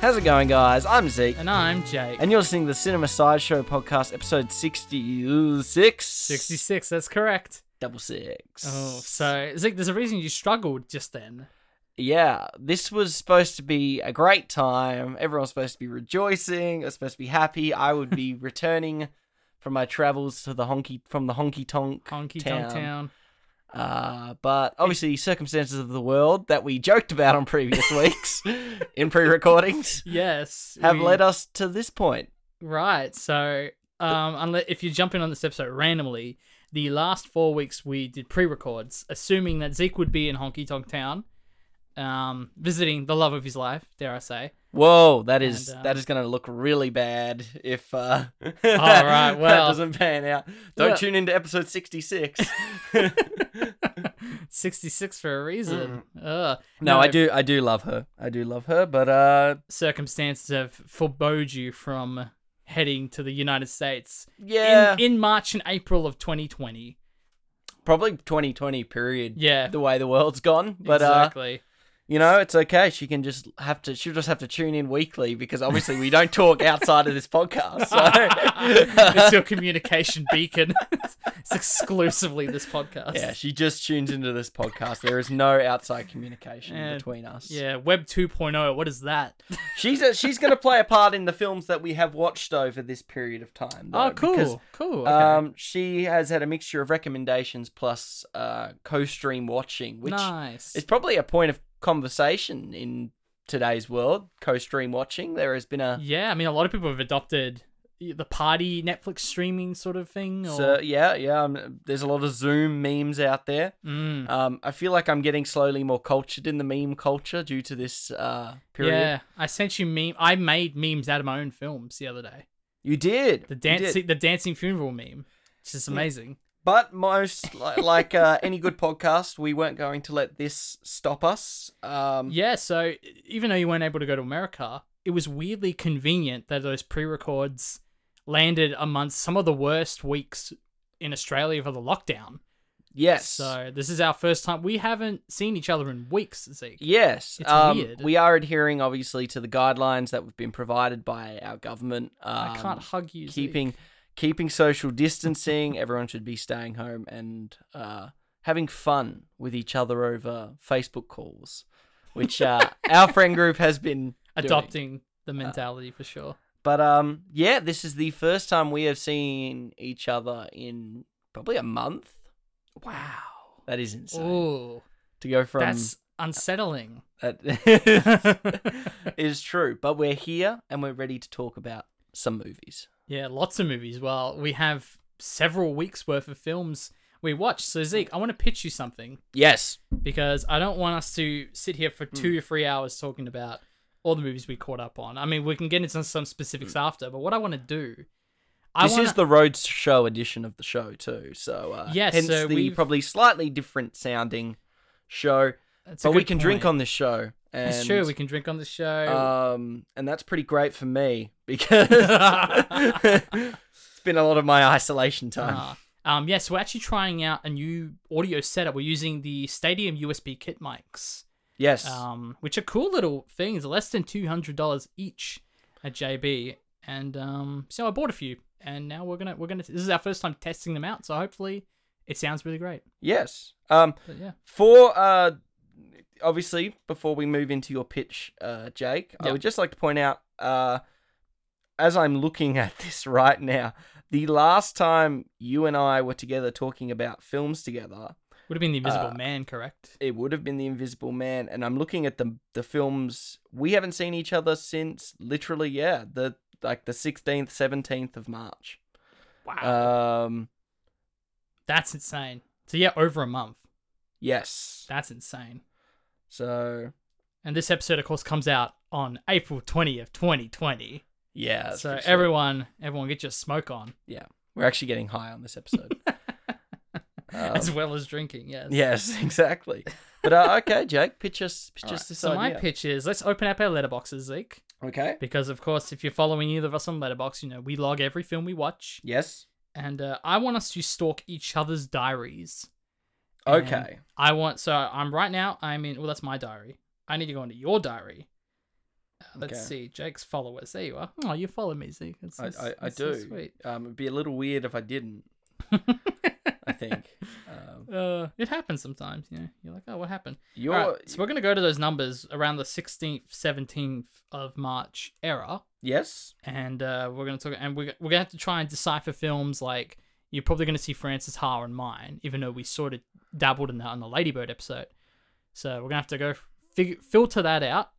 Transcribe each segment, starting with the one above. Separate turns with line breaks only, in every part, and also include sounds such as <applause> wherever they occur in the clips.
How's it going, guys? I'm Zeke,
And I'm Jake.
and you're listening to the Cinema Sideshow podcast, episode 66.
66, that's correct.
Double six.
Oh, so, Zeke, there's a reason you struggled just then.
Yeah, this was supposed to be a great time. Everyone's supposed to be rejoicing. I was supposed to be happy. I would
<laughs>
be returning from my travels to the honky from the honky tonk
Honky Tonk Town. Oh.
Uh, but obviously, circumstances of the world that we joked about on
<laughs>
previous weeks in pre-recordings
Yes.
have
we-
led us to this point.
Right, so, um, unless, if you jump in on this episode randomly, the last four weeks we did pre records, assuming that Zeke would be in Honky Tonk Town, um, visiting the love of his life, dare
<laughs>
I say.
Whoa, that is
And, um,
that is going to look really bad if uh, <laughs> all
right,
that
well.
doesn't pan out. Don't
Yeah.
tune into episode
<laughs>
sixty-six.
66 for a reason. Ugh.
Mm. no, I do, I do love her. I do love her, but uh,
Circumstances have forebode you from heading to the United States
yeah,
in, in March and April of 2020.
probably twenty twenty period.
Yeah.
the way the world's gone, but uh,
exactly.
You know, it's okay. She can just have to. She'll just have to tune in weekly because obviously we don't talk outside of this podcast.
<laughs> it's
So <laughs>
your communication beacon. it's exclusively this podcast.
yeah, she just tunes into this podcast. There is no outside communication
Yeah.
between us.
Yeah, Web 2.0. What is that?
she's a, she's going to play a part in the films that we have watched over this period of time. though,
oh, cool.
because,
cool. Okay.
Um, she has had a mixture of recommendations plus uh, co-stream watching, which
nice.
is probably a point of conversation in today's world. Co-stream watching. There has been a
Yeah, I mean, a lot of people have adopted the party Netflix streaming sort of thing. Or...
So yeah, yeah. Um, there's a lot of Zoom memes out there.
Mm.
Um, I feel like I'm getting slowly more cultured in the meme culture due to this uh, period.
Yeah, I sent you meme. I made memes out of my own films the other day.
You did
The
you did.
dancing, the dancing funeral meme, which is amazing.
but most li- like uh, any good podcast, we weren't going to let this stop us. Um,
Yeah, so even though you weren't able to go to America, it was weirdly convenient that those pre-records landed amongst some of the worst weeks in Australia for the lockdown.
Yes.
So this is our first time we haven't seen each other in weeks, Zeke.
Yes,
It's
um,
weird.
we are adhering obviously to the guidelines that have been provided by our government. Um,
I can't hug you. Zeke.
keeping keeping social distancing. Everyone should be staying home and uh, having fun with each other over Facebook calls, which uh, our friend group has
<laughs>
been doing.
adopting the
Uh,
mentality for sure.
But um, yeah, this is the first time we have seen each other in probably a month.
Wow.
That is insane.
Ooh,
to go from
that's unsettling.
that <laughs> is true. But we're here and we're ready to talk about some movies.
Yeah, lots of movies. Well, we have several weeks worth of films we watched. So Zeke, I want to pitch you something
Yes.
because I don't want us to sit here for
Hmm.
two or three hours talking about all the movies we caught up on. I mean, we can get into some specifics after, but what I want to do, I
Hmm. This
want
is the road show edition of the show too, so uh,
Yes,
hence
so
the
we've-
probably slightly different sounding show. but we can drink on this show, and
It's true. We can drink on the show.
um, and that's pretty great for me <laughs>
<laughs>
because it's been a lot of my isolation time.
Ah. um, yes, we're actually trying out a new audio setup. We're using the Stadium USB kit mics.
yes,
um, which are cool little things, less than two hundred dollars each at JB. And um, so I bought a few, and now we're gonna we're gonna. This is our first time testing them out, so hopefully it sounds really great.
yes. Um,
But yeah,
for uh, obviously before we move into your pitch, uh, Jake, I
Yeah.
would just like to point out uh, as I'm looking at this <laughs> right now, the last time you and I were together talking about films together,
would have been the Invisible
Uh,
Man, correct?
it would have been The Invisible Man, and I'm looking at the the films we haven't seen each other since literally yeah the like the 16th 17th of March.
Wow,
Um,
that's insane. So yeah, over a month.
yes,
That's insane.
so
And this episode, of course, comes out on April twentieth, twenty twenty.
yeah, that's
So
for sure.
everyone, everyone, get your smoke on,
we're actually getting high on this
<laughs>
episode. Um,
as well as drinking. Yes.
Yes, <laughs> exactly. But uh, okay, Jake, pitch us, pitch
Alright,
us this
so my
idea.
pitch is let's open up our letterboxes, Zeke.
okay.
because of course if you're following either of us on letterbox you know we log every film we watch
Yes.
and uh, i want us to stalk each other's diaries And
Okay.
I want so I'm right now I'm in well that's my diary. I need to go into your diary. Uh, let's
Okay.
see, Jake's followers. There you are. Oh, you follow me, Zeke. That's,
I,
that's-
I, I
that's so
do. <laughs>
sweet. <laughs>
Um, it'd be a little weird if I didn't. I think.
<laughs>
Um,
Uh, it happens sometimes, you know. You're like, oh, what happened?
you're
All right, so we're gonna go to those numbers around the 16th, 17th of March era,
yes.
and uh, we're gonna talk, and we're we're gonna have to try and decipher films like you're probably gonna see Francis Ha and mine, even though we sort of dabbled in that on the Ladybird episode. So we're gonna have to go fig- filter that out.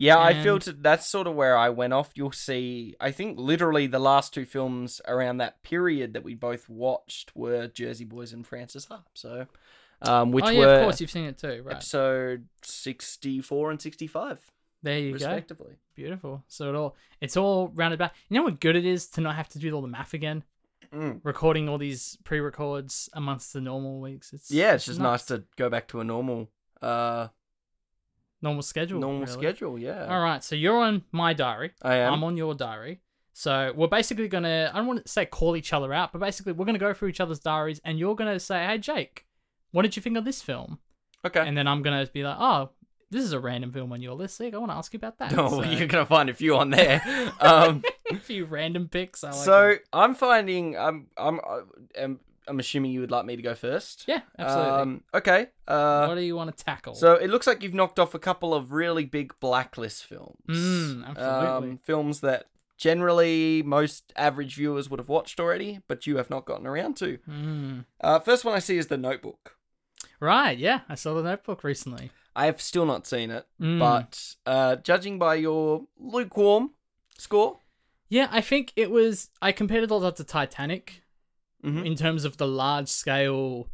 Yeah, I
And-
filtered. That's sort of where I went off. You'll see. I think literally the last two films around that period that we both watched were Jersey Boys and Francis Harp. So, um, which
oh yeah,
were
of course you've seen it too, right?
episode sixty-four and sixty-five,
There you go.
respectively.
Beautiful. So it all it's all rounded back. You know what good it is to not have to do all the math again,
Mm.
recording all these pre-records amongst the normal weeks. It's
Yeah, it's just
nuts.
nice to go back to a normal, uh,
normal schedule.
normal
really.
schedule. Yeah,
All right, so you're on my diary.
I am.
I'm on your diary. So we're basically gonna I don't want to say call each other out, but basically we're gonna go through each other's diaries and you're gonna say, Hey Jake, what did you think of this film?
okay. <laughs>
And then I'm gonna be like, Oh, this is a random film on your list, Zeke. I wanna ask you about that.
<laughs> No,
So,
you're gonna find a few on there. um,
<laughs> a few random picks. I like
so
them.
I'm finding. I'm. I'm. I'm. I'm assuming you would like me to go first.
Yeah, absolutely.
Um, okay. Uh,
what do you want to tackle?
so it looks like you've knocked off a couple of really big blacklist films. Um,
Mm, absolutely.
films that generally most average viewers would have watched already, but you have not gotten around to.
Mm.
Uh, first one I see is The Notebook.
Right, yeah. I saw the notebook recently.
I have still not seen it,
Mm.
but uh, judging by your lukewarm score,
Yeah, I think it was I compared it a lot to Titanic
Mhm.
in terms of the large scale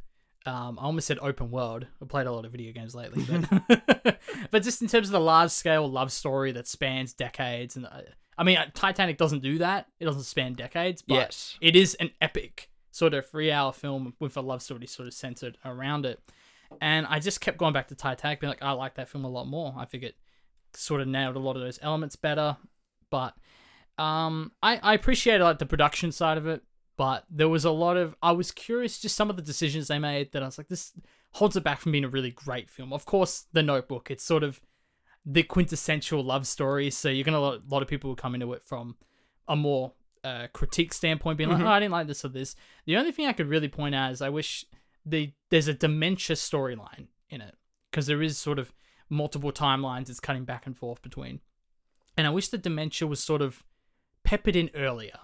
um, I almost said open world. I played a lot of video games lately, but, <laughs> but just in terms of the large scale love story that spans decades, and uh, I mean, uh, Titanic doesn't do that. It doesn't span decades, but
Yes.
it is an epic sort of three hour film with a love story sort of centered around it. And I just kept going back to Titanic, being like, I like that film a lot more. I think it sort of nailed a lot of those elements better, but um, I I appreciated like the production side of it, but there was a lot of I was curious just some of the decisions they made that I was like this holds it back from being a really great film. Of course, The Notebook, it's sort of the quintessential love story, so you're gonna a lot, lot of people will come into it from a more uh, critique standpoint, being like, oh, I didn't like this or this. The only thing I could really point out is I wish the there's a dementia storyline in it because there is sort of multiple timelines it's cutting back and forth between, and I wish the dementia was sort of peppered in earlier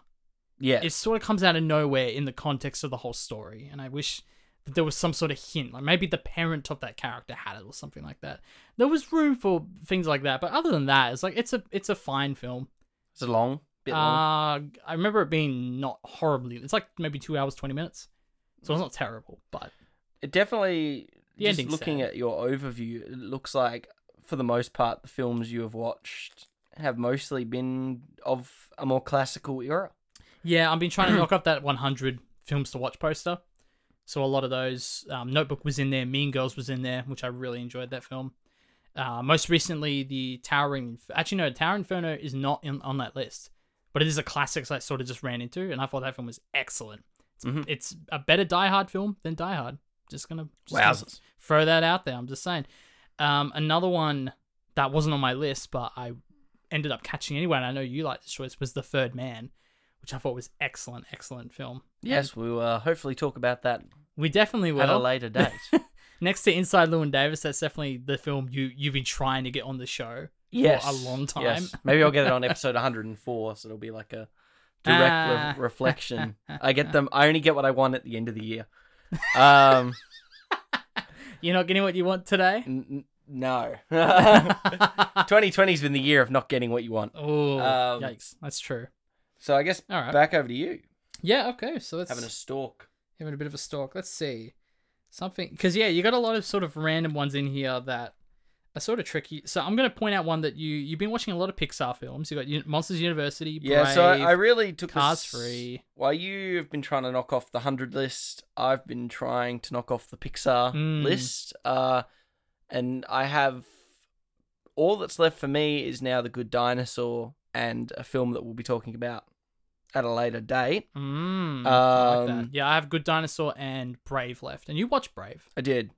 yeah,
it sort of comes out of nowhere in the context of the whole story and i wish that there was some sort of hint like maybe the parent of that character had it or something like that there was room for things like that but other than that it's like it's a it's a fine film
it's a long, bit
uh
long.
i remember it being not horribly it's like maybe two hours 20 minutes so it's not terrible but
It definitely.
The
just
ending's
looking
sad.
at your overview, it looks like for the most part the films you have watched have mostly been of a more classical era.
yeah i've been trying to knock off that 100 films to watch poster so a lot of those um, notebook was in there mean girls was in there which i really enjoyed that film Uh, most recently, the Towering. Inf- Actually, no, Tower Inferno is not in, on that list, but it is a classic that I sort of just ran into, and I thought that film was excellent. It's,
Mhm.
it's a better Die Hard film than Die Hard. Just gonna just gonna
Wowzers.
throw that out there. I'm just saying. Um, another one that wasn't on my list, but I ended up catching anyway, and I know you liked this choice was The Third Man, which I thought was excellent, excellent film.
Yes, we will uh, hopefully talk about that
We definitely will.
at a later
<laughs>
date.
Next to Inside Llewyn Davis, that's definitely the film you you've been trying to get on the show.
yes,
a long time.
Yes. Maybe I'll get
<laughs>
it on episode 104, so it'll be like a direct
Ah.
re- reflection. I get
<laughs>
them. I only get what I want at the end of the year. Um, <laughs>
You're not getting what you want today.
n- n- no, <laughs>
<laughs>
2020's been the year of not getting what you want.
oh,
Um,
yikes! That's true.
So I guess
All right.
back over to you,
Yeah. Okay. So let's
having a stalk.
having a bit of a stalk. Let's see something because yeah, you got a lot of sort of random ones in here that are sort of tricky. So I'm gonna point out one that you you've been watching a lot of Pixar films. You got Un- Monsters University. Brave,
Yeah, so I, I really took
Cars
this-
Free.
While you've been trying to knock off the hundred list, I've been trying to knock off the Pixar
Mm.
list. Uh, and I have all that's left for me is now the Good Dinosaur and a film that we'll be talking about at a later date.
Mm, I like that.
Um,
Yeah, I have Good Dinosaur and Brave left, and you watch Brave,
I did.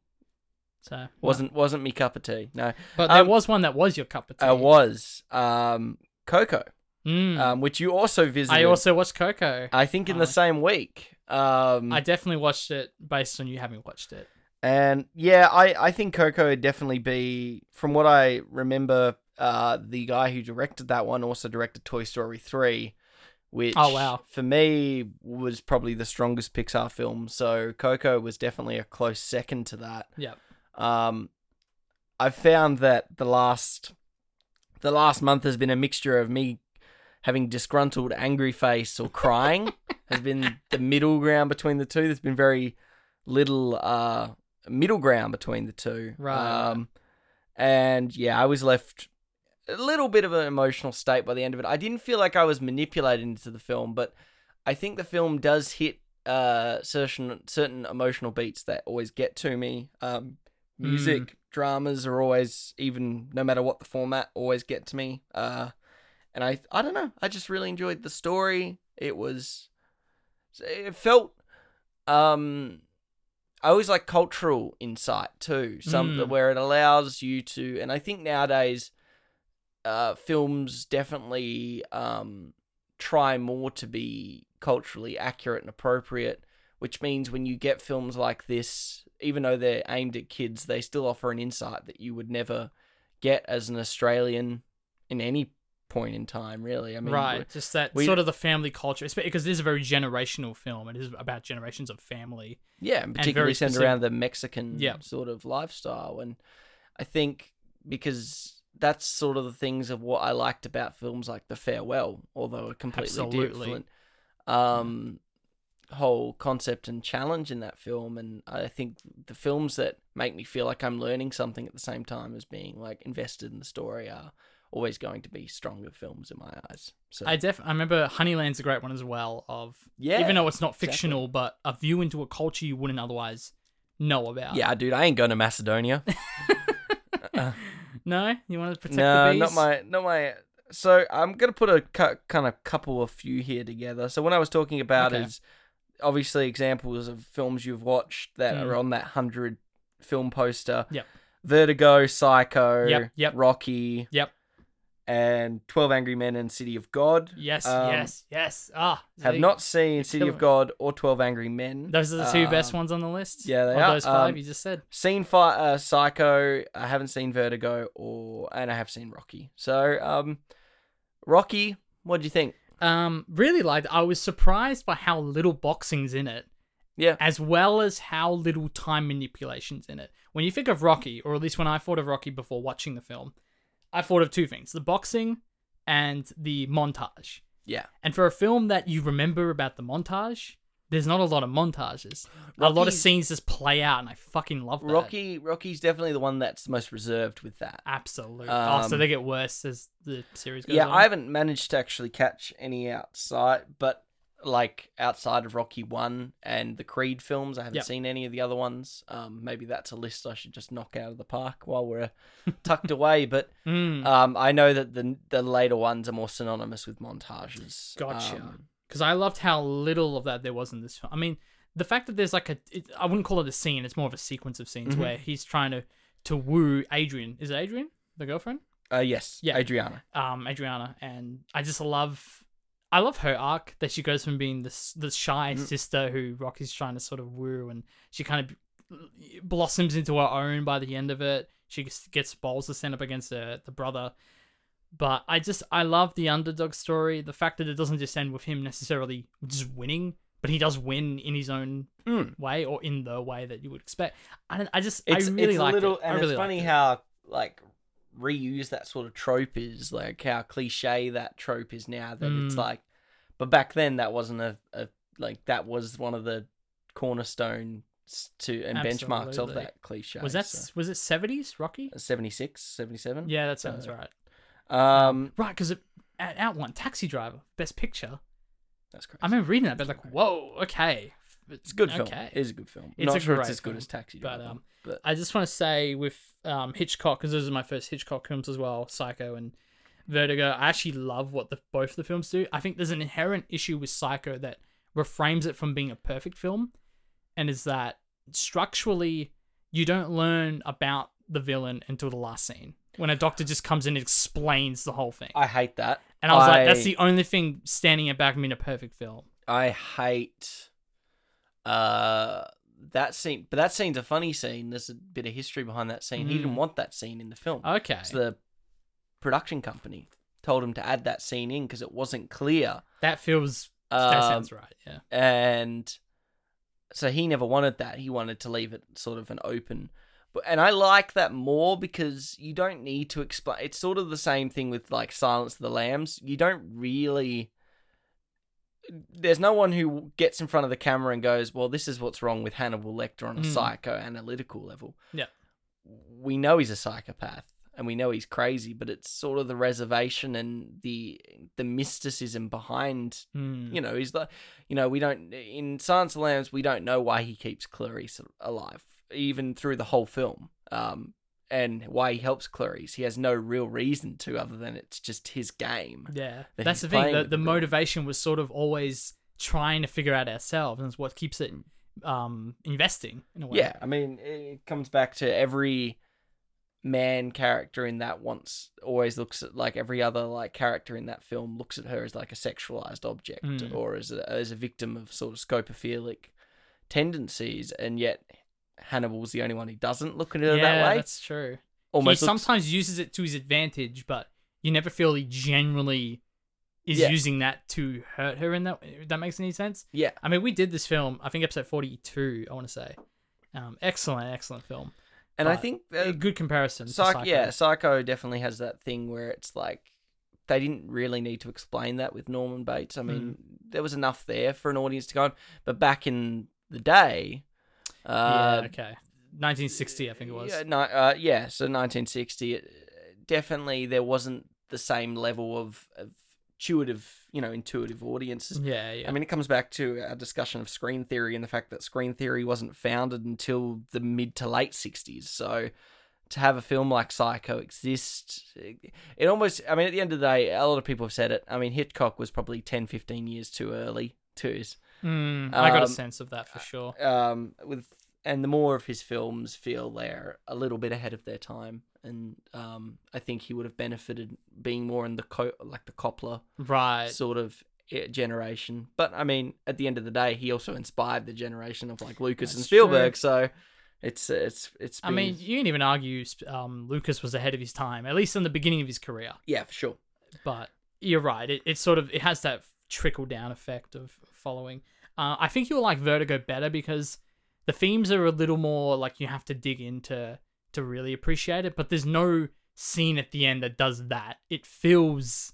so no.
Wasn't wasn't me cup of tea. No,
But there
um,
was one that was your cup of tea.
I was um, Coco,
Mm.
um, which you also visited.
I also watched Coco.
I think in
Oh.
the same week. Um,
I definitely watched it based on you having watched it.
and yeah, I, I think Coco would definitely be, from what I remember, uh, the guy who directed that one also directed Toy Story 3, which
Oh, wow.
for me was probably the strongest Pixar film. So Coco was definitely a close second to that.
Yep.
Um, I've found that the last the last month has been a mixture of me having disgruntled angry face or crying has been the middle ground between the two. There's been very little uh middle ground between the two.
Right.
Um and yeah, I was left a little bit of an emotional state by the end of it. I didn't feel like I was manipulated into the film, but I think the film does hit uh certain certain emotional beats that always get to me. Um music, dramas are always even no matter what the format always get to me. Uh and I I don't know. I just really enjoyed the story. It was it felt um I always like cultural insight too. Some
Mm.
where it allows you to and I think nowadays uh films definitely um try more to be culturally accurate and appropriate, which means when you get films like this, even though they're aimed at kids, they still offer an insight that you would never get as an Australian in any point in time, really. I mean,
right. Just that
we-
sort of the family culture, because this is a very generational film. It is about generations of family.
Yeah, and particularly
very
centered
specific-
around the Mexican
Yeah.
sort of lifestyle. And I think because that's sort of the things of what I liked about films like The Farewell, although a completely
Absolutely.
different um, whole concept and challenge in that film. And I think the films that make me feel like I'm learning something at the same time as being like invested in the story are always going to be stronger films in my eyes. So
I def I remember Honeyland's a great one as well. Of
Yeah,
even though it's not fictional, but a view into a culture you wouldn't otherwise know about.
yeah, dude, I ain't going to Macedonia.
<laughs> No, you want to protect
no,
the bees?
not my, not my. So I'm gonna put a cu- kind of couple of few here together. So when I was talking about
Okay.
is obviously examples of films you've watched that
Mm.
are on that hundred film poster.
Yep.
Vertigo, Psycho,
Yep, yep.
Rocky,
Yep.
and Twelve Angry Men and City of God.
Yes,
Um,
yes, yes. Ah,
Have
see,
not seen City
killing
of
it.
God or Twelve Angry Men.
Those are the two best
Um,
ones on the list.
yeah, they
of
are.
Those five
Um,
you just said.
Seen fi- uh, Psycho. I haven't seen Vertigo, or and I have seen Rocky. So, um, Rocky, what do you think?
um, really liked. I was surprised by how little boxing's in it,
Yeah.
as well as how little time manipulation's in it. When you think of Rocky, or at least when I thought of Rocky before watching the film, I thought of two things: the boxing and the montage.
Yeah.
And for a film that you remember about the montage, there's not a lot of montages. a lot of
Rocky's-
scenes just play out, and I fucking love that.
Rocky Rocky's definitely the one that's the most reserved with that.
Absolutely. oh, so
Um,
they get worse as the series goes
yeah,
on.
I haven't managed to actually catch any outside but like outside of Rocky 1 and the Creed films, I haven't
Yep.
seen any of the other ones. Um maybe that's a list I should just knock out of the park while we're <laughs> tucked away, but
<laughs> Mm.
um I know that the the later ones are more synonymous with montages.
Gotcha.
Um,
because I loved how little of that there was in this film. I mean, the fact that there's like a, it, I wouldn't call it a scene. It's more of a sequence of scenes
Mhm.
where he's trying to to woo Adrian. Is it Adrian, the girlfriend?
uh yes,
Yeah.
Adriana.
Um, Adriana, and I just love, I love her arc that she goes from being this the shy
Mm.
sister who Rocky's trying to sort of woo, and she kind of blossoms into her own by the end of it. She gets- gets balls to stand up against the the brother. But I just I love the underdog story. The fact that it doesn't just end with him necessarily just winning, but he does win in his own
Mm.
way or in the way that you would expect. I don't. I just
it's,
I really
it's
like
a little
it. I
and
really
it's
liked
funny
it.
how like reused that sort of trope is like how cliche that trope is now that it's
Mm.
like but back then that wasn't a, a like that was one of the cornerstones to and benchmarks of
Absolutely.
that cliche
was that was it seventies Rocky?
Uh, 76 77
Yeah, that sounds right.
um
Right, because it at out one Taxi Driver, Best Picture.
that's crazy
I remember reading that, but like, whoa, okay,
it's a good film
okay.
it is a good film
It's a
not sure it's
great
as good
film,
as taxi
but,
driver
um,
but
I just want to say with um, Hitchcock, because those are my first Hitchcock films as well, Psycho and Vertigo. I actually love what the both the films do. I think there's an inherent issue with Psycho that reframes it from being a perfect film, and is that structurally you don't learn about the villain until the last scene when a doctor just comes in and explains the whole thing.
I hate that.
and I was like,
I-
that's the only thing standing it back from being a perfect film.
I hate uh that scene, but that scene's a funny scene. There's a bit of history behind that scene. He didn't
Mm.
want that scene in the film.
Okay.
So the production company told him to add that scene in because it wasn't clear.
that feels that
Um,
sounds right. Yeah.
and so he never wanted that. He wanted to leave it sort of an open. But and I like that more because you don't need to explain. It's sort of the same thing with like Silence of the Lambs. You don't really. There's no one who gets in front of the camera and goes, "Well, this is what's wrong with Hannibal Lecter on a
Mm.
psychoanalytical level."
Yeah.
we know he's a psychopath and we know he's crazy, but it's sort of the reservation and the the mysticism behind
Mm.
you know, he's like, you know, we don't in Silence of the Lambs, we don't know why he keeps Clarice alive, even through the whole film, um, and why he helps Clarice. He has no real reason to, other than it's just his game.
Yeah,
that he's
that's the thing.
playing
The,
with
the
the villain.
motivation was sort of always trying to figure out ourselves, and it's what keeps it um investing in a way.
Yeah, I mean, it comes back to every man character in that once always looks at like every other like character in that film looks at her as like a sexualized object
Mm.
or as a, as a victim of sort of scopophilic tendencies, and yet Hannibal's the only one who doesn't look at her
Yeah,
that way.
that's true.
Almost
he
looks-
sometimes uses it to his advantage, but you never feel he generally is
Yeah.
using that to hurt her. In that, if that makes any sense.
Yeah,
I mean, we did this film. I think episode forty-two. I want to say, um, excellent, excellent film.
and I
but
think
A
uh,
good comparison. to
Psych-
Psycho.
yeah, Psycho definitely has that thing where it's like they didn't really need to explain that with Norman Bates.
Hmm.
I mean, there was enough there for an audience to go on, but back in the day, uh,
yeah. Okay. Nineteen sixty, I think it was.
Yeah, no, uh, yeah, so 1960, it, definitely there wasn't the same level of, of intuitive, you know, intuitive audiences.
Yeah, yeah.
I mean, it comes back to our discussion of screen theory and the fact that screen theory wasn't founded until the mid to late 60s. So to have a film like Psycho exist, it it almost, I mean, at the end of the day, a lot of people have said it. I mean, Hitchcock was probably 10, 15 years too early to his.
Mm, I got a
um,
sense of that for sure.
Um, with, and the more of his films feel they're a little bit ahead of their time. And um, I think he would have benefited being more in the co- like the Coppola
Right.
sort of eh, generation. But I mean, at the end of the day, he also inspired the generation of like Lucas and
That's
Spielberg. So it's it's it's.
I
been-
mean, you can even argue sp- um, Lucas was ahead of his time, at least in the beginning of his career.
yeah, for sure.
But you're right; it, it sort of it has that trickle down effect of following. Uh, I think you'll like Vertigo better because the themes are a little more like you have to dig into to really appreciate it. But there's no scene at the end that does that. It feels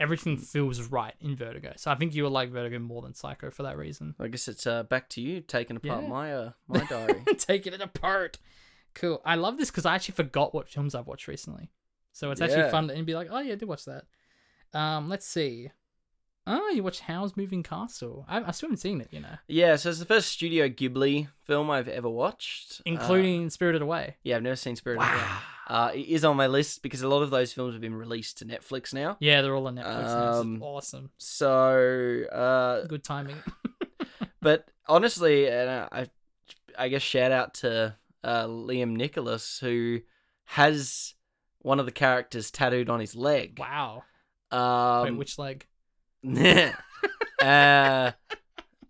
everything feels right in Vertigo, so I think you will like Vertigo more than Psycho for that reason.
I guess it's uh, back to you taking apart
Yeah.
my
<laughs>
uh, my diary.
taking it apart. Cool. I love this because I actually forgot what films I've watched recently, so it's actually
Yeah.
fun to be like, oh yeah, I did watch that. Um, let's see. Oh, you watched Howl's Moving Castle. I, I still haven't seen it, you know,
yeah, so it's the first Studio Ghibli film I've ever watched, Uh,
including Spirited Away.
yeah, I've never seen Spirit. of the Wild. Uh, it is on my list because a lot of those films have been released to Netflix now.
Yeah, they're all on Netflix. now. This is
Um,
awesome.
So uh, <sighs>
Good timing.
but honestly, and I, I- I guess shout out to uh, Liam Nicholas who has one of the characters tattooed on his leg.
Wow. Wait,
Um,
which leg?
<laughs> uh,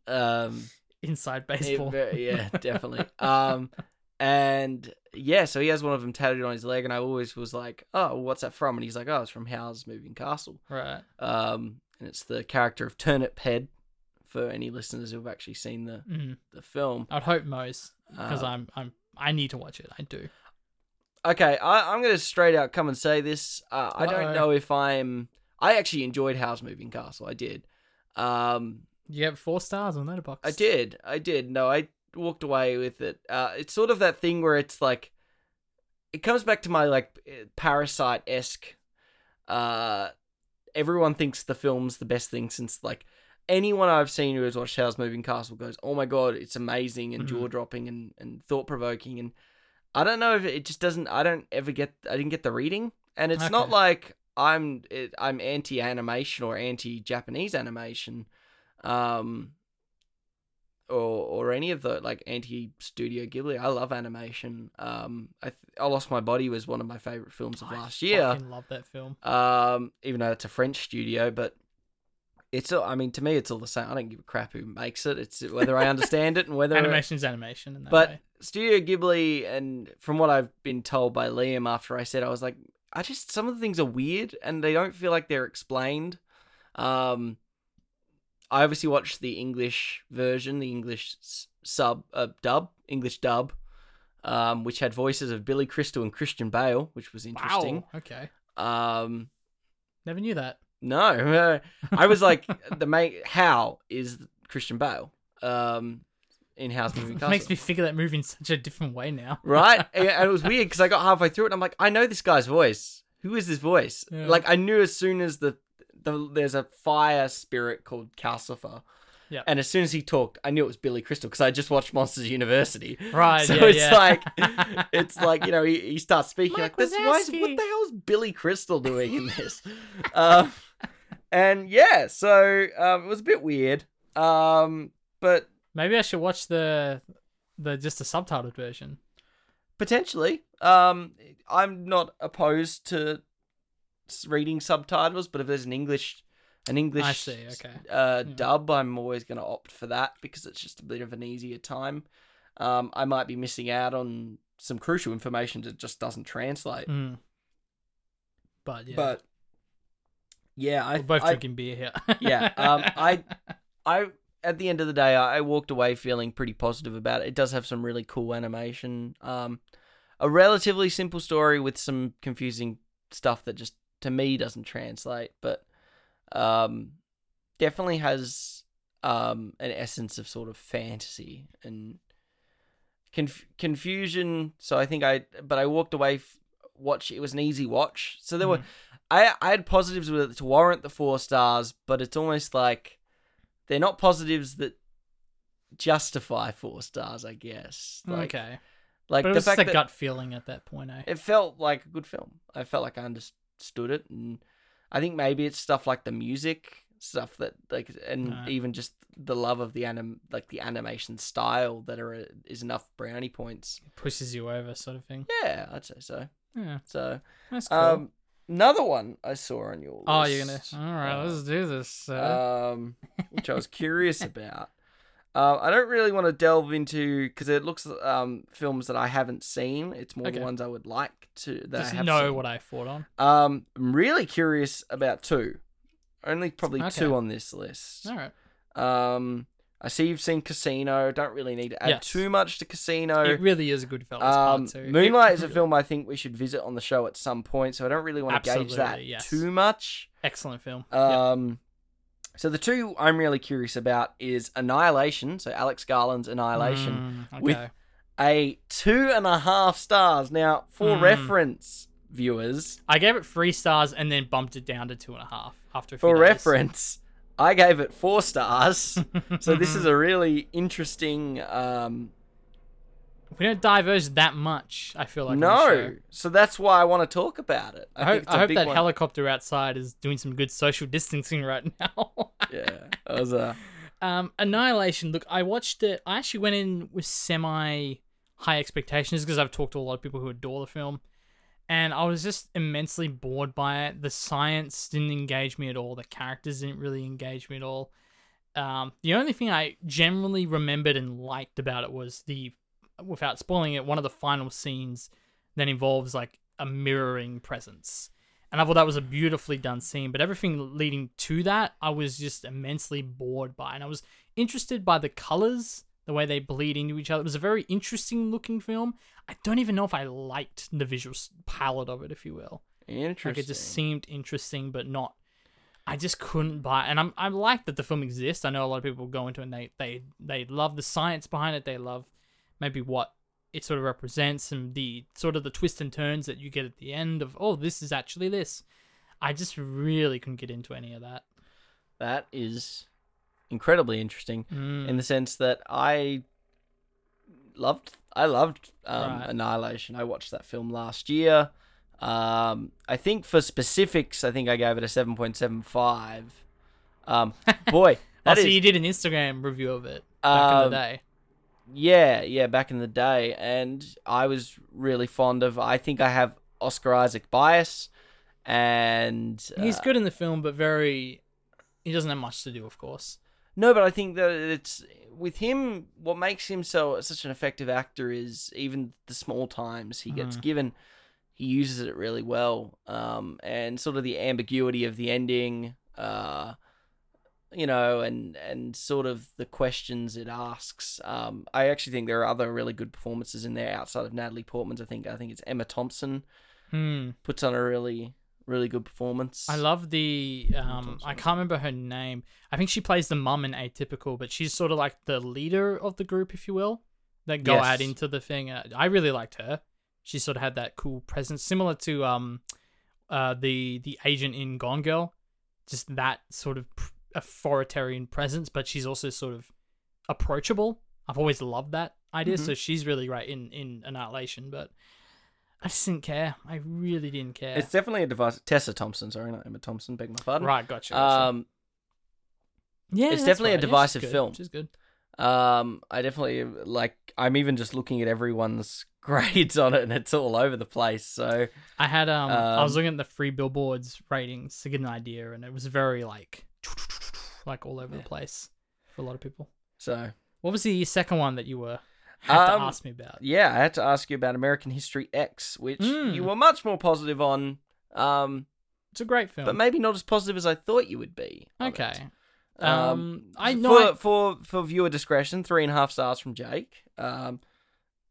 um,
Inside
it
baseball.
ver- yeah, definitely. um, and yeah, so he has one of them tattooed on his leg, and I always was like, "Oh, what's that from?" And he's like, "Oh, it's from Howl's Moving Castle."
right.
Um, and it's the character of Turnip Head. For any listeners who've actually seen the
Mm.
the film,
I'd hope most because
Uh,
I'm I'm I need to watch it. I do.
Okay, I, I'm going to straight out come and say this. Uh, I
Uh-oh.
don't know if I'm. I actually enjoyed House Moving Castle. I did. Um,
You get four stars on Letterboxd.
I did. I did. No, I walked away with it. Uh, it's sort of that thing where it's like, it comes back to my like parasite esque. Uh, everyone thinks the film's the best thing since like anyone I've seen who has watched House Moving Castle goes, oh my god, it's amazing and
Mhm.
jaw dropping and and thought provoking and I don't know if it just doesn't. I don't ever get. I didn't get the reading, and it's not
Okay.
like I'm it, I'm anti animation or anti Japanese animation, um, or or any of the like anti Studio Ghibli. I love animation. Um, I th- I lost my body was one of my favorite films of last
I
year.
fucking love that film.
Um, even though it's a French studio, but it's all, I mean to me it's all the same. I don't give a crap who makes it. It's whether I understand it and whether
Animation's <laughs> animation. In that
but
way.
Studio Ghibli, and from what I've been told by Liam after I said, I was like, I just some of the things are weird, and they don't feel like they're explained. Um, I obviously watched the English version, the English s- sub uh, dub, English dub, um, which had voices of Billy Crystal and Christian Bale, which was interesting.
Wow. Okay.
Um,
Never knew that.
no, <laughs> I was like, the main how is Christian Bale um, in House
<laughs>
Moving Castle?
makes me figure that movie in such a different
<laughs>
way now.
right? And and it was weird because I got halfway through it and I'm like, I know this guy's voice. Who is this voice?
Yeah.
Like I knew as soon as the, the there's a fire spirit called Calcifer.
Yep.
And as soon as he talked, I knew it was Billy Crystal because I just watched Monsters
<laughs>
University.
Right.
So
yeah,
it's
yeah. <laughs>
like it's like, you know, he, he starts speaking
Mike
like this why is, what
Wazowski.
the hell is Billy Crystal doing in
<laughs>
this? um, and yeah, so um, it was a bit weird. Um, but
Maybe I should watch the the just the subtitled version.
Potentially. Um, I'm not opposed to s- reading subtitles, but if there's an English, an English,
I see. Okay. Hmm.
uh,
Yeah.
dub, I'm always going to opt for that because it's just a bit of an easier time. Um, I might be missing out on some crucial information that just doesn't translate.
Mm. But yeah,
But yeah, I,
we're both
I,
drinking beer here. <laughs>
yeah, um, I, I, at the end of the day, I, I walked away feeling pretty positive about it. It does have some really cool animation. Um, a relatively simple story with some confusing stuff that just to me doesn't translate, but um, definitely has um an essence of sort of fantasy and conf- confusion. So I think I, but I walked away. F- watch it was an easy watch. So there were
Mhm.
I I had positives with it to warrant the four stars, but it's almost like they're not positives that justify four stars. I guess. Like,
Hmm, Mm, okay,
Like
but it
the
was
fact
just a
that
gut feeling at that point. Eh?
it felt like a good film. I felt like I understood it, and I think maybe it's stuff like the music, stuff that like, and
Right.
even just the love of the anim like the animation style that are is enough brownie points.
It pushes you over, sort of thing.
Yeah, I'd say so.
Yeah,
So,
that's cool.
um, another one I saw on your list.
oh, you're gonna. All right, let's do this. Uh,
um,
<laughs>
which I was curious about. Uh, I don't really want to delve into because it looks um films that I haven't seen. It's more
Okay.
the ones I would like to that
just
I have
know
seen.
what I fought on.
Um, I'm really curious about two. Only probably
Okay.
two on this list.
All right,
Um, I see you've seen Casino. Don't really need to add
Yes.
too much to Casino.
it really is a good film.
Um,
part two. It
Moonlight is a
<laughs> really-
film I think we should visit on the show at some point, so I don't really want to gauge that
Absolutely, yes.
too much.
Excellent film. yeah.
Um, so the two I'm really curious about is Annihilation, so Alex Garland's Annihilation,
Mm,
with
okay.
a two and a half stars. Now, for
Mm.
reference, viewers,
I gave it three stars and then bumped it down to two and a half after. A few
for
days.
reference, I gave it four
<laughs>
stars. so this is a really interesting. Um,
we don't diverge that much. I feel like on the show.
no, so that's why I want to talk about it. I,
I,
think
hope,
it's a
I hope
big
that
one.
helicopter outside is doing some good social <laughs> distancing right now.
yeah, that was
<laughs>
a
um, Annihilation. Look, I watched it. I actually went in with semi high expectations because I've talked to a lot of people who adore the film, and I was just immensely bored by it. The science didn't engage me at all. The characters didn't really engage me at all. Um, the only thing I generally remembered and liked about it was the, without spoiling it, one of the final scenes that involves like a mirroring presence. And I thought that was a beautifully done scene, but everything leading to that, I was just immensely bored by. And I was interested by the colors, the way they bleed into each other. It was a very interesting looking film. I don't even know if I liked the visual s- palette of it, if you will.
interesting.
Like it just seemed interesting, but not. I just couldn't buy, and I'm I like that the film exists. I know a lot of people go into it and they they they love the science behind it. They love maybe what it sort of represents and the sort of the twists and turns that you get at the end of. Oh, this is actually this. I just really couldn't get into any of that.
that is incredibly interesting
Mm.
in the sense that I loved I um, loved um,
Right.
Annihilation. I watched that film last year. Um, I think for specifics, I think I gave it a seven point seven five.
<laughs>
Um, boy,
I
that
see
is
you did an Instagram review of it back in
Um,
the day.
yeah, yeah, back in the day, and I was really fond of. I think I have Oscar Isaac bias, and
He's
uh,
good in the film, but very. He doesn't have much to do, of course.
No, but I think that it's with him. What makes him so such an effective actor is even the small times he gets
Mhm.
given, he uses it really well. Um, and sort of the ambiguity of the ending, uh, you know, and and sort of the questions it asks. Um, I actually think there are other really good performances in there outside of Natalie Portman's. I think I think it's Emma Thompson
Hmm.
puts on a really really good performance.
I love the. Um, I can't remember her name. I think she plays the mum in Atypical, but she's sort of like the leader of the group, if you will. That go out
Yes.
into the thing. Uh, I really liked her. She sort of had that cool presence, similar to um, uh, the the agent in Gone Girl, just that sort of pr- authoritarian presence. But she's also sort of approachable. I've always loved that idea.
Mm-hmm.
So she's really great in in Annihilation, but. I just didn't care. I really didn't care.
It's definitely a device. Tessa Thompson, sorry, not Emma Thompson. Beg my pardon.
right, gotcha. gotcha.
Um,
Yeah,
It's
that's
definitely a
right. Yeah, she's
divisive
good.
film.
She's good.
Um, I definitely like. I'm even just looking at everyone's <laughs> grades on it, and it's all over the place. So
I had um, I was
Um,
looking at the free billboards ratings to get an idea, and it was very like, like all over the place for a lot of people.
so
What was the second one that you were had
Um,
to ask me about?
yeah, I had to ask you about American History X, which
Mm.
you were much more positive on. Um,
It's a great film.
but maybe not as positive as I thought you would be. on it.
okay. Um, I
for,
know I-
for for viewer discretion, three and a half stars from Jake. Um,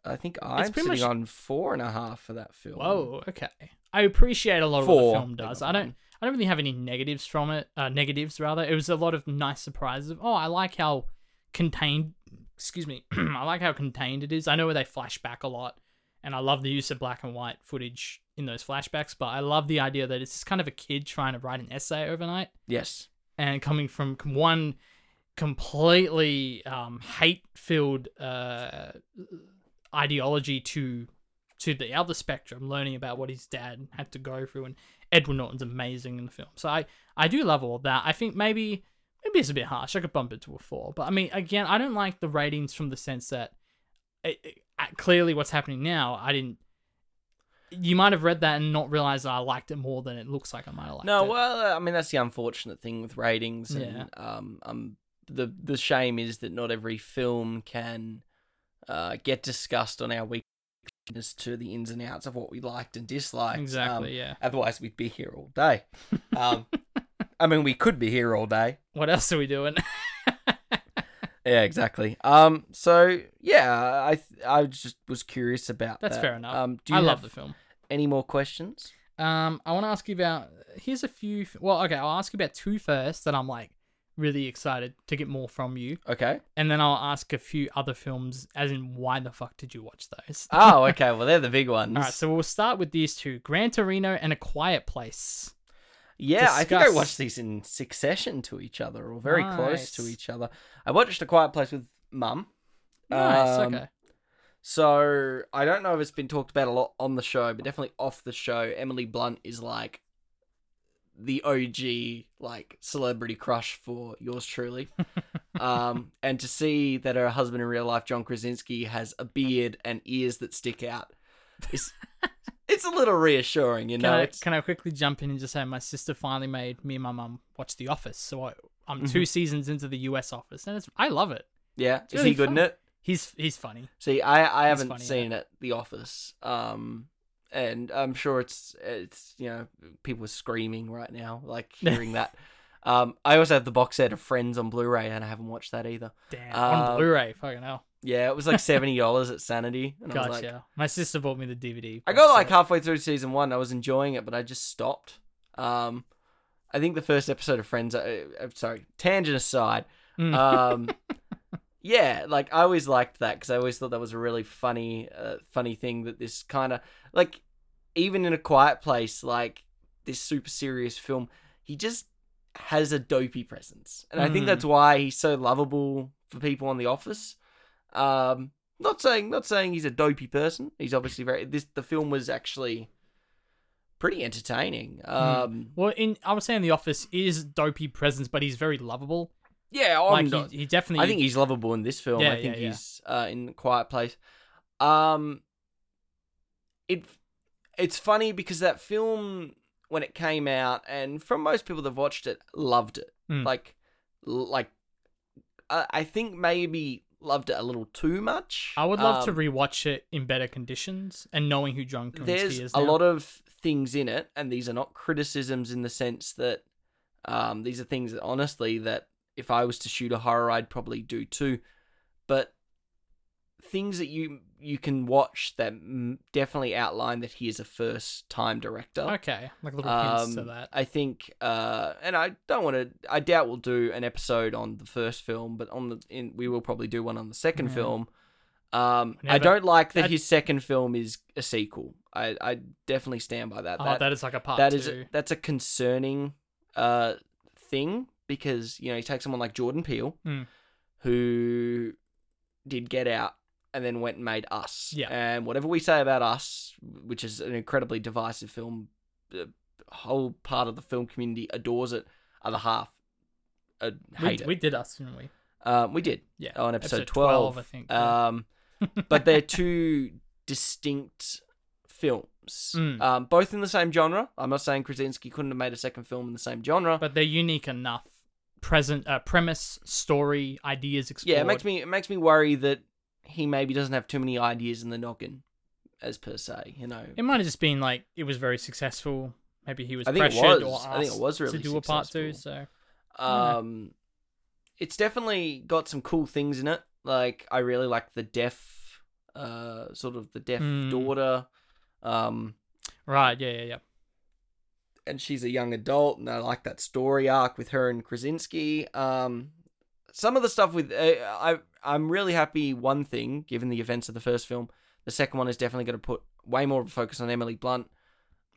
I think I'm
pretty
sitting
much-
on four and a half for that film.
Whoa. Okay. I appreciate a lot of what
Four.
the film does. I don't. I don't really have any negatives from it. Uh, negatives rather. It was a lot of nice surprises. Of, oh, I like how contained. Excuse me. <clears throat> I like how contained it is. I know where they flash back a lot, and I love the use of black and white footage in those flashbacks. But I love the idea that it's just kind of a kid trying to write an essay overnight
Yes.
and coming from com- one completely um, hate-filled uh, ideology to to the other spectrum, learning about what his dad had to go through, and Edward Norton's amazing in the film. So I I do love all that. I think maybe maybe it's a bit harsh. I could bump it to a four, but I mean, again, I don't like the ratings from the sense that it, it- uh, clearly what's happening now. I didn't. You might have read that and not realized that I liked it more than it looks like I might have liked
No,
it.
well, uh, I mean that's the unfortunate thing with ratings,
Yeah.
and um, um, the the shame is that not every film can uh, get discussed on our week as to the ins and outs of what we liked and disliked. Um,
exactly. yeah.
otherwise, we'd be here all day. Um, I mean, we could be here all day.
What else are we doing?
Yeah, exactly. Um, so yeah, I th- I just was curious about
That's
that.
fair enough.
Um, do
<laughs> I
you
love the
have
film.
any more questions?
Um, I want to ask you about. Here's a few. f- Well, okay, I'll ask you about two first that I'm like really excited to get more from you, <laughs>
Okay.
and then I'll ask a few other films, as in why the fuck did you watch those?
Oh, okay. Well, they're the big ones.
All right, so we'll start with these two: Gran Torino and A Quiet Place.
Yeah, I think I
discuss-
watched these in succession to each other or very close to
Nice.
each other. I watched A Quiet Place with Mum.
Nice.
Um,
okay.
So I don't know if it's been talked about a lot on the show, but definitely off the show, Emily Blunt is like the OG like celebrity crush for yours
<laughs>
truly. um, and to see that her husband in real life, John Krasinski, has a beard and ears that stick out
<laughs>
is it's a little reassuring, you
Can
know.
I,
It's-
can I quickly jump in and just say my sister finally made me and my mum watch The Office, so I, I'm
Mm-hmm.
two seasons into the US Office, and it's I love it.
yeah, is
really
he good in
fun.
it?
He's he's funny.
See, I, I
It's
haven't
funny,
seen it, The Office, um, and I'm sure it's it's you know people are screaming right now,
<laughs>
like hearing that. Um, I also have the box set of Friends on Blu-ray, and I haven't watched that either.
Damn,
Um,
on Blu-ray, fucking hell.
Yeah, it was
<laughs>
like seventy dollars at Sanity, and I
Gotcha.
was like,
My sister bought me the DVD.
I got like
so-
halfway through season one, I was enjoying it, but I just stopped. Um, I think the first episode of Friends, uh, uh, sorry, tangent aside,
Mm.
um yeah like i always liked that because i always thought that was a really funny uh, funny thing that this kind of like even in a quiet place like this super serious film he just has a dopey presence and i think
Mm.
that's why he's so lovable for people on the office um not saying not saying he's a dopey person he's obviously very this the film was actually pretty entertaining. Um,
Well, in I would say in the office he is dopey presence, but he's very lovable.
Yeah, I'm
Like
not-
he, he definitely.
I think he's lovable in this film.
Yeah,
I think
yeah, yeah.
he's uh, in a quiet place. Um, it it's funny because that film when it came out, and from most people that watched it, loved it.
Mm.
Like, like I I think maybe loved it a little too much.
I would love to
Um,
rewatch it in better conditions and knowing who John Krasinski
there's
is.
a
now.
lot of things in it, and these are not criticisms in the sense that um, these are things that honestly that if I was to shoot a horror, I'd probably do too. But things that you you can watch that mm, definitely outline that he is a first time director.
okay, like little hints to
Um,
that.
I think, uh, and I don't want to. I doubt we'll do an episode on the first film, but on the in, we will probably do one on the second
Yeah.
film. Um, I
Mm. Never-
don't like that
that-
his second film is a sequel. I, I definitely stand by that.
oh,
that,
that is like a part
that
two.
is that's a concerning uh thing because you know you take someone like Jordan Peele
Mm.
who did Get Out and then went and made Us.
Yeah.
And whatever we say about Us, which is an incredibly divisive film, the whole part of the film community adores it. Other half uh,
we,
hate
we
it.
did us, didn't we?
um, we did
Yeah.
on episode,
episode
12,
12, I think, yeah.
Um,
<laughs>
but they're two distinct films,
Mm.
um, both in the same genre. I'm not saying Krasinski couldn't have made a second film in the same genre.
but they're unique enough. Present uh, premise, story, ideas explored.
yeah, it makes me it makes me worry that he maybe doesn't have too many ideas in the noggin, as per se. You know,
It might have just been like it was very successful. Maybe he was
I think it
pressured or
was.
asked
I think it was really
to do a part two.
successful.
So Yeah.
Um, it's definitely got some cool things in it. Like I really like the deaf, uh, sort of the deaf
Mm.
daughter, um,
right, yeah, yeah, yeah.
and she's a young adult, and I like that story arc with her and Krasinski. Um, some of the stuff with uh, I I'm really happy. One thing, given the events of the first film, the second one is definitely going to put way more of a focus on Emily Blunt.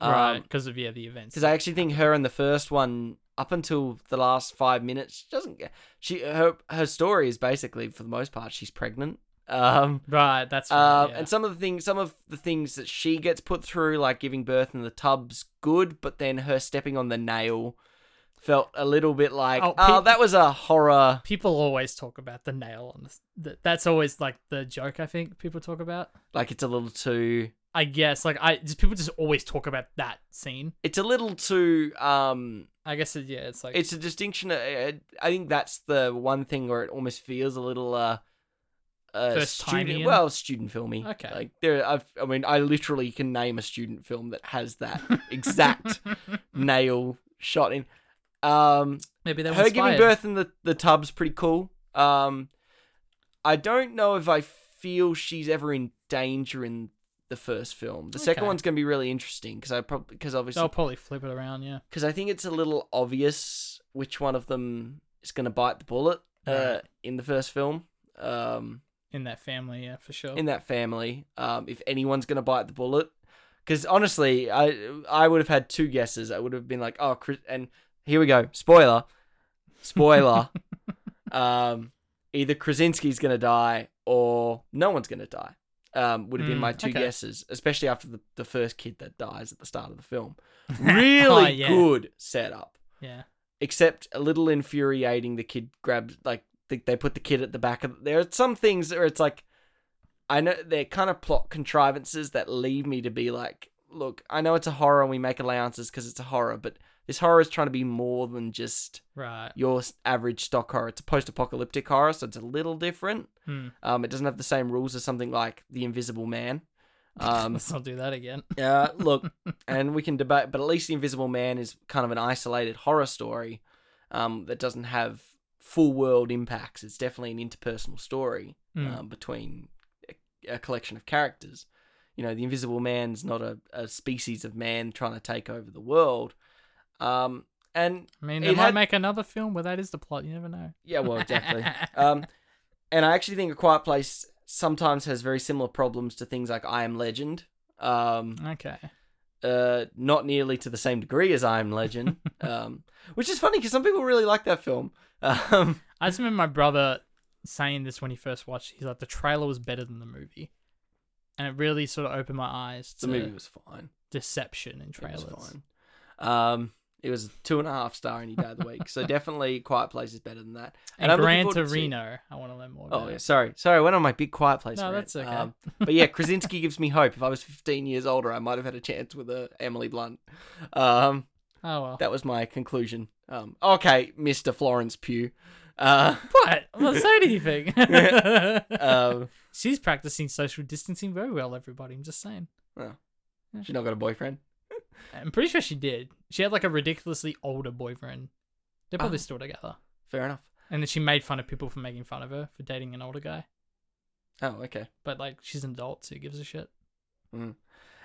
Um,
right, because of yeah the events.
because I actually think her in the first one, up until the last five minutes, she doesn't. get- She her her story is basically for the most part she's pregnant. Um,
Right, that's right.
um,
yeah.
and some of the things, some of the things that she gets put through, like giving birth in the tub's good, but then her stepping on the nail felt a little bit like, oh,
Oh, peop-
that was a horror.
people always talk about the nail on this. th- That's always like the joke I think people talk about.
Like it's a little too,
I guess like I just, people just always talk about that scene.
it's a little too. Um,
I guess it, yeah, it's like
it's a distinction. uh, uh, I think that's the one thing where it almost feels a little uh, uh
First
student,
timey-ian?
well, student filmy.
Okay.
like there, I've, I mean, I literally can name a student film that has that
<laughs>
exact nail shot in. Um,
maybe they were
her giving
inspired.
birth in the the tub's pretty cool. Um, I don't know if I feel she's ever in danger in the first film. The second
Okay.
one's going to be really interesting because I probably because obviously
They'll probably flip it around, yeah.
because I think it's a little obvious which one of them is going to bite the bullet uh,
Right.
in the first film. Um,
In that family, yeah, for sure.
in that family, um, if anyone's going to bite the bullet, because honestly, I I would have had two guesses. I would have been like, oh, Chris, and here we go, spoiler,
<laughs>
spoiler. um, either Krasinski's going to die or no one's going to die. Um, would have been
Mm,
my two
okay.
guesses, especially after the, the first kid that dies at the start of the
<laughs>
film. Really
Oh, yeah.
good setup
yeah.
except a little infuriating. The kid grabs like they, they put the kid at the back of. There are some things where it's like, I know they're kind of plot contrivances that leave me to be like, look, I know it's a horror and we make allowances because it's a horror, but this horror is trying to be more than just
Right.
your s- average stock horror. It's a post-apocalyptic horror, so it's a little different.
Hmm.
Um, it doesn't have the same rules as something like The Invisible Man. Um,
<laughs> Let's not do that again.
uh, look, and we can debate, but at least The Invisible Man is kind of an isolated horror story um, that doesn't have full world impacts. It's definitely an interpersonal story
Mm.
um, between a, a collection of characters. You know, The Invisible Man's not a, a species of man trying to take over the world. Um, and
I mean,
it
they might
had-
make another film where that is the plot. You never know.
yeah, well,
<laughs>
exactly. um, and I actually think A Quiet Place sometimes has very similar problems to things like I Am Legend. Um,
Okay.
uh, not nearly to the same degree as I Am
<laughs>
Legend, um, which is funny because some people really like that film. <laughs> Um,
I just remember my brother saying this when he first watched. it. He's like, the trailer was better than the movie, and it really sort of opened my eyes. To,
the movie was fine.
deception in trailers.
It was fine. Um, it was two and a half star any day of the week.
<laughs>
so definitely Quiet Place is better than that.
And,
I'm looking
Gran
forward to see-
Torino. I want to learn more about
Oh, yeah,
it.
sorry. Sorry, I went on my big Quiet Place.
No,
rant. Um,
that's okay.
but
<laughs>
yeah, Krasinski gives me hope. If I was 15 years older, I might have had a chance with a Emily Blunt. Um,
Oh, well.
that was my conclusion. Um, okay, Mr. Florence Pugh.
<laughs>
Uh,
What? I'm not saying
<laughs>
anything. <laughs>
um,
She's practicing social distancing very well, everybody. I'm just saying.
she's not got a boyfriend.
I'm pretty sure she did. She had like a ridiculously older boyfriend. They're probably
Oh.
still together.
Fair enough.
And then she made fun of people for making fun of her for dating an older guy.
Oh, okay.
But like, she's an adult, so who gives a shit?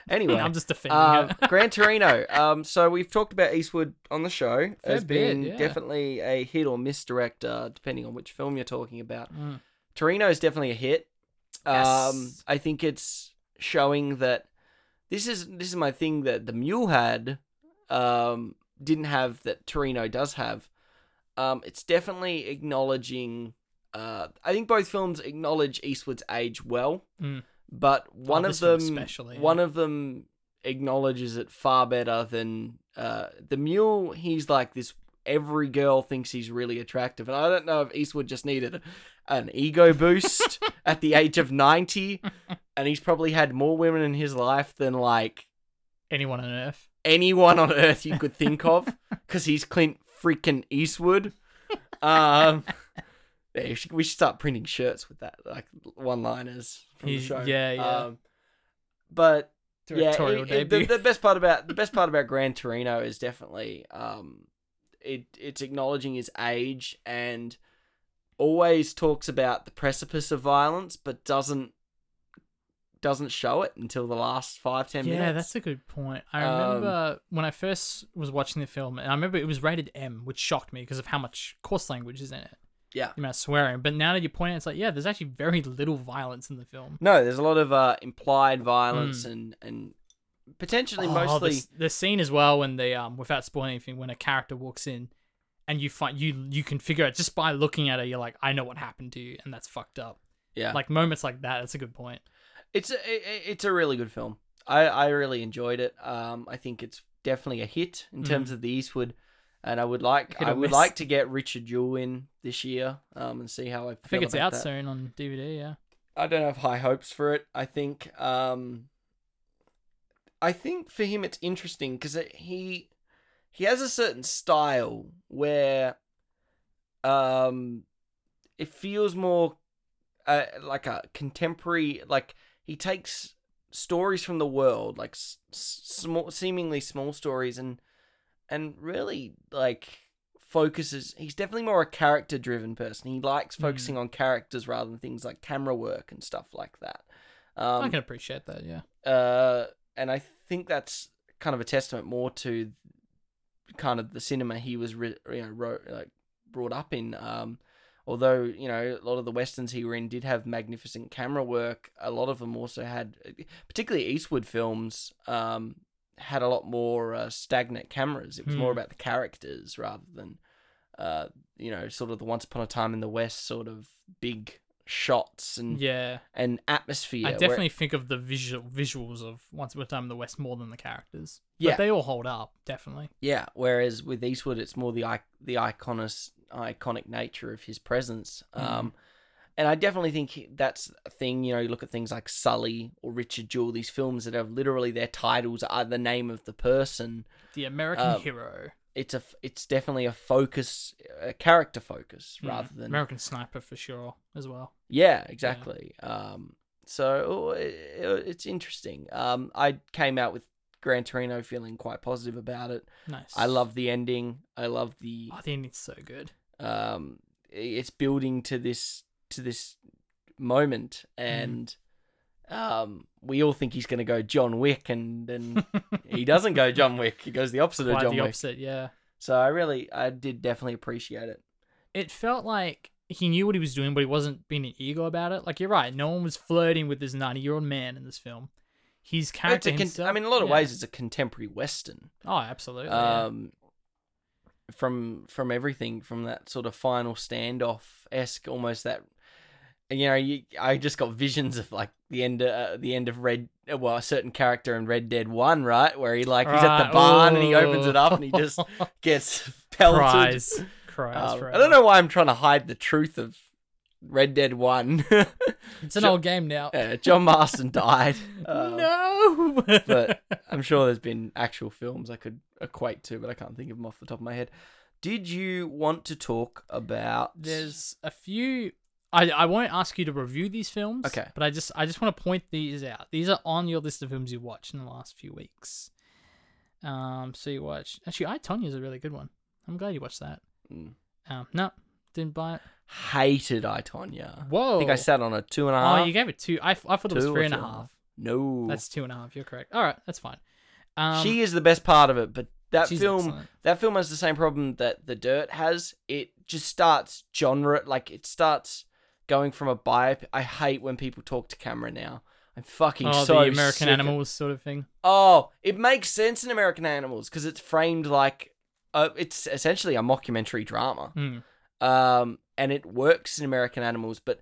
Anyway,
<laughs> I'm just defending
uh,
<laughs> her.
Gran Torino. Um, so we've talked about Eastwood on the show
Fair
as
bit,
being
yeah.
definitely a hit or miss director, depending on which film you're talking about.
Mm.
Torino is definitely a hit. Um,
Yes.
I think it's showing that this is this is my thing that the Mule had um, didn't have that Torino does have. Um, it's definitely acknowledging. Uh, I think both films acknowledge Eastwood's age well,
Mm.
but one
Oh,
of
this one
them,
especially,
one
yeah.
of them acknowledges it far better than uh, the Mule. He's like this. Every girl thinks he's really attractive, and I don't know if Eastwood just needed an
<laughs>
ego boost at the age of ninety, and he's probably had more women in his life than like
Anyone on earth?
anyone on earth you could think
<laughs>
of because he's Clint freaking Eastwood.
<laughs>
Um, yeah, we should- we should start printing shirts with that, like one liners from the
He's-
show.
yeah, yeah.
Um, but
Directorial
yeah, it- it-
debut.
the, the best part about the best part about Gran Torino is definitely um, it it's acknowledging his age and always talks about the precipice of violence, but doesn't doesn't show it until the last five ten minutes.
<laughs> yeah, that's a good point. I
Um,
remember when I first was watching the film, and I remember it was rated M, which shocked me because of how much coarse language is in it.
Yeah.
The amount of swearing. But now that you point out, it's like, yeah, there's actually very little violence in the film.
No, there's a lot of uh, implied violence and and potentially
Hmm. Oh, the,
mostly
s- the scene as well when the um, without spoiling anything, when a character walks in, and you find you you can figure out just by looking at her, you're like, I know what happened to you, and that's fucked up.
yeah. Like
Like moments like that. That's a good point.
it's a, it, it- it's a really good film. I I really enjoyed it. Um, I think it's definitely a hit in terms of the Eastwood, and I would like
Hmm. Hit or
I would
miss.
like to get Richard Jewell in this year. Um, and see how I. Feel
I think it's
about
out
that.
soon on DVD. Yeah.
I don't have high hopes for it. I think um I think for him it's interesting cuz it, he he has a certain style where um it feels more uh, like a contemporary like he takes stories from the world like s- s- small seemingly small stories and and really like focuses he's definitely more a character driven person he likes
Mm.
focusing on characters rather than things like camera work and stuff like that um
I can appreciate that. Yeah.
uh and i think that's kind of a testament more to kind of the cinema he was re- you know wrote, like brought up in um although you know a lot of the westerns he were in did have magnificent camera work a lot of them also had particularly eastwood films um had a lot more uh, stagnant cameras it was more
Hmm.
about the characters rather than uh you know sort of the once upon a time in the west sort of big shots and
Yeah.
and atmosphere
I
Mm. where-
definitely think of the visual visuals of Once Upon a Time in the West more than the characters.
Yeah.
But they all hold up, definitely.
Yeah. Whereas with Eastwood, it's more the ic- the iconous iconic nature of his presence.
Mm.
Um, and I definitely think he- that's a thing. You know, you look at things like Sully or Richard Jewell, these films that have literally their titles are the name of the person.
The American
Um,
hero.
It's a f- it's definitely a focus, a character focus
Mm.
rather than
American Sniper for sure as well.
yeah, exactly. Um, so it, it's interesting. Um, I came out with Gran Torino feeling quite positive about it.
Nice.
I love the ending. I love the
I think it's so good.
um it's building to this to this moment
Mm-hmm.
and um we all think he's going to go John Wick and
<laughs>
then he doesn't go John Wick he goes the opposite
Quite
of John
the
Wick
opposite, yeah.
so I really I did definitely appreciate it
It felt like he knew what he was doing, but he wasn't being an ego about it. Like you're right, no one was flirting with this 90 year old man in this film. His
it's
character.
a con-
himself,
I mean in a lot of
yeah.
ways it's a contemporary western
Oh, absolutely. yeah.
um from from everything from that sort of final standoff esque almost that you know, you, I just got visions of like the end, uh, the end of Red, uh, well, a certain character in Red Dead One, right, where he like he's at
Right,
the barn and he opens
ooh.
it up and he
<laughs>
just <laughs> gets pelted.
cries, cries.
Um,
for
I don't know why I'm trying to hide the truth of Red Dead One. <laughs>
It's an
Sure.
old game now. <laughs>
Uh, John Marston died. Um,
no. <laughs>
but I'm sure there's been actual films I could equate to, but I can't think of them off the top of my head. Did you want to talk about?
There's a few. I, I won't ask you to review these films.
Okay.
But I just I just want to point these out. These are on your list of films you watched in the last few weeks. Um. So you watched actually, I Tonya is a really good one. I'm glad you watched that.
Mm.
Um. No, didn't buy it.
hated I Tonya.
Whoa.
I think I sat on a two and a half.
Oh, you gave it two. I, I thought it was
Two or
three and a
two and a
half.
no,
That's two and a half. You're correct. All right, that's fine. Um,
she is the best part of it, but that
she's
film,
excellent.
that film has the same problem that The Dirt has. It just starts genre, like it starts going from a biop. I hate when people talk to camera now. I'm fucking
oh,
so
the American
sick of-
Animals sort of thing.
Oh, it makes sense in American Animals because it's framed like uh, it's essentially a mockumentary drama,
Hmm.
um, and it works in American Animals. But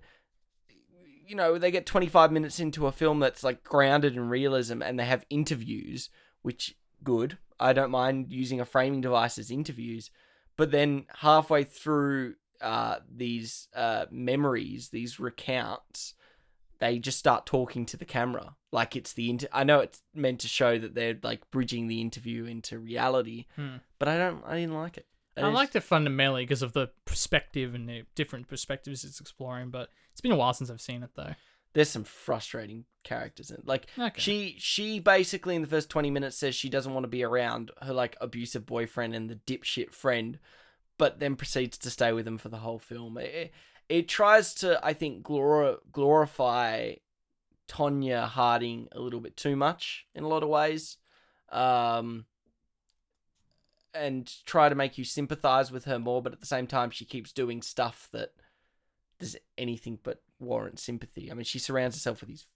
you know, they get twenty five minutes into a film that's like grounded in realism, and they have interviews, which good. I don't mind using a framing device as interviews, but then halfway through uh, these uh, memories, these recounts, they just start talking to the camera like it's the inter- i know it's meant to show that they're like bridging the interview into reality
Hmm.
but i don't i didn't like it
I liked it fundamentally because of the perspective and the different perspectives it's exploring. But it's been a while since I've seen it though.
there's some frustrating characters in it. like
Okay.
she she basically in the first 20 minutes says she doesn't want to be around her like abusive boyfriend and the dipshit friend but then proceeds to stay with him for the whole film it, it- it tries to i think glor- glorify tonya harding a little bit too much in a lot of ways um and try to make you sympathize with her more but at the same time she keeps doing stuff that does anything but warrant sympathy i mean she surrounds herself with these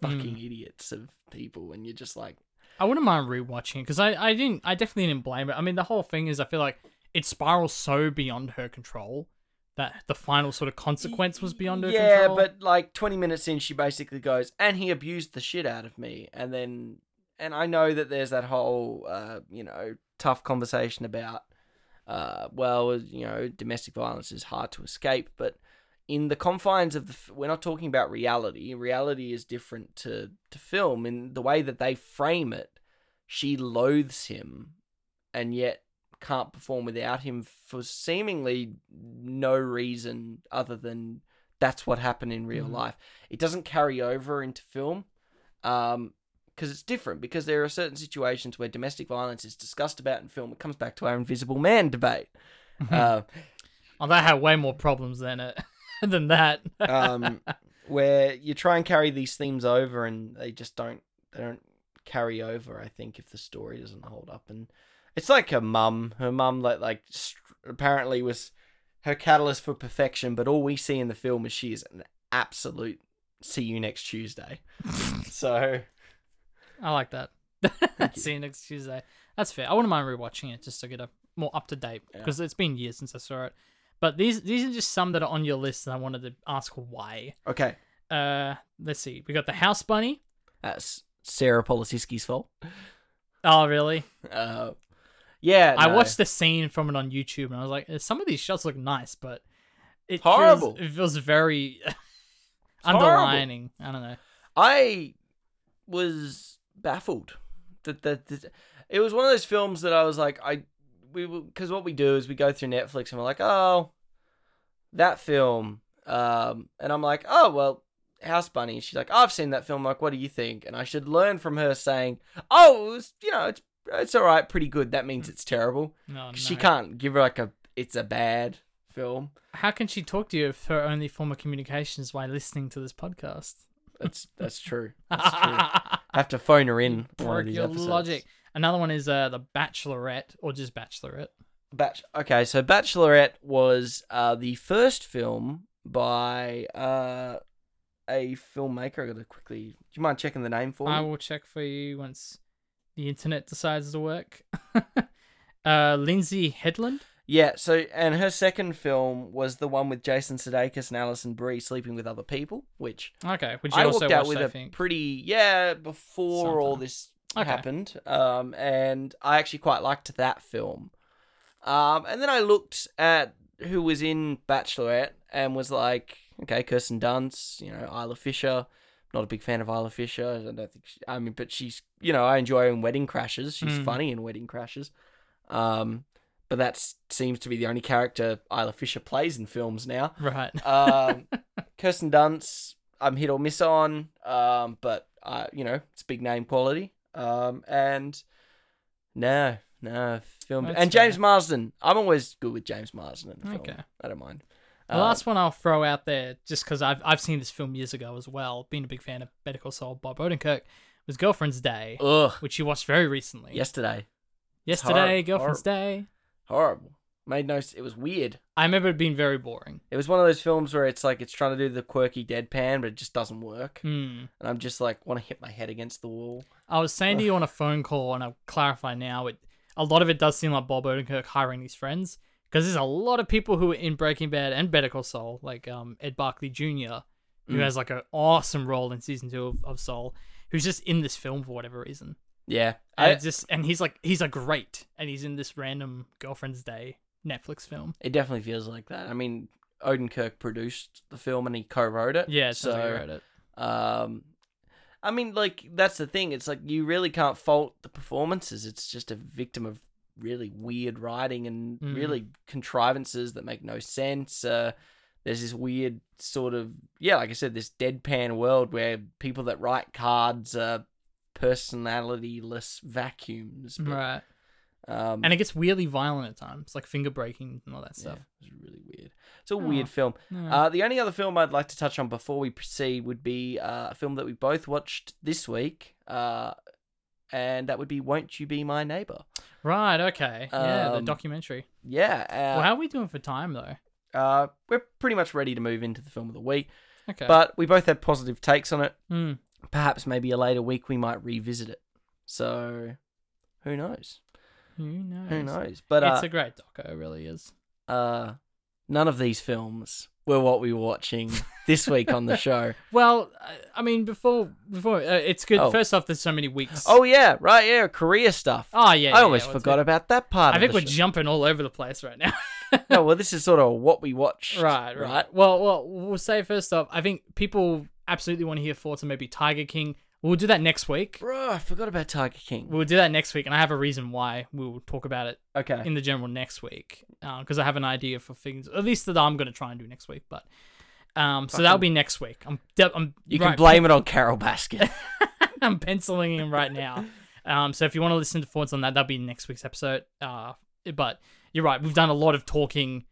fucking idiots of people and you're just like
I wouldn't mind rewatching because I, I didn't I definitely didn't blame it. I mean the whole thing is I feel like it spirals so beyond her control that the final sort of consequence was beyond her
yeah
control.
but like 20 minutes in she basically goes and he abused the shit out of me and then and i know that there's that whole uh, you know tough conversation about uh, well you know domestic violence is hard to escape but in the confines of the f- we're not talking about reality reality is different to to film in the way that they frame it she loathes him and yet can't perform without him for seemingly no reason other than that's what happened in real
Mhm.
life it doesn't carry over into film um because it's different because there are certain situations where domestic violence is discussed about in film it comes back to our invisible man debate uh,
oh, that had way more problems than it <laughs> than that.
um, where you try and carry these themes over and they just don't they don't carry over. I think if the story doesn't hold up, and it's like her mum. Her mum like like str- apparently was her catalyst for perfection, but all we see in the film is she is an absolute. See you next <laughs> Tuesday. so
I like that. <laughs> See you next Tuesday. That's fair. I wouldn't mind rewatching it just to get a more up to date
Yeah.
because it's been years since I saw it. But these these are just some that are on your list, and I wanted to ask why.
okay,
Uh, let's see. We got the House Bunny.
that's Sarah Polasiski's fault.
Oh, really?
Uh, yeah,
I
no.
watched the scene from it on YouTube, and I was like, "Eh, some of these shots look nice, but it
Horrible.
Feels, it feels very
horrible.
underlining. I don't know.
I was baffled that that that- it was one of those films that I was like I we because what we do is we go through Netflix and we're like oh that film um and I'm like oh well House Bunny she's like I've seen that film like what do you think and I should learn from her saying oh it was, you know it's it's all right pretty good that means it's terrible
No,
'Cause she
no.
can't give her like a it's a bad film
How can she talk to you if her only form of communication is by listening to this podcast?
that's that's true that's true
<laughs>
I have to phone her in one of
Broke
these
your
episodes.
logic. Another one is uh, the Bachelorette or just Bachelorette.
Batch. Okay, so Bachelorette was uh, the first film by uh, a filmmaker. I gotta quickly. Do you mind checking the name for me?
I will check for you <laughs> once the internet decides to work. uh, Lindsay Headland.
Yeah, so and her second film was the one with Jason Sudeikis and Alison Brie sleeping with other people, which
Okay, which you
I
also
walked out
watched,
with
I
a
think.
pretty yeah before all
Sometime.
this
Okay.
happened, um, and I actually quite liked that film. Um, and then I looked at who was in Bachelorette and was like, okay, Kirsten Dunst, you know, Isla Fisher. Not a big fan of Isla Fisher. I don't think she, I mean, but she's you know I enjoy her in Wedding Crashes. She's
Mm.
funny in Wedding Crashes. Um, but that seems to be the only character Isla Fisher plays in films now. <laughs>
Right.
Um, Kirsten Dunst, I'm hit or miss on, um, but uh, you know it's big name quality. Um, and no, no film.
That's
and
fair.
James Marsden, I'm always good with James Marsden in the
Okay.
film. I don't mind.
The
Uh,
last one I'll throw out there, just because I've I've seen this film years ago as well, being a big fan of Better Call Saul, Bob Odenkirk, was Girlfriend's Day,
Um, ugh,
which you watched very recently.
yesterday,
Yesterday,
horrible,
Girlfriend's Day.
horrible. Made no. s- It was weird.
I remember it being very boring.
It was one of those films where it's like it's trying to do the quirky deadpan, but it just doesn't work.
Hmm.
And I'm just like, want to hit my head against the wall.
I was saying to you on a phone call, and I'll clarify now. It a lot of it does seem like Bob Odenkirk hiring these friends because there's a lot of people who are in Breaking Bad and Better Call Saul, like um, Ed Barkley Jr., who
Mm.
has like an awesome role in season two of, of Saul, who's just in this film for whatever reason.
Yeah,
And
I,
it's just and he's like he's a great, and he's in this random Girlfriend's Day Netflix film.
It definitely feels like that. I mean, Odenkirk produced the film and he co-wrote it.
Yeah, it
Uh, so
sounds like he wrote it.
um, I mean, like that's the thing. It's like you really can't fault the performances. It's just a victim of really weird writing and
Mm.
really contrivances that make no sense. Uh, there's this weird sort of yeah, like I said, this deadpan world where people that write cards are personality-less vacuums. but,
Right,
Um,
and it gets weirdly violent at times, like finger breaking and all that
yeah,
stuff.
it's really weird. It's a
Oh.
weird film.
Yeah.
Uh, the only other film I'd like to touch on before we proceed would be uh, a film that we both watched this week, uh, and that would be "Won't You Be My Neighbor."
right, okay, yeah, the
um,
documentary.
Yeah,
well,
uh,
how are we doing for time though?
uh, we're pretty much ready to move into the film of the week,
Okay,
but we both had positive takes on it.
Mm.
Perhaps maybe a later week we might revisit it. So, who knows?
Who knows?
Who knows? But uh,
Hmm. it's a great doco, it really is.
uh, none of these films were what we were
<laughs>
watching this week on the show.
Well, I- I mean, before before uh, it's good.
Oh.
First off, there's so many weeks.
Oh yeah, right. Yeah, Korea stuff.
oh yeah.
I
yeah,
almost
yeah, what's
forgot
it-
about that part.
I
of
think
the
we're
show.
jumping all over the place
<laughs>
right now.
no, well, this is sort of what we watch.
right, right. Well, well, we'll say first off, I think people absolutely want to hear thoughts on maybe Tiger King. We'll do that next week.
Bro, I forgot about Tiger King.
We'll do that next week, and I have a reason why we'll talk about it
Okay.
in the general next week because I have an idea for things, at least that I'm going to try and do next week. But um, so that'll be next week. I'm, de- I'm
you
right,
can blame it on Carol <laughs> Baskin.
<laughs> I'm penciling him right now. Um, so if you want to listen to thoughts on that, that'll be next week's episode. Uh, but you're right. We've done a lot of talking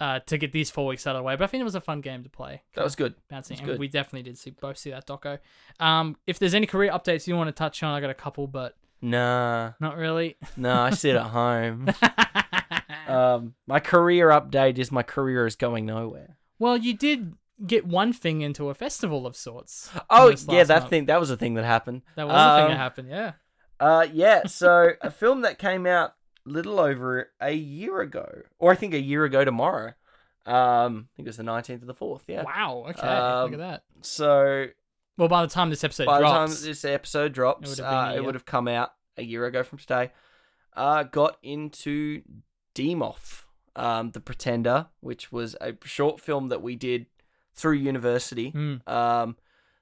uh, to get these four weeks out of the way. But I think it was a fun game to play.
that was good.
Bouncing,
it's
and
good.
we definitely did see both see that doco. Um, if there's any career updates you want to touch on, I got a couple, but
Nah, <laughs>
not really.
nah, I sit at home. <laughs> Um, my career update is my career is going nowhere.
well, you did get one thing into a festival of sorts.
Oh
this
yeah,
last
that
month.
thing that was a thing that happened.
That was a thing that
Um,
happened. Yeah.
Uh, yeah. So a film that came out little over a year ago, or I think a year ago tomorrow. Um, I think it was the nineteenth of the fourth. Yeah.
Wow. Okay.
um,
look at that.
So
Well, by the time this episode
by
drops,
the time this episode drops,
would've
it would
been a
have, uh,
year.
it would have come out a year ago from today. Uh, got into Demoff, um, The Pretender, which was a short film that we did through university
Mm.
um,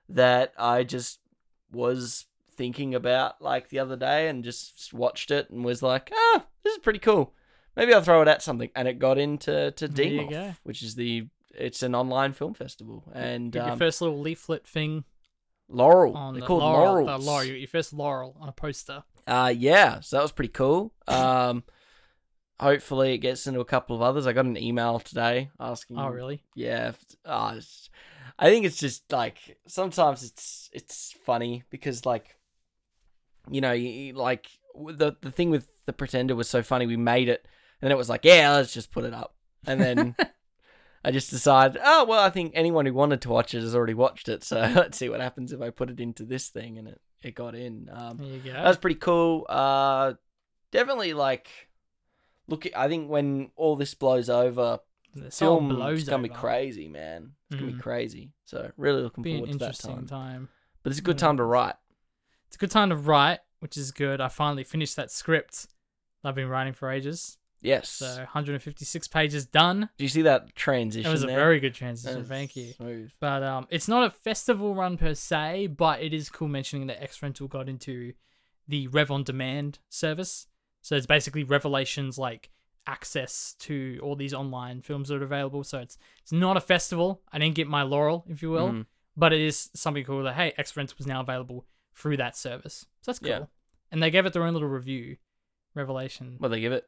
that I just was thinking about like the other day and just watched it and was like, ah, this is pretty cool. Maybe I'll throw it at something. And it got into to
There you go.
Demoff, which is the it's an online film festival, and
Get your
um,
first little leaflet thing
Laurel.
on
They're
the
called
laurel, the
Laurels.
laurel. You get your first laurel on a poster.
Uh yeah, so that was pretty cool. Um hopefully it gets into a couple of others. I got an email today asking
Oh, really?
Yeah, if, uh, it's- I think it's just like sometimes it's it's funny because like you know, you- you, like w- the the thing with the pretender was so funny we made it and then it was like, yeah, let's just put it up. And
<laughs>
then I just decided, oh well, I think anyone who wanted to watch it has already watched it, so <laughs> let's see what happens if I put it into this thing and it it got in. Um
There you go.
that was pretty cool. Uh, definitely like Look, I think when all this blows over,
The soul
film
blows
is gonna be
over.
crazy, man. It's gonna
Mm.
be crazy. So really looking
Be an
forward to that
interesting
time.
time.
But it's a good
Yeah.
time to write.
It's a good time to write, which is good. I finally finished that script that I've been writing for ages.
Yes.
So 156 pages done.
Do you see that transition?
It was a
there?
very good
That
transition.
was
Thank you.
Smooth.
But um, it's not a festival run per se, but it is cool mentioning that X Rental got into the Rev on Demand service. So it's basically Revelations like access to all these online films that are available. So it's it's not a festival. I didn't get my laurel, if you will,
Mhm.
but it is something cool that hey, X Rental is now available through that service. So that's cool.
Yeah.
And they gave it their own little review, Revelation.
What they give it?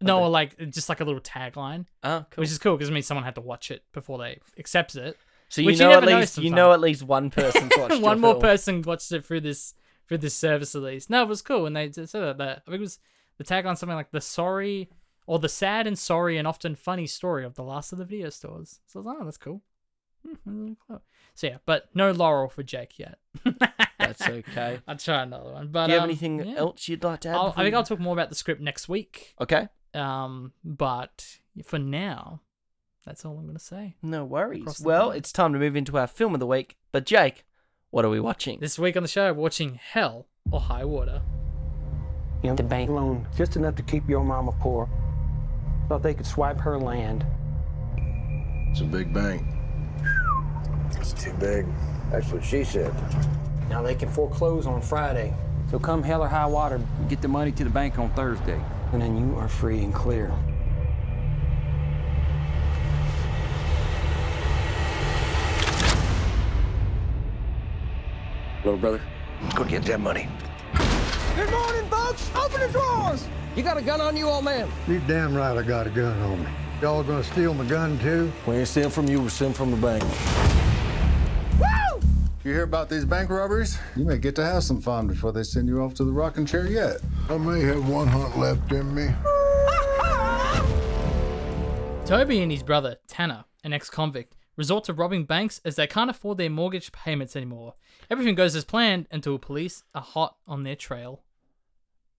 no,
okay.
or like just like a little tagline,
Ah, cool.
which is cool because it means someone had to watch it before they accepts it.
so you
which you
know at
never know
least you know
sometimes.
at least one person's
<laughs>
watched
one
your
more
film.
person watched it through this through this service at least. No, it was cool, and they just said that, that I think it was the tagline something like the sorry or the sad and sorry and often funny story of the last of the video stores. So I was like, oh, that's cool. Hmm, cool. So yeah, but no laurel for Jake yet.
That's
<laughs>
okay.
I'll try another one. But
Do you have
um,
anything
yeah.
else you'd like to add?
I'll, I
before
think
we-
I'll talk more about the script next week.
Okay.
Um, but for now, that's all I'm gonna say.
No
Across
worries.
the
Well,
board.
it's time to move into our film of the week. But Jake, what are we watching?
This week on the show, we're watching Hell or High Water.
You know, the bank loan, just enough to keep your mama poor. Thought they could swipe her land.
It's a big bank.
It's too big. That's what she said.
Now they can foreclose on Friday. So come hell or high water,
Get the money to the bank on Thursday.
and then you are free and clear.
Little brother, go get that money.
Good morning, folks. Open the drawers. You got a gun on you, old man?
You damn right I got a gun on me. Y'all gonna steal my gun too?
We ain't stealing from you, we're stealing from the bank.
Woo!
You hear about these bank robberies? You may get to have some fun before they send you off to the rocking chair yet.
I may have one hunt left in me.
Toby and his brother, Tanner, an ex convict, resort to robbing banks as they can't afford their mortgage payments anymore. Everything goes as planned until police are hot on their trail.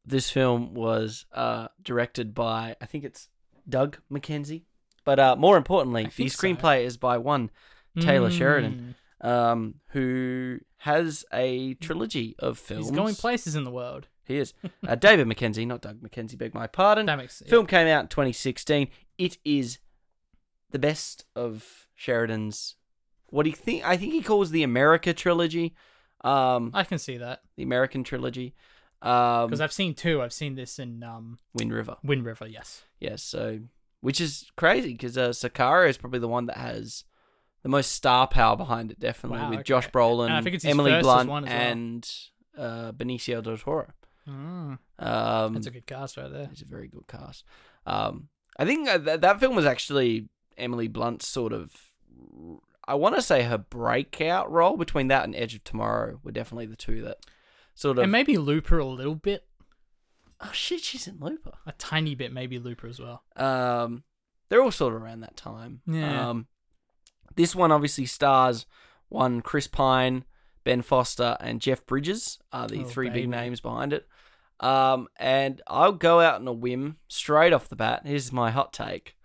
This film was uh, directed by I think it's Doug McKenzie, but uh, more importantly, the
think so.
screenplay is by one Taylor
Mm.
Sheridan, um, who has a trilogy of films.
He's going places in the world.
He <laughs> is. Uh, David McKenzie, not Doug McKenzie, beg my pardon.
That makes-
Film came out in 2016. It is the best of Sheridan's. What he think? I think he calls the America trilogy, um,
I can see that
the American trilogy, um,
because I've seen two. I've seen this in um,
Wind River.
Wind River. Yes,
Yes, so which is crazy because uh, Sicario is probably the one that has the most star power behind it, definitely
Wow,
with
okay.
Josh Brolin,
And I think it's his
Emily
first as
Blunt,
one as well.
and uh, Benicio del Toro.
mm,
Um,
that's a good cast right there.
It's a very good cast. Um, I think that, that- that film was actually Emily Blunt's sort of, I want to say her breakout role between that and Edge of Tomorrow were definitely the two that sort of.
And maybe Looper a little bit,
oh shit, she's in Looper.
a tiny bit, maybe Looper as well.
Um, they're all sort of around that time.
Yeah.
Um, this one obviously stars one Chris Pine, Ben Foster, and Jeff Bridges are the
Oh,
three
baby.
big names behind it. Um, and I'll go out on a whim straight off the bat. Here's my hot take.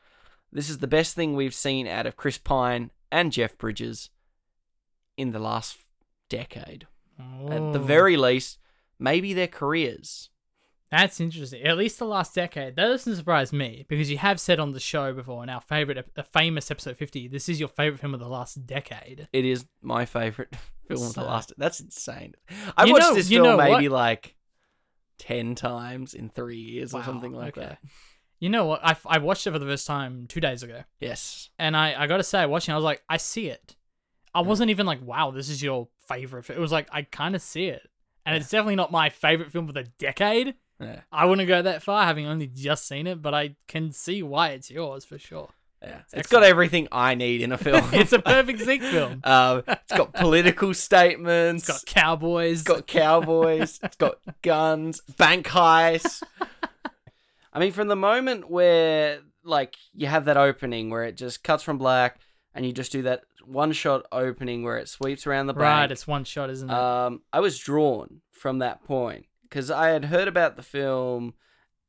This is the best thing we've seen out of Chris Pine and Jeff Bridges in the last decade. At the
Oh.
very least, maybe their careers.
That's interesting. At least the last decade. That doesn't surprise me because you have said on the show before in our favorite, a famous episode 50, this is your favorite film of the last decade.
It is my favorite <laughs> film of the
So-
last. That's insane. I
You
watched
know-
this
you
film
know
maybe like ten times in three years or something like that.
You know what? I, I watched it for the first time two days ago.
Yes,
And I, I got to say, watching it, I was like, I see it. I wasn't even like, wow, this is your favorite film. It was like, I kind of see it. And it's definitely not my favorite film of the decade.
yeah,
I wouldn't go that far having only just seen it, but I can see why it's yours for sure.
yeah. It's
excellent.
got everything I need
<laughs>
in a film.
it's a perfect Zeke film.
<laughs> um, it's got political statements.
<laughs> It's got cowboys.
It's got cowboys. it's got guns, bank
<laughs>
heists. I mean, from the moment where like you have that opening where it just cuts from black, and you just do that one shot opening where it sweeps around the bank.
right, it's one shot, isn't it?
Uh, Um, I was drawn from that point because I had heard about the film.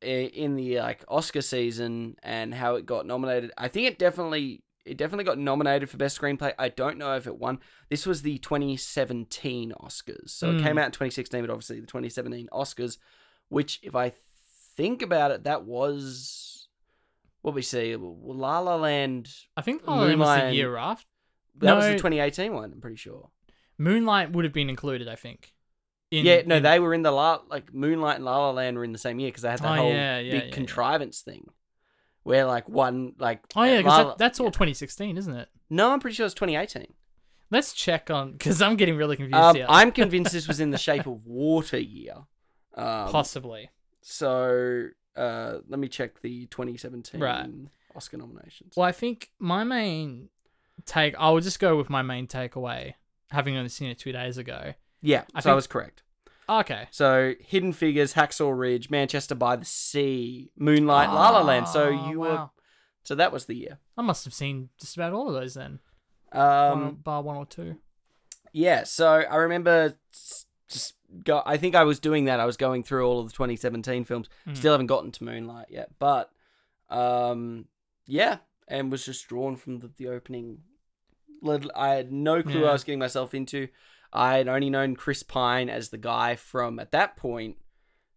i- in the like Oscar season and how it got nominated. I think it definitely it definitely got nominated for best screenplay. I don't know if it won. This was the 2017 Oscars. So it came out in 2016, but obviously the 2017 Oscars, which if I think about it, that was what we see La La Land.
I think La La Land was the
Moonlight-
year after.
That was the
No.
2018 one. I'm pretty sure.
Moonlight would have been included, I think. In,
yeah, no,
in-
they were in the la- like Moonlight and La La Land were in the same year because they had that
Oh,
whole
yeah, yeah,
big
yeah, yeah.
contrivance thing, where like one like
Oh yeah,
La
because
La-
that, that's all 2016, isn't it?
no, I'm pretty sure it's 2018.
Let's check on <laughs> because I'm getting really confused
Um,
here.
I'm convinced this was in the Shape of Water year. Um,
possibly
so uh, let me check the 2017
Right.
Oscar nominations.
Well, I think my main take, I will just go with my main takeaway, having only seen it two days ago.
Yeah,
I
so I
think-
was correct.
Okay.
So Hidden Figures, Hacksaw Ridge, Manchester by the Sea, Moonlight, La La Land. So
Ah,
you were
wow.
so that was the year.
I must have seen just about all of those then,
Um,
one or- bar one or two.
Yeah, so I remember s- just go. I think I was doing that. I was going through all of the 2017 films.
Hmm.
Still haven't gotten to Moonlight yet, but um, yeah, and was just drawn from the, the opening. Lit- I had no clue what
Yeah.
I was getting myself into. I had only known Chris Pine as the guy from at that point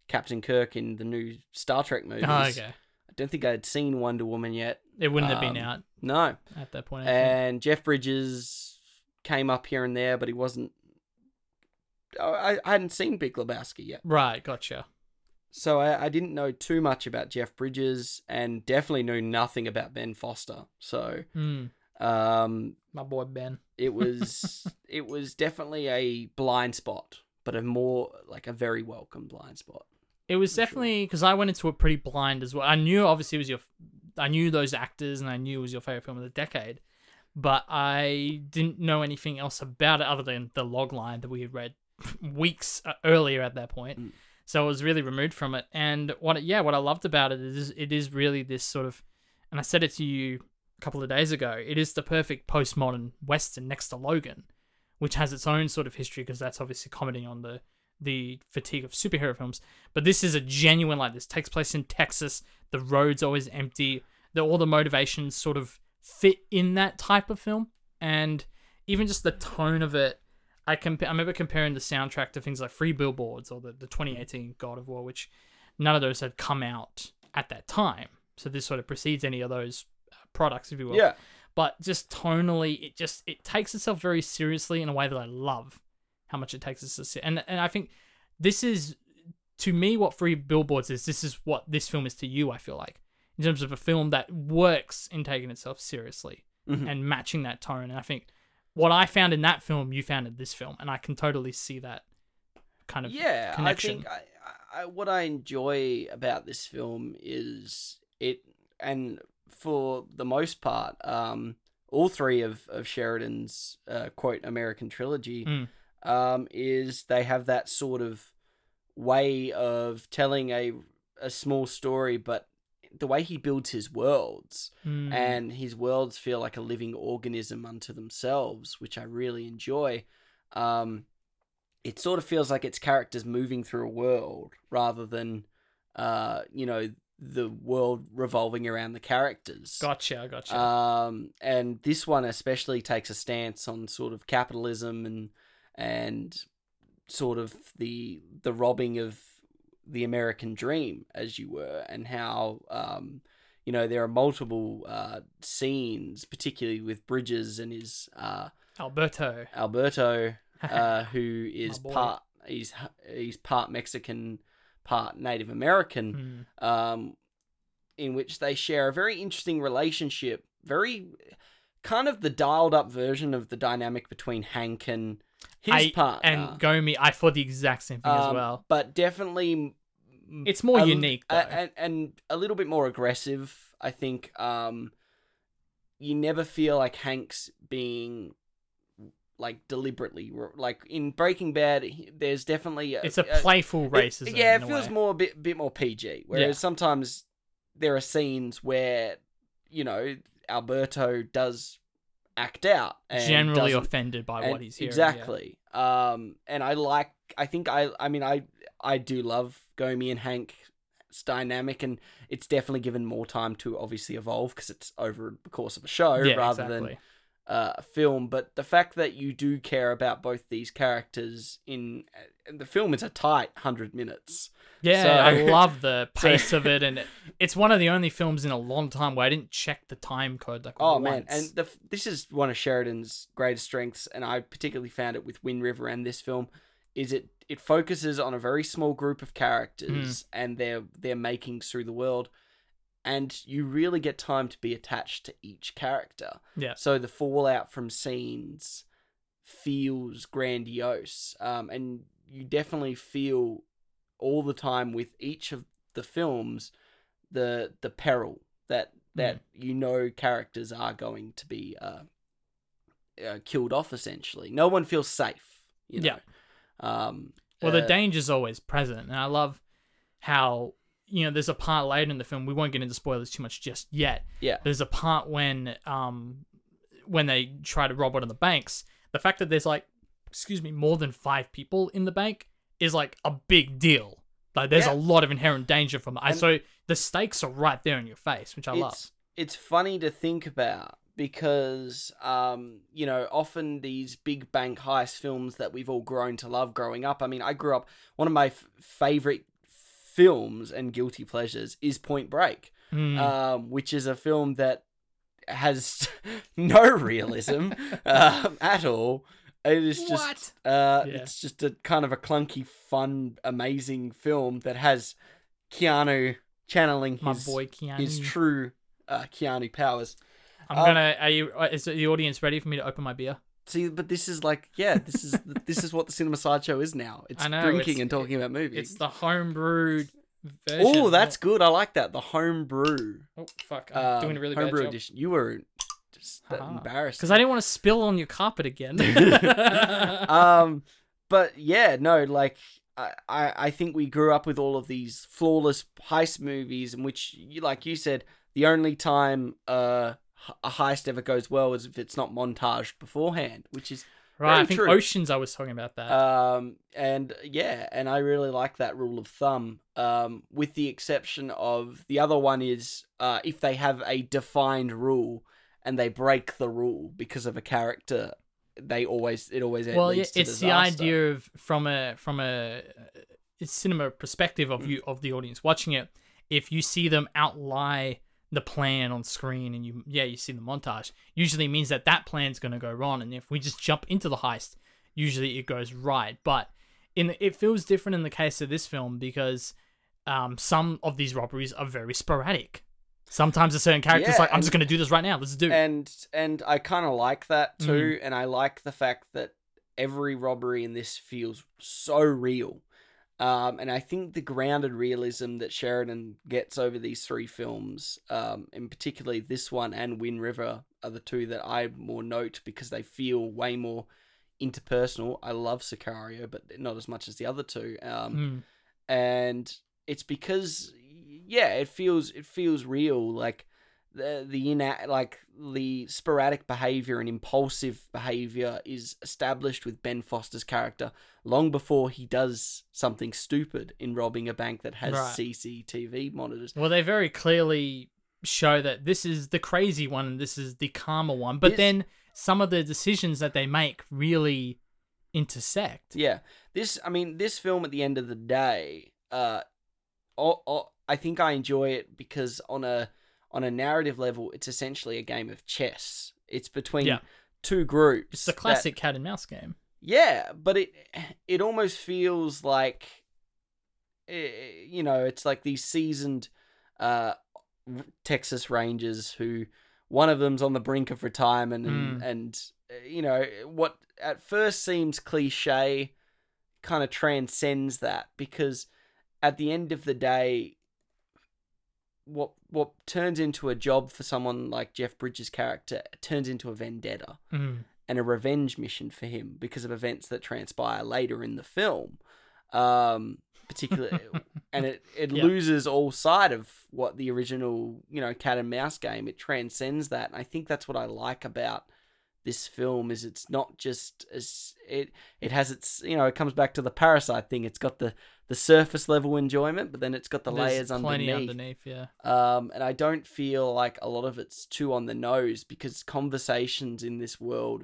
Captain Kirk in the new Star Trek movies.
Oh, <laughs> okay.
I don't think I had seen Wonder Woman yet.
It wouldn't have
Um,
been
eh.
out
No,
at that point. I think.
and Jeff Bridges came up here and there, but he wasn't. Oh, I, I hadn't seen Big Lebowski yet,
right, gotcha.
so I, I didn't know too much about Jeff Bridges, and definitely knew nothing about Ben Foster. So,
Mm,
um,
my boy Ben.
it
<laughs>
was it was definitely a blind spot, but a more like a very welcome blind spot.
It was definitely because I went into it pretty blind as well. I knew obviously it was your, I knew those actors and I knew it was your favorite film of the decade, but I didn't know anything else about it other than the log line that we had read <laughs> weeks uh, earlier at that point. So I was really removed from it. And what, it- yeah, what I loved about it is it is really this sort of, and I said it to you a couple of days ago. It is the perfect postmodern western next to Logan, which has its own sort of history because that's obviously commenting on the the fatigue of superhero films. But this is a genuine like this takes place in Texas. The roads always empty. The, all the motivations sort of fit in that type of film, and even just the tone of it. I compa- I remember comparing the soundtrack to things like Free Billboards or the, the 2018 God of War, which none of those had come out at that time. So this sort of precedes any of those uh, products, if you will but just tonally it just it takes itself very seriously in a way that I love how much it takes us to see and and I think this is to me what free billboards is this is what this film is to you I feel like in terms of a film that works in taking itself seriously
Mm-hmm.
and matching that tone and I think what I found in that film you found in this film and I can totally see that kind of
yeah
connection
i think I, I, what i enjoy about this film is it and for the most part um all three of of sheridan's uh, quote american trilogy
Mm.
um is they have that sort of way of telling a a small story but the way he builds his worlds
Mm.
and his worlds feel like a living organism unto themselves, which I really enjoy. Um, it sort of feels like its characters moving through a world rather than, uh, you know, the world revolving around the characters.
gotcha gotcha
Um, and this one especially takes a stance on sort of capitalism and and sort of the the robbing of the American dream, as you were, and how um, you know there are multiple uh, scenes, particularly with Bridges and his uh,
Alberto <laughs>
Alberto, uh, who is
boy.
part he's he's part Mexican, part Native American,
Hmm.
um, in which they share a very interesting relationship, very kind of the dialed up version of the dynamic between Hank and his
I-
partner
and Gomi I thought the exact same thing as
Um,
well
but definitely m-
It's more
a-
unique,
a-
though.
and, and a little bit more aggressive. I think um, you never feel like Hank's being like deliberately r- like in Breaking Bad. he- There's definitely a,
it's a playful
uh, it-
racism
yeah,
in
it
a
feels
way.
more a bit bit more PG. Whereas
Yeah.
sometimes there are scenes where you know Alberto does act out and
generally
doesn't-
offended by
and-
what he's hearing. yeah.
Exactly. Um, and I like. I think I. I mean, I. I do love Gomi and Hank it's dynamic and it's definitely given more time to obviously evolve because it's over the course of a show
Yeah,
rather than
exactly.
uh, a film. But the fact that you do care about both these characters in and the film is a tight hundred minutes. <laughs>
Yeah,
So-
I love the pace of it, and it, it's one of the only films in a long time where I didn't check the time code. Like,
Oh
once.
man, and the, f- this is one of Sheridan's greatest strengths, and I particularly found it with Wind River and this film. Is it it focuses on a very small group of characters
Hmm.
and their their makings through the world, and you really get time to be attached to each character.
yeah,
So the fallout from scenes feels grandiose, um, and you definitely feel all the time with each of the films the the peril that that
Mm.
you know characters are going to be uh, uh, killed off. Essentially, no one feels safe. You know?
Yeah.
Um,
Well, the
uh,
danger's always present, and I love how you know there's a part later in the film. We won't get into spoilers too much just yet.
Yeah.
There's a part when um when they try to rob one of the banks. The fact that there's like excuse me more than five people in the bank is like a big deal. Like there's
Yeah.
a lot of inherent danger from it. And
And-
so the stakes are right there in your face, which I love.
it's, It's funny to think about because, um, you know, often these big bank heist films that we've all grown to love growing up. I mean, I grew up, one of my f- favorite films and guilty pleasures is Point Break,
Mm.
um, which is a film that has <laughs> no
<laughs>
realism um, at all. It is just uh
Yeah.
it's just a kind of a clunky, fun, amazing film that has Keanu channeling his
My boy Keanu.
his true uh, Keanu Powers.
I'm
um,
gonna. Are you? uh, Is the audience ready for me to open my beer?
See, but this is like, yeah, this
<laughs>
is this is what the cinema sideshow is now. It's
I know,
drinking
it's-
and talking about movies.
It's the homebrewed version.
oh, that's good. I like that. The homebrew,
Oh fuck! I'm
uh,
doing a really bad
homebrew
job.
edition. You were just that
Ah.
embarrassed
Because I didn't want to spill on your
<laughs>
carpet again. <laughs>
um, but yeah, no, like I, I, I think we grew up with all of these flawless heist movies, in which, you, like you said, the only time uh, h- a heist ever goes well is if it's not montaged beforehand, which is
right, I
very
think
true.
oceans. I was talking about that.
Um, and yeah, and I really like that rule of thumb. Um, with the exception of the other one is uh, if they have a defined rule and they break the rule because of a character, they always it always
well, yeah,
leads to
it's the
disaster.
idea of from a from a, uh cinema perspective
Mm.
of you of the audience watching it. If you see them outlie the plan on screen and you yeah you see the montage, usually means that that plan's going to go wrong. And if we just jump into the heist, usually it goes right. But in it feels different in the case of this film because um, some of these robberies are very sporadic. Sometimes a certain character's
Yeah,
like, I'm
and-
just going to do this right now. Let's do Mm. it.
and and I kind of like that too, and I like the fact that every robbery in this feels so real. Um, and I think the grounded realism that Sheridan gets over these three films, um, and particularly this one and Wind River, are the two that I more note because they feel way more interpersonal. I love Sicario, but not as much as the other two. Um,
Mm.
and it's because yeah it feels it feels real like the the ina- like the sporadic behavior and impulsive behavior is established with Ben Foster's character long before he does something stupid in robbing a bank that has
Right.
CCTV monitors
Well, they very clearly show that this is the crazy one and this is the calmer one. But
This-
then some of the decisions that they make really intersect.
Yeah. This, I mean, this film at the end of the day, uh, o- o- I think I enjoy it because on a on a narrative level, it's essentially a game of chess. It's between
Yeah.
two groups.
It's the
that-
classic cat and mouse game.
yeah, but it it almost feels like, eh, you know, it's like these seasoned uh, Texas Rangers who one of them's on the brink of retirement and, and eh, you know what at first seems cliche kind of transcends that because at the end of the day what what turns into a job for someone like Jeff Bridges' character turns into a vendetta
Mm.
and a revenge mission for him because of events that transpire later in the film. Um,
<laughs>
particularly, and it, it
Yeah.
loses all sight of what the original, you know, cat and mouse game. It transcends that. And I think that's what I like about this film is it's not just as it it has its you know it comes back to the parasite thing. It's got the the surface level enjoyment, but then it's got the layers
plenty
underneath.
underneath. Yeah,
Um, and I don't feel like a lot of it's too on the nose because conversations in this world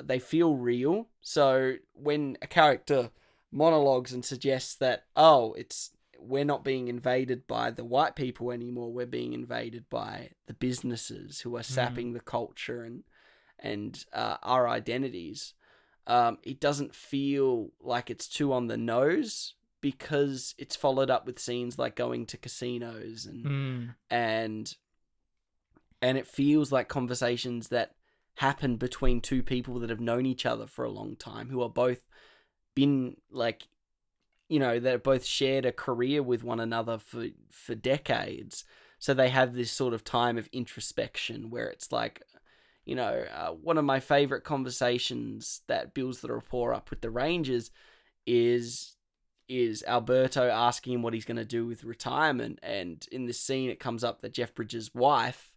they feel real. So when a character monologues and suggests that oh, it's we're not being invaded by the white people anymore, we're being invaded by the businesses who are sapping the culture and and uh, our identities. Um, it doesn't feel like it's too on the nose because it's followed up with scenes like going to casinos and
mm.
and and it feels like conversations that happen between two people that have known each other for a long time who are both been like you know that have both shared a career with one another for for decades so they have this sort of time of introspection where it's like you know uh, one of my favorite conversations that builds the rapport up with the rangers is is Alberto asking him what he's going to do with retirement. And in this scene, it comes up that Jeff Bridges' wife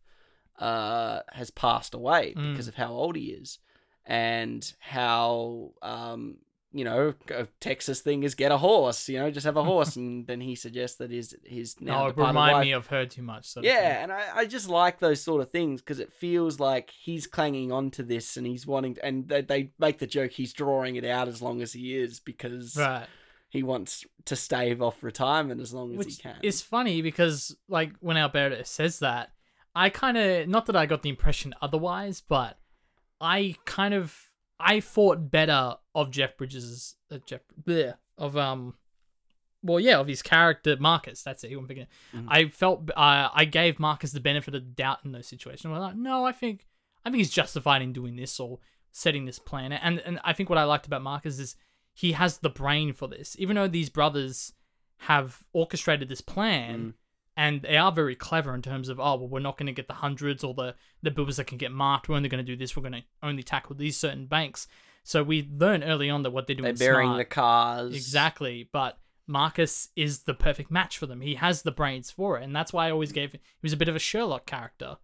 uh, has passed away
Mm.
because of how old he is and how, um, you know, a Texas thing is get a horse, you know, just have a horse. and then he suggests that his,
<laughs>
his now
Oh, it
departed
remind
wife-
me of her too much. Sort of thing.
yeah, and I, I just like those sort of things because it feels like he's clanging on to this and he's wanting, and they, they make the joke he's drawing it out as long as he is because
right.
he wants to stave off retirement as long as
Which
he can.
is funny because like when Alberto says that, I kind of not that I got the impression otherwise, but I kind of I thought better of Jeff Bridges uh, Jeff bleh, of um well yeah of his character Marcus that's it who I'm thinking
Mm-hmm.
I felt uh, I gave Marcus the benefit of the doubt in those situations. I'm like no I think I think he's justified in doing this or setting this plan and and I think what I liked about Marcus is he has the brain for this even though these brothers have orchestrated this
Mm.
plan and they are very clever in terms of oh well we're not going to get the hundreds or the the builders that can get marked we're only going to do this we're going to only tackle these certain banks so we learn early on that what they're doing
They're
is
burying
smart.
the cars.
exactly but marcus is the perfect match for them he has the brains for it and that's why i always gave he was a bit of a sherlock character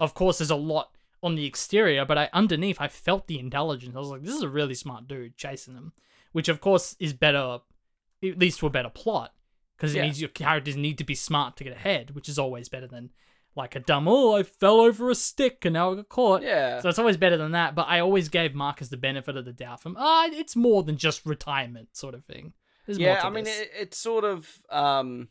of course there's a lot on the exterior but i underneath i felt the intelligence i was like this is a really smart dude chasing them which of course is better it leads to a better plot because it
Yeah.
means your characters need to be smart to get ahead, which is always better than like a dumb oh I fell over a stick and now I got caught.
Yeah.
So it's always better than that. But I always gave Marcus the benefit of the doubt from ah it's more than just retirement sort of thing. There's more
yeah,
to
I mean,
this.
it, it's sort of. Um,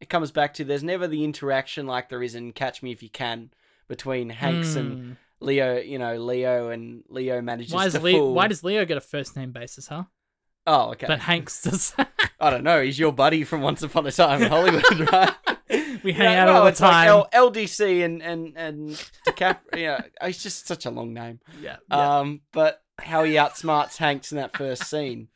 it comes back to there's never the interaction like there is in Catch Me If You Can between Hanks and
Mm.
Leo. You know, Leo and Leo manages
why is
to
Leo,
fool.
why does Leo get a first name basis, huh?
oh okay?
But Hanks does.
I don't know. He's your buddy from Once Upon a Time in Hollywood, <laughs> right?
<laughs> we
You
hang
know,
out
well,
all the
it's like
time.
L- LDC and and and DiCaprio. yeah, it's just such a long name.
yeah, yeah,
Um, but how he outsmarts Hanks in that first scene.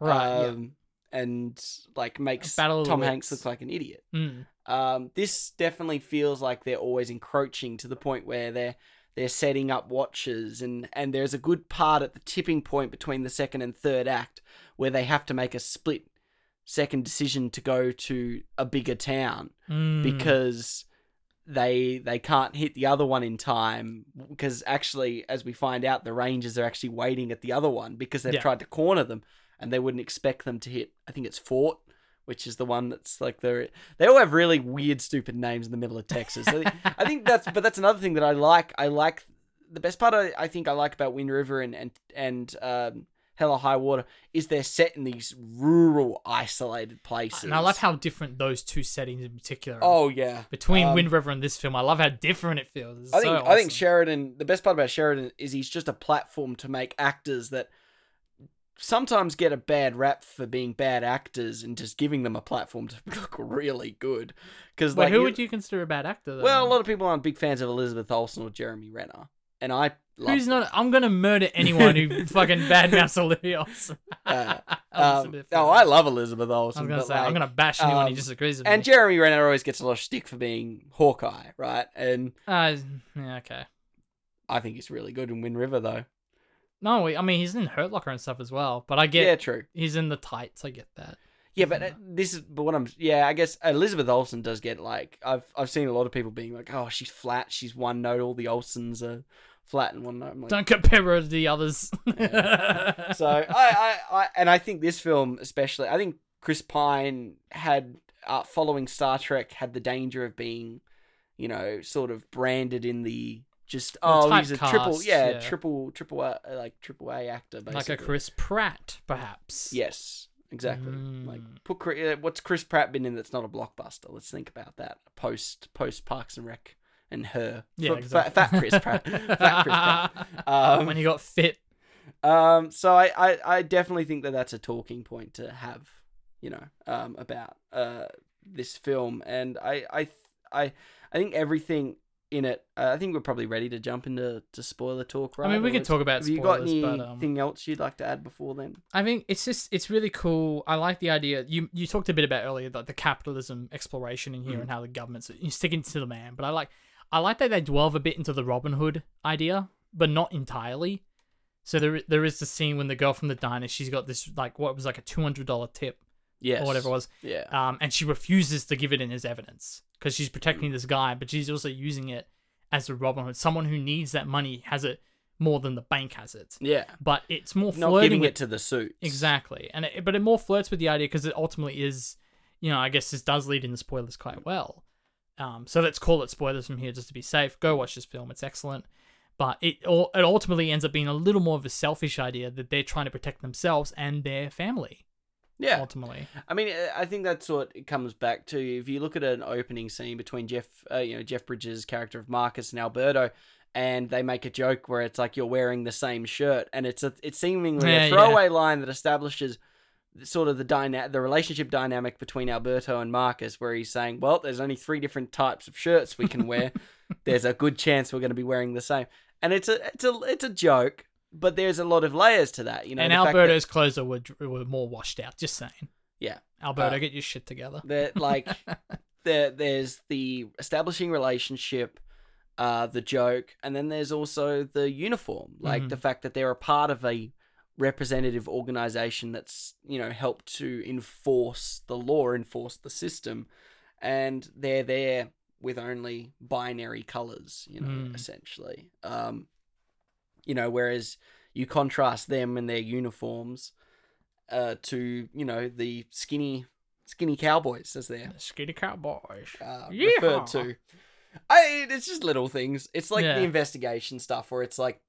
right.
um, and like makes
battle of the
Tom Hanks
wits.
look like an idiot.
yeah. Mm.
Um, this definitely feels like they're always encroaching to the point where they're they're setting up watches and and there's a good part at the tipping point between the second and third act where they have to make a split second decision to go to a bigger town
Mm.
because they they can't hit the other one in time because actually as we find out the rangers are actually waiting at the other one because they've
Yeah.
tried to corner them and they wouldn't expect them to hit i think it's fort which is the one that's like they're they all have really weird stupid names in the middle of texas i thi- I think that's but that's another thing that i like i like the best part I, I think i like about wind river and and and um Hell or High Water is they're set in these rural, isolated places.
and I love how different those two settings in particular. are.
Oh yeah,
between
Um,
Wind River and this film. I love how different it feels. It's
I think
so
I think
awesome.
Sheridan. The best part about Sheridan is he's just a platform to make actors that sometimes get a bad rap for being bad actors, and just giving them a platform to <laughs> look really good. Because
But
like,
who would you consider a bad actor? Though?
Well, a lot of people aren't big fans of Elizabeth Olsen or Jeremy Renner, and I. Love
Who's
them.
not? I'm gonna murder
<laughs>
anyone who fucking badmouths Olivia <laughs> Olsen.
Uh, Um,
Elizabeth
no,
Olsen.
I love Elizabeth Olsen.
I was gonna
but,
say
like,
I'm gonna bash anyone
um,
who disagrees with
And
me.
Jeremy Renner always gets a lot of stick for being Hawkeye, right? And
uh, yeah, okay.
I think he's really good in Wind River, though.
No, I mean he's in Hurt Locker and stuff as well. But I get
yeah true.
he's in the tights. I get that.
Yeah, but uh, this is but what I'm. Yeah, I guess Elizabeth Olsen does get like I've I've seen a lot of people being like, oh, she's flat, she's one note. All the Olsons are flat and one night. I'm like,
Don't compare her to the others.
so I, I, I, and I think this film especially, I think Chris Pine had uh, following Star Trek had the danger of being, you know, sort of branded in the just
Well,
oh he's a triple
typecast,
yeah,
yeah.
triple triple A, like triple A actor basically
<laughs> like a Chris Pratt, perhaps.
yes exactly like
Hmm.
put Chri- uh, what's Chris Pratt been in that's not a blockbuster let's think about that post post Parks and Rec and her
Yeah,
Fa- fa-
exactly.
fat, Chris Pratt
<laughs>
fat Chris Pratt um,
when he got fit.
um, so I, I, I definitely think that that's a talking point to have, you know, um, about uh, this film, and I, I, th- I, I think everything in it. Uh, I think we're probably ready to jump into to spoiler talk, right?
mean, we
Or
could
is-
talk about
Have you got
spoilers, but, um,
anything else you'd like to add before then?
I think it's just it's really cool. I like the idea. You you talked a bit about earlier like the capitalism exploration in
Mm.
here and how the government's you sticking to the man. But I like I like that they delve a bit into the Robin Hood idea, but not entirely. So there there is the scene when the girl from the diner she's got this like what was like a two hundred dollar tip
Yes.
or whatever it was,
Yeah.
um, and she refuses to give it in as evidence because she's
Mm.
protecting this guy, but she's also using it as a Robin Hood. Someone who needs that money has it more than the bank has it.
yeah.
But it's more flirting
Not giving
with
it to the suit.
Exactly, and it, but it more flirts with the idea because it ultimately is, you know, I guess this does lead into spoilers quite well. Um, so let's call it spoilers from here just to be safe. Go watch this film; it's excellent. But it all it ultimately ends up being a little more of a selfish idea that they're trying to protect themselves and their family.
Yeah.
Ultimately,
I mean, uh, I think that's what it comes back to. If you look at an opening scene between Jeff, uh, you know, Jeff Bridges' character of Marcus and Alberto, and they make a joke where it's like you're wearing the same shirt, and it's a it's seemingly
Yeah, yeah.
a throwaway line that establishes sort of the dyna- the relationship dynamic between Alberto and Marcus, where he's saying, "Well, there's only three different types of shirts we can
<laughs>
wear. there's a good chance we're going to be wearing the same." And it's a it's a it's a joke, but there's a lot of layers to that, you know.
and
the fact that-
Alberto's clothes were dr- were more washed out. Just saying,
yeah.
Alberto,
Uh,
get your shit together.
that like there there's the establishing relationship uh the joke and then there's also the uniform like the fact that they're a part of a representative organization that's you know helped to enforce the law enforce the system and they're there with only binary colors you know essentially um you know whereas you contrast them and their uniforms uh to you know the skinny skinny cowboys as they're
Skinny cowboys.
uh,
Yeehaw.
referred to. I it's just little things. It's like
Yeah.
the investigation stuff where it's like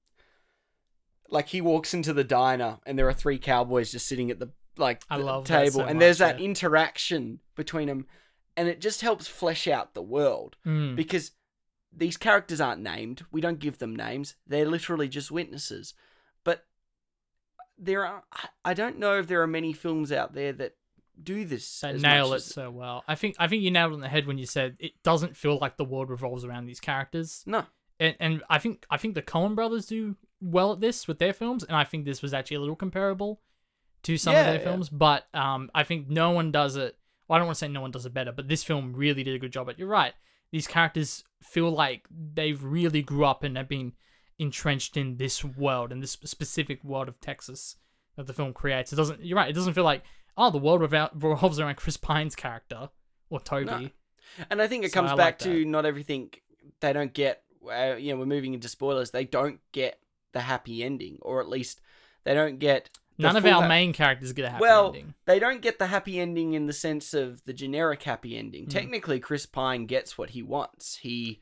like he walks into the diner and there are three cowboys just sitting at the like
I
the
love that
table
so
and there's
much,
that
yeah.
interaction between them and it just helps flesh out the world
Mm.
because these characters aren't named. We don't give them names. They're literally just witnesses. But there are I- I don't know if there are many films out there that do this
that
as
nail
much
it
as-
so well. I think I think you nailed it on the head when you said it doesn't feel like the world revolves around these characters.
No.
And and I think I think the Coen brothers do well at this with their films, and I think this was actually a little comparable to some of
Yeah,
their
yeah.
films. But um, I think no one does it. Well, I don't want to say no one does it better, but this film really did a good job. But you're right; these characters feel like they've really grew up and have been entrenched in this world and this specific world of Texas that the film creates. It doesn't. You're right. It doesn't feel like oh, the world revol- revolves around Chris Pine's character or Toby.
No. And I think it
So
comes
I like
back to
that.
not everything they don't get. Uh, you know, we're moving into spoilers. They don't get the happy ending, or at least they don't get the
None of
full
our
ha-
main characters get a happy
well,
ending.
they don't get the happy ending in the sense of the generic happy
Mm.
ending. Technically, Chris Pine gets what he wants. He,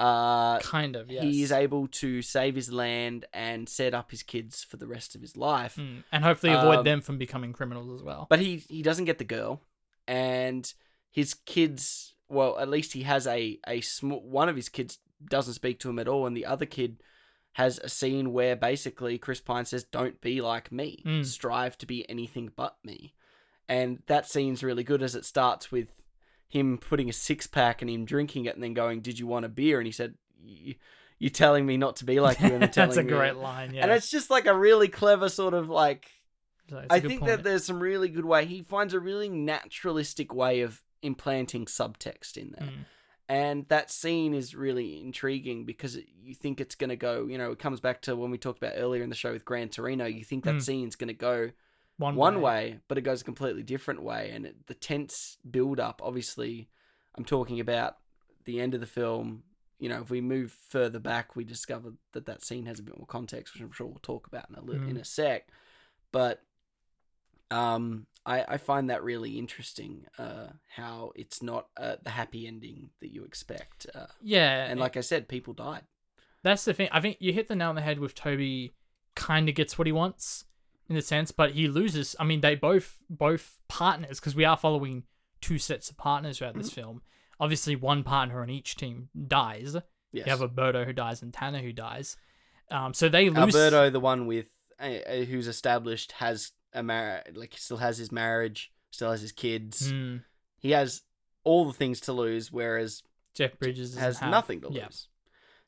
uh,
Kind of. Yes.
he is able to save his land and set up his kids for the rest of his life.
Mm, and hopefully avoid
Um,
them from becoming criminals as well.
But he he doesn't get the girl, and his kids. Well, at least he has a a small one of his kids doesn't speak to him at all, and the other kid has a scene where basically Chris Pine says, "Don't be like me.
Mm.
Strive to be anything but me." And that scene's really good as it starts with him putting a six pack and him drinking it, and then going, "Did you want a beer?" And he said, "You- "You're telling me not to be like <laughs> you." And I'm
<laughs> That's a
telling me-"
great line. Yeah.
And it's just like a really clever sort of like
So it's a
I
good
think
point.
that there's some really good way. He finds a really naturalistic way of implanting subtext in there.
Mm.
And that scene is really intriguing because it, you think it's going to go, you know, it comes back to when we talked about earlier in the show with Gran Torino. You think that
Mm.
scene's going to go
one,
one way, but it goes a completely different way. And it, the tense build up, obviously, I'm talking about the end of the film,
you know, if we move further back, we discover that that scene has a bit more context, which I'm sure we'll talk about in a li-
Mm.
in a sec. But um, I, I find that really interesting uh, how it's not uh, the happy ending that you expect. Uh,
Yeah,
and like I said, people died.
That's the thing. I think you hit the nail on the head with Toby. Kind of gets what he wants in a sense, but he loses. I mean, they both both partners because we are following two sets of partners throughout this film. Obviously, one partner on each team dies.
Yes.
You have Alberto who dies and Tanner who dies. Um, so they lose.
Alberto, the one with uh, uh, who's established, has a mar- like still has his marriage, still has his kids.
Hmm.
He has all the things to lose, whereas
Jeff Bridges doesn't
has
have-
nothing to lose.
Yeah.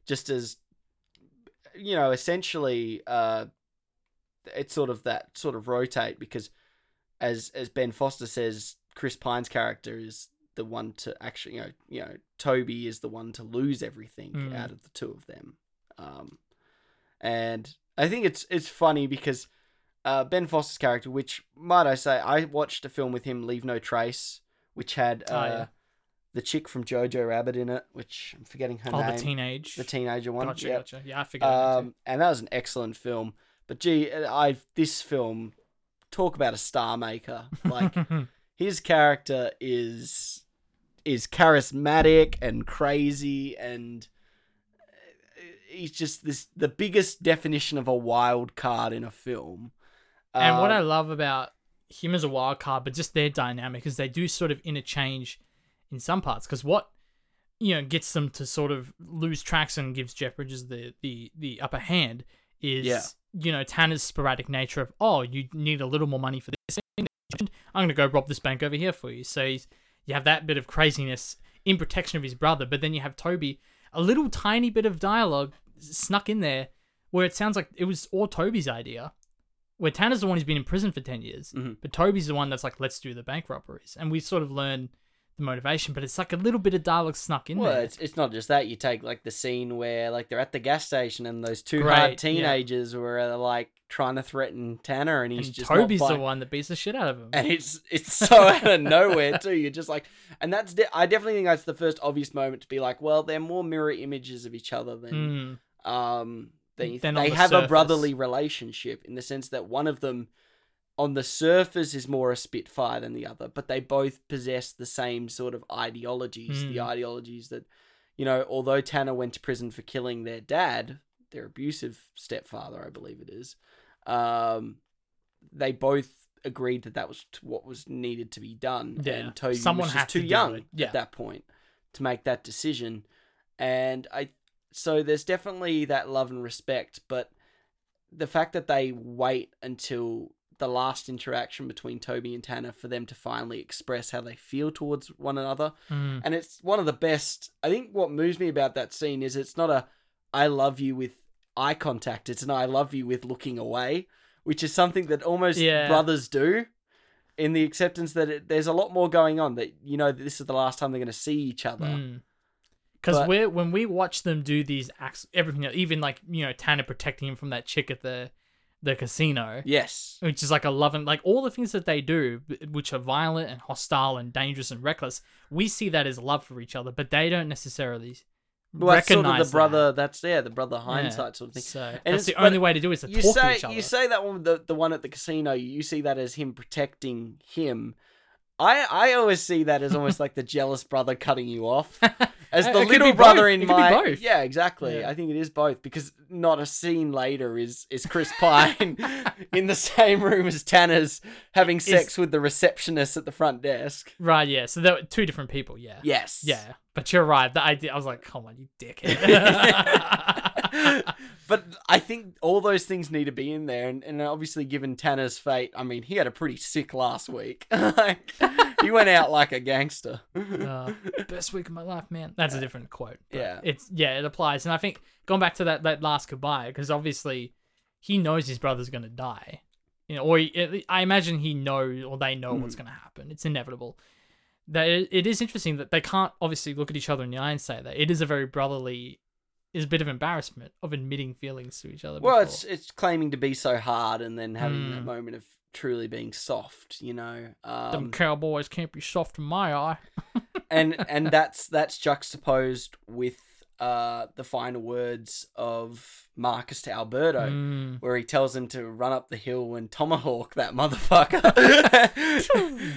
Just as you know, essentially, uh, it's sort of that sort of rotate because, as as Ben Foster says, Chris Pine's character is the one to actually, you know, you know, Toby is the one to lose everything
Mm.
out of the two of them, um, and I think it's it's funny because uh, Ben Foster's character, which might I say, I watched a film with him, Leave No Trace, which had uh,
Oh, yeah.
the chick from Jojo Rabbit in it, which I'm forgetting her
Oh,
name,
the teenage.
the teenager one.
Gotcha,
yeah.
gotcha. Yeah, I figured. that too.
Um, and that was an excellent film. But gee, I this film talk about a star maker.
<laughs>
Like his character is is charismatic and crazy and he's just this the biggest definition of a wild card in a film.
And what
Um,
I love about him as a wild card, but just their dynamic is they do sort of interchange in some parts. Because what you know gets them to sort of lose tracks and gives Jeff Bridges the the the upper hand is
Yeah.
you know Tanner's sporadic nature of oh you need a little more money for this. thing. I'm gonna go rob this bank over here for you. So he's, you have that bit of craziness in protection of his brother, but then you have Toby a little tiny bit of dialogue snuck in there where it sounds like it was all Toby's idea where Tanner's the one who's been in prison for 10 years,
Mm-hmm.
but Toby's the one that's like, let's do the bank robberies. And we sort of learn the motivation, but it's like a little bit of dialogue snuck in
Well,
there.
it's, it's not just that. You take like the scene where like they're at the gas station and those two
Great, yeah.
hard teenagers were uh, like trying to threaten Tanner, and he's
and
just not
Toby's the
buying-
one that beats the shit out of him.
and it's
<laughs>
it's so out of nowhere too. You're just like, and that's de- I definitely think that's the first obvious moment to be like, well, they're more mirror images of each other than
Mm,
um they
Than on
they
the
have a
surface.
brotherly relationship in the sense that one of them on the surface is more a spitfire than the other, but they both possess the same sort of ideologies. The
Mm.
ideologies that you know, although Tanner went to prison for killing their dad, their abusive stepfather, I believe it is. Um, they both agreed that that was t- what was needed to be done.
Yeah.
And Toby
Someone
was
had
just too
to do
young
it. Yeah.
at that point to make that decision. And I, so there's definitely that love and respect, but the fact that they wait until the last interaction between Toby and Tanner for them to finally express how they feel towards one another
mm.
and it's one of the best. I think what moves me about that scene is it's not a I love you with eye contact. It's an I love you with looking away, which is something that almost
Yeah.
brothers do. In the acceptance that it, there's a lot more going on that you know that this is the last time they're going to see each other.
Mm. Because
But-
we're when we watch them do these acts, everything, even like you know Tanner protecting him from that chick at the the casino,
Yes,
which is like a love and like all the things that they do, b- which are violent and hostile and dangerous and reckless. We see that as love for each other, but they don't necessarily
well, that's
recognize
sort of the
that. <laughs>
brother. That's yeah, the brother hindsight
Yeah,
sort of thing.
So
And
that's
it's-
the only
but
way to do it is to
you
talk
say
to each other.
you say that one the, the one at the casino you see that as him protecting him i i always see that as almost
<laughs>
like the jealous brother cutting you off as
It-
the
it could be
little
both.
brother in
It could be
my
both.
yeah exactly
Yeah.
i think it is both because not a scene later is is chris
<laughs>
pine in the same room as tanner's having sex with the receptionist at the front desk
right? Yeah. So there were two different people. Yeah.
yes
Yeah. But you're right. The idea. I was like, come on, you
<laughs>
<laughs> dickhead.
but I think all those things need to be in there, and, and obviously, given Tanner's fate, I mean, he had a pretty sick last week. <laughs> like, he went out like a gangster.
Uh, best week of my life, man. That's a different quote. but
Uh, Yeah.
It's yeah, it applies. And I think going back to that that last goodbye, because obviously he knows his brother's gonna die. You know, or he, at le- I imagine he knows or they know
Hmm.
what's gonna happen. It's inevitable. That it, it is interesting that they can't obviously look at each other in the eye and say that it is a very brotherly. Is a bit of embarrassment of admitting feelings to each other.
Well,
before.
it's it's claiming to be so hard, and then having that moment of truly being soft, you know.
them
Um,
<laughs> cowboys can't be soft in my eye.
and and that's that's juxtaposed with uh, the final words of Marcus to Alberto, where he tells him to run up the hill and tomahawk that motherfucker,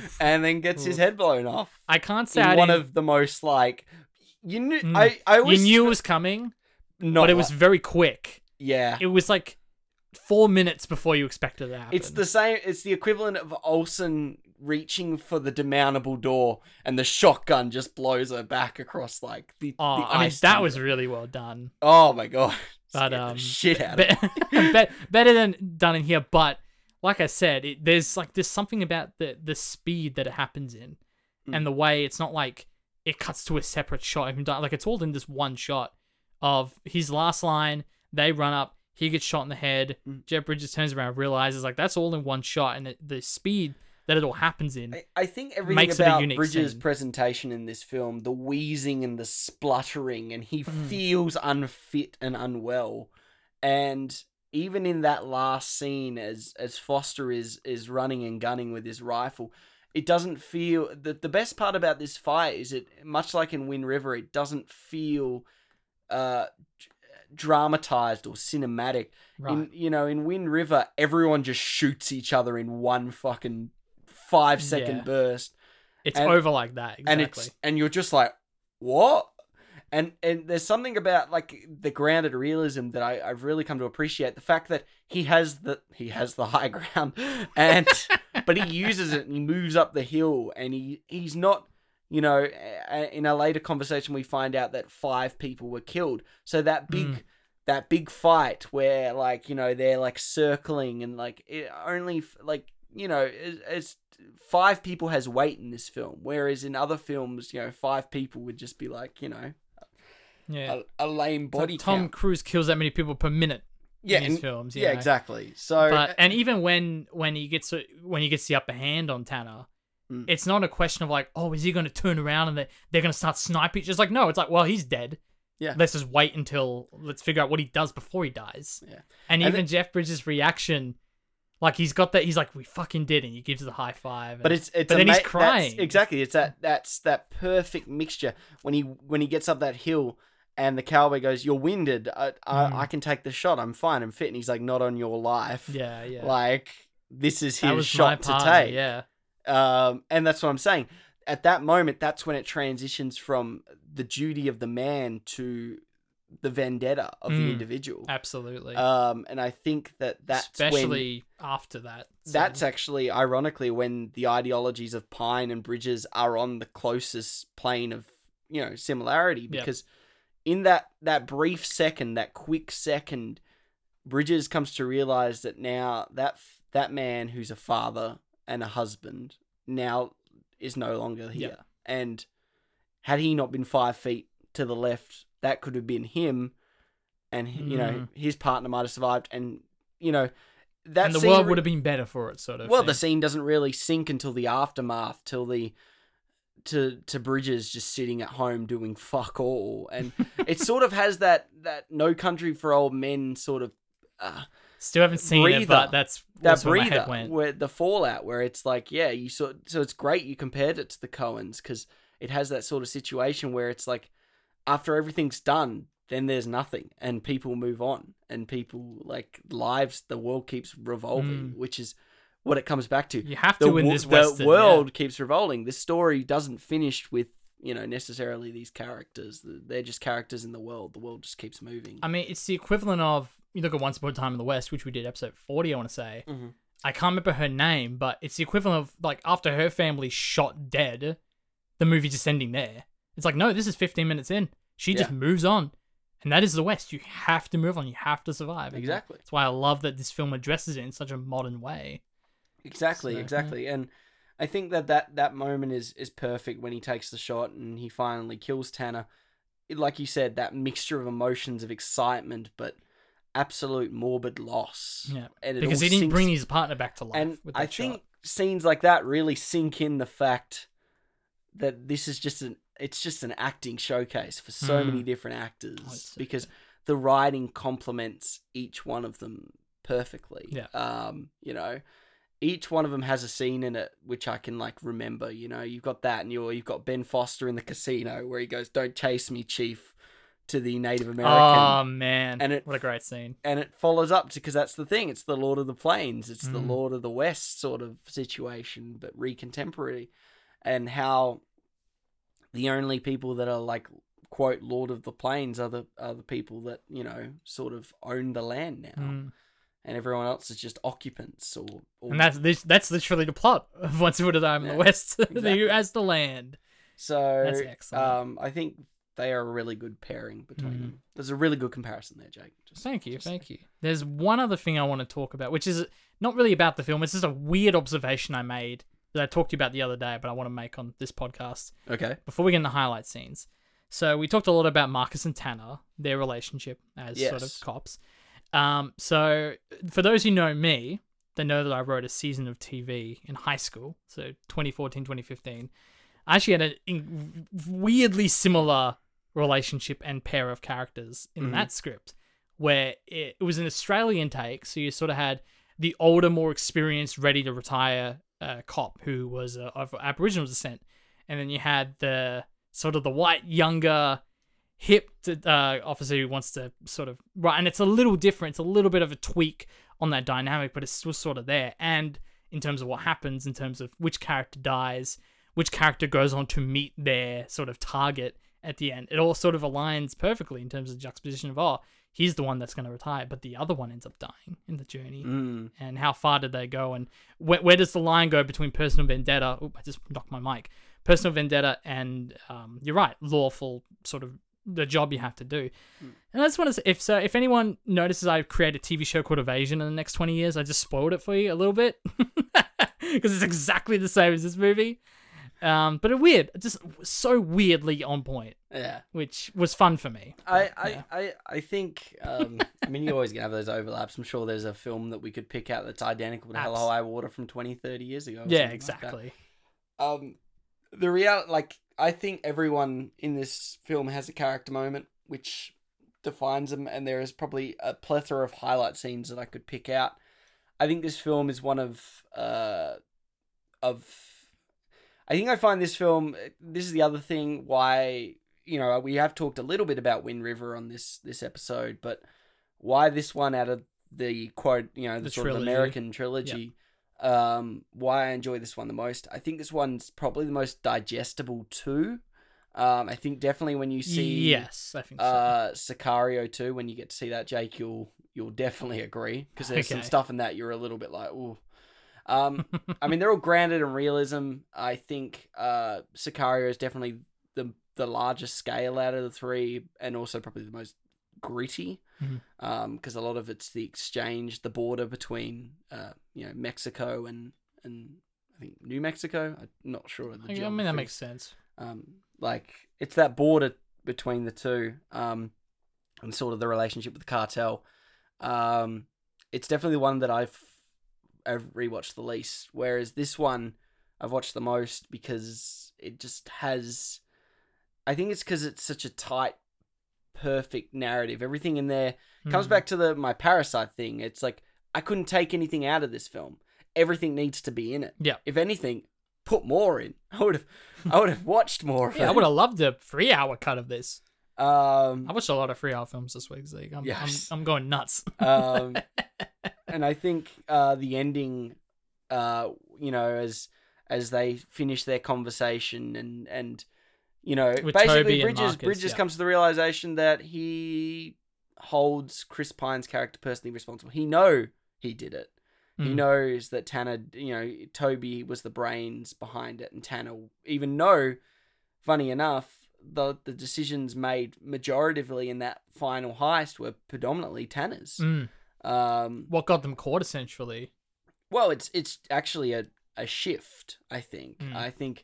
<laughs> and then gets his head blown off.
I can't say
In
I
one
didn't-
of the most like you knew.
Mm.
I I always
you knew it was coming,
not
but it was
like-
very quick.
yeah.
<laughs> It was like four minutes before you expected that.
It's the same. It's the equivalent of Olsen reaching for the demountable door, and the shotgun just blows her back across like the.
Oh,
the
I,
ice
that
tundra.
was really well done.
Oh my god! <laughs>
But,
Scared the
um,
shit out
Be-
of me.
<laughs> be- better than done in here, but like I said, it, there's like there's something about the the speed that it happens in,
Hmm.
and the way it's not like it cuts to a separate shot of him dying. Like it's all in this one shot of his last line. They run up, he gets shot in the head.
Hmm.
Jeff Bridges turns around, realizes like that's all in one shot, and the, the speed that it all happens in.
I, I think everything
Makes it a
about
unique
Bridges'
scene.
presentation in this film, the wheezing and the spluttering, and he
Mm.
feels unfit and unwell. And even in that last scene, as as Foster is is running and gunning with his rifle, it doesn't feel the the best part about this fight is it much like in Wind River, it doesn't feel uh d- dramatized or cinematic in
Right.
you know in wind river everyone just shoots each other in one fucking five second
Yeah.
burst
it's
and-
over like that exactly.
and it's and you're just like what and and there's something about like the grounded realism that I, I've really come to appreciate the fact that he has the he has the <laughs> high ground
<laughs>
and but he uses it and he moves up the hill and he he's not you know a- a- in a later conversation we find out that five people were killed so that big
Mm.
that big fight where like you know they're like circling and like it only f- like you know it's, it's five people has weight in this film whereas in other films you know five people would just be like you know
yeah.
a, a lame
It's like
body
Tom
count.
Cruise kills that many people per minute.
yeah,
in his
and-
films, you
yeah
know.
exactly so
but and even when when he gets when he gets the upper hand on Tanner,
Mm.
it's not a question of like, oh, is he going to turn around and they they're going to start sniping? It's just like no, it's like well, he's dead.
Yeah.
let's just wait until let's figure out what he does before he dies.
Yeah.
and,
And
even
it-
Jeff Bridges' reaction, like he's got that, he's like, we fucking did, and he gives the high five.
But
and-
it's
but
it's
then
ama-
he's
that's-
crying
Exactly, it's that that's that perfect mixture when he when he gets up that hill and the cowboy goes, "You're winded. I I,
Mm.
I can take the shot. I'm fine. I'm fit." And he's like, "Not on your life."
Yeah, yeah.
Like this is
that
his
was
shot
my
to
part,
take.
Yeah,
Um, and that's what I'm saying. At that moment, that's when it transitions from the duty of the man to the vendetta of the
Mm.
individual.
absolutely.
Um, and I think that that's when
Especially after that. so-
that's actually ironically when the ideologies of Pine and Bridges are on the closest plane of you know similarity because in that that brief second, that quick second, Bridges comes to realize that now that f- that man who's a father and a husband now is no longer here, and had he not been five feet to the left, that could have been him, and
Mm.
you know his partner might have survived, and you know. That
and the
scene
world
re-
would have been better for it, sort of.
well,
thing.
the scene doesn't really sink until the aftermath, till the to to Bridges just sitting at home doing fuck all, and it sort of has that that No Country for Old Men sort of uh,
Still haven't seen
breather.
it, but that's
that
that's where my
breather
head went.
where the fallout where it's like yeah you saw so it's great you compared it to the Coens because it has that sort of situation where it's like after everything's done then there's nothing and people move on and people like lives the world keeps revolving which is what it comes back to
Mm. You have
the,
to in
wo-
this
the
Western,
world keeps revolving this story doesn't finish with you know necessarily these characters they're just characters in the world the world just keeps moving
I mean, it's the equivalent of you look at Once Upon a Time in the West, which we did episode forty. I want to say
Mm-hmm.
I can't remember her name, but it's the equivalent of like after her family shot dead, the movie just ending there. It's like no, this is fifteen minutes in. She just
Yeah.
moves on, and that is the West. You have to move on. You have to survive. And
Exactly.
That's why I love that this film addresses it in such a modern way.
Exactly,
So, yeah.
exactly. And I think that, that that moment is is perfect when he takes the shot and he finally kills Tanner. It- like you said, that mixture of emotions of excitement, but absolute morbid loss.
Yeah,
And it
because
all
he didn't
sinks-
bring his partner back to life.
And
with that
I
shot.
think scenes like that really sink in the fact that this is just an it's just an acting showcase for so many
Mm.
different actors
it's-
because the writing complements each one of them perfectly.
Yeah.
Um, you know, each one of them has a scene in it which I can like remember. You know, you've got that, and you're you've got Ben Foster in the casino where he goes, "Don't chase me, Chief." to the Native American.
Oh man,
And it-
what a great scene.
and it follows up to because that's the thing. It's the Lord of the Plains. It's
Mm.
the Lord of the West sort of situation, but recontemporary, and how the only people that are like quote Lord of the Plains are the are the people that you know sort of own the land now,
Mm.
and everyone else is just occupants or. or
And that's this, that's literally the plot of Once Upon a Time in
Yeah,
the West. <laughs>
exactly.
Who has the land?
so.
that's excellent.
Um, I think they are a really good pairing between
Mm.
them. There's a really good comparison there, Jake. Just-
Thank you,
just
thank you. There's one other thing I want to talk about, which is not really about the film. It's just a weird observation I made that I talked to you about the other day, but I want to make on this podcast
Okay.
before we get into highlight scenes. So we talked a lot about Marcus and Tanner, their relationship as sort of
Yes.
cops. Um, so for those who know me, they know that I wrote a season of TV in high school, so 2014, 2015. I actually had a in- weirdly similar relationship and pair of characters in that script, where it, it was an Australian take, so you sort of had the older, more experienced, ready to retire uh, cop who was uh, of Aboriginal descent, and then you had the sort of the white, younger, hip uh, officer who wants to sort of right, and it's a little different. It's a little bit of a tweak on that dynamic, but it's still sort of there. And in terms of what happens, in terms of which character dies, which character goes on to meet their sort of target at the end, it all sort of aligns perfectly in terms of juxtaposition of oh, he's the one that's going to retire, but the other one ends up dying in the journey. And how far did they go? And where, where does the line go between personal vendetta? Oop, I just knocked my mic. Personal vendetta and um, you're right, lawful sort of the job you have to do.
Hmm.
And I just want to say, if so, if anyone notices I've created a TV show called Evasion in the next 20 years, I just spoiled it for you a little bit <laughs> because it's exactly the same as this movie. Um, but it weird, just so weirdly on point,
Yeah.
which was fun for me.
I, I, I, I think, um, I mean, you're always going to have those overlaps. I'm sure there's a film that we could pick out that's identical to Hello
Abs-
High Water from 20, 30 years ago. or
Yeah,
something like that.
exactly.
um, the reality, like, I think everyone in this film has a character moment which defines them, and there is probably a plethora of highlight scenes that I could pick out. I think this film is one of, uh, of I think I find this film. This is the other thing why you know we have talked a little bit about Wind River on this this episode, but why this one out of the quote you know the,
The
sort of
trilogy.
American trilogy. Um, why I enjoy this one the most. I think this one's probably the most digestible too. Um, I think definitely when you see
yes, I think so.
uh, Sicario too, when you get to see that, Jake, you'll you'll definitely agree because there's some
Okay.
stuff in that you're a little bit like, ooh.
<laughs>
Um, I mean, they're all grounded in realism. I think uh, Sicario is definitely the the largest scale out of the three, and also probably the most gritty because
Mhm.
a lot of it's the exchange, the border between uh, you know Mexico and and I think New Mexico. I'm not sure. of the
I mean,
geography
that makes sense.
<laughs> um, like it's that border between the two um, and sort of the relationship with the cartel um, it's definitely one that I've, I've rewatched the least whereas this one i've watched the most because it just has i think it's because it's such a tight perfect narrative everything in there comes
Mm.
back to the my parasite thing it's like i couldn't take anything out of this film everything needs to be in it
Yeah.
if anything put more in i would have i would have watched more of
Yeah, I
it.
would have loved a three-hour cut of this.
um
I watched a lot of three-hour films this week, Zeke. I'm,
Yes.
I'm, I'm going nuts. <laughs>
um, and I think uh, the ending, uh, you know, as as they finish their conversation and and you know,
With
basically
Toby and
Bridges
Marcus,
Bridges
yeah.
comes to the realization that he holds Chris Pine's character personally responsible. He know he did it. He
Mm.
knows that Tanner, you know, Toby was the brains behind it, and Tanner, even though, funny enough, the the decisions made majoritively in that final heist were predominantly Tanner's.
Mm.
Um,
What got them caught, essentially.
well, it's it's actually a, a shift. I think.
Mm.
I think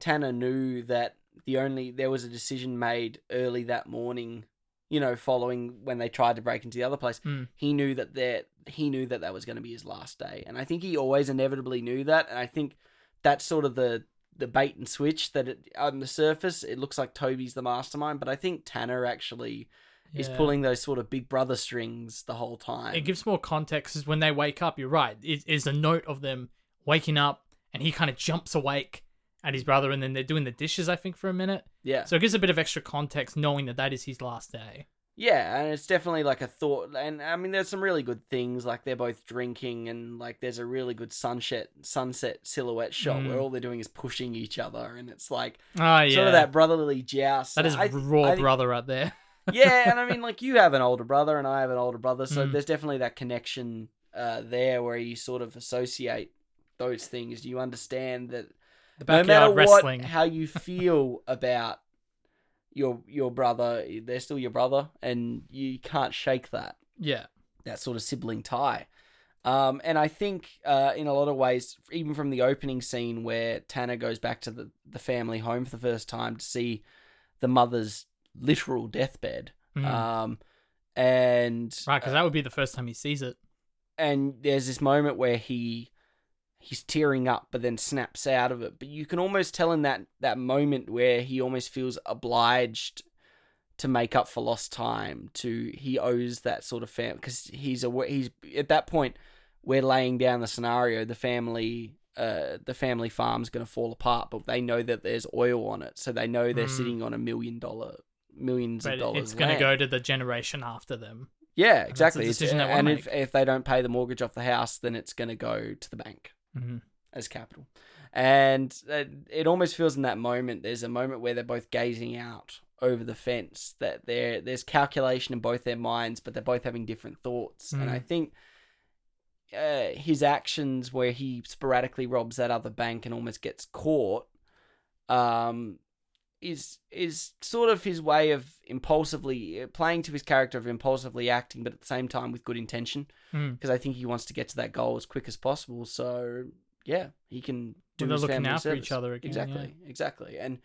Tanner knew that the only there was a decision made early that morning. You know, following when they tried to break into the other place,
Mm.
he knew that there he knew that that was going to be his last day, and I think he always inevitably knew that. And I think that's sort of the the bait and switch that it, on the surface it looks like Toby's the mastermind, but I think Tanner actually is
Yeah.
pulling those sort of big brother strings the whole time.
It gives more context 'cause when they wake up. You're right. It is a note of them waking up, and he kind of jumps awake at his brother, and then they're doing the dishes, I think, for a minute.
Yeah.
So it gives a bit of extra context knowing that that is his last day.
Yeah, and it's definitely like a thought, and I mean, there's some really good things. Like they're both drinking, and like there's a really good sunset sunset silhouette shot where all they're doing is pushing each other, and it's like
Oh, Mm. yeah.
sort of that brotherly joust.
that is
I-
raw
I think-
brother right there.
<laughs> yeah, and I
<laughs>
mean, like you have an older brother, and I have an older brother,
Mm.
so there's definitely that connection uh, there where you sort of associate those things. You understand that
The
no
backyard
matter
wrestling.
what, how
<laughs>
you feel about your your brother, they're still your brother, and you can't shake that
yeah.
that sort of sibling tie. Um, and I think uh, in a lot of ways, even from the opening scene where Tanner goes back to the, the family home for the first time to see the mother's literal deathbed.
Mm.
Um, and
Right, because that would be the first time he sees it.
and there's this moment where he he's tearing up but then snaps out of it but you can almost tell in that that moment where he almost feels obliged to make up for lost time to he owes that sort of fam because he's aware he's at that point we're laying down the scenario the family uh, the family farm's going to fall apart but they know that there's oil on it so they know they're
Mm.
sitting on a million dollar millions
But
of dollars
it's going to
land.
go to the generation after them.
Yeah,
a
exactly. It's-
decision they wanna
and
make.
if, if they don't pay the mortgage off the house, then it's going to go to the bank
Mhm.
as capital. And it, it almost feels in that moment, there's a moment where they're both gazing out over the fence, that there there's calculation in both their minds, but they're both having different thoughts. And
Mm.
I think uh, his actions, where he sporadically robs that other bank and almost gets caught, um, is is sort of his way of impulsively uh, playing to his character of impulsively acting, but at the same time with good intention,
Mm.
because I think he wants to get to that goal as quick as possible. So yeah, he can do
Well, they're
his
looking
family
out for
service.
each other again, yeah.
Exactly, exactly, and.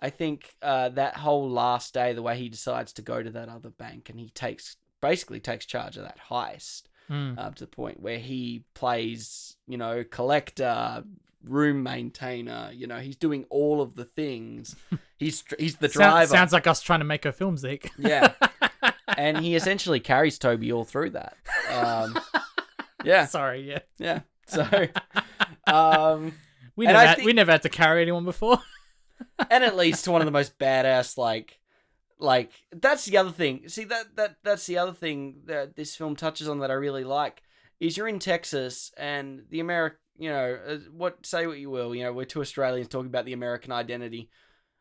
I think uh, that whole last day, the way he decides to go to that other bank and he takes basically takes charge of that heist,
Mm.
up uh, to the point where he plays, you know, collector, room maintainer. You know, he's doing all of
<laughs>
the things. He's he's the
Sound-
driver.
sounds like us trying to make a film, Zeke. <laughs>
yeah, and he essentially carries Toby all through that. Um, yeah,
Sorry, yeah.
yeah.
<laughs>
So, um,
We
And
never,
I
had, we
think-
never had to carry anyone before.
and it leads to one of the most badass like like that's the other thing see that that that's the other thing that this film touches on that i really like is you're in texas and the american you know uh, what say what you will you know we're two australians talking about the american identity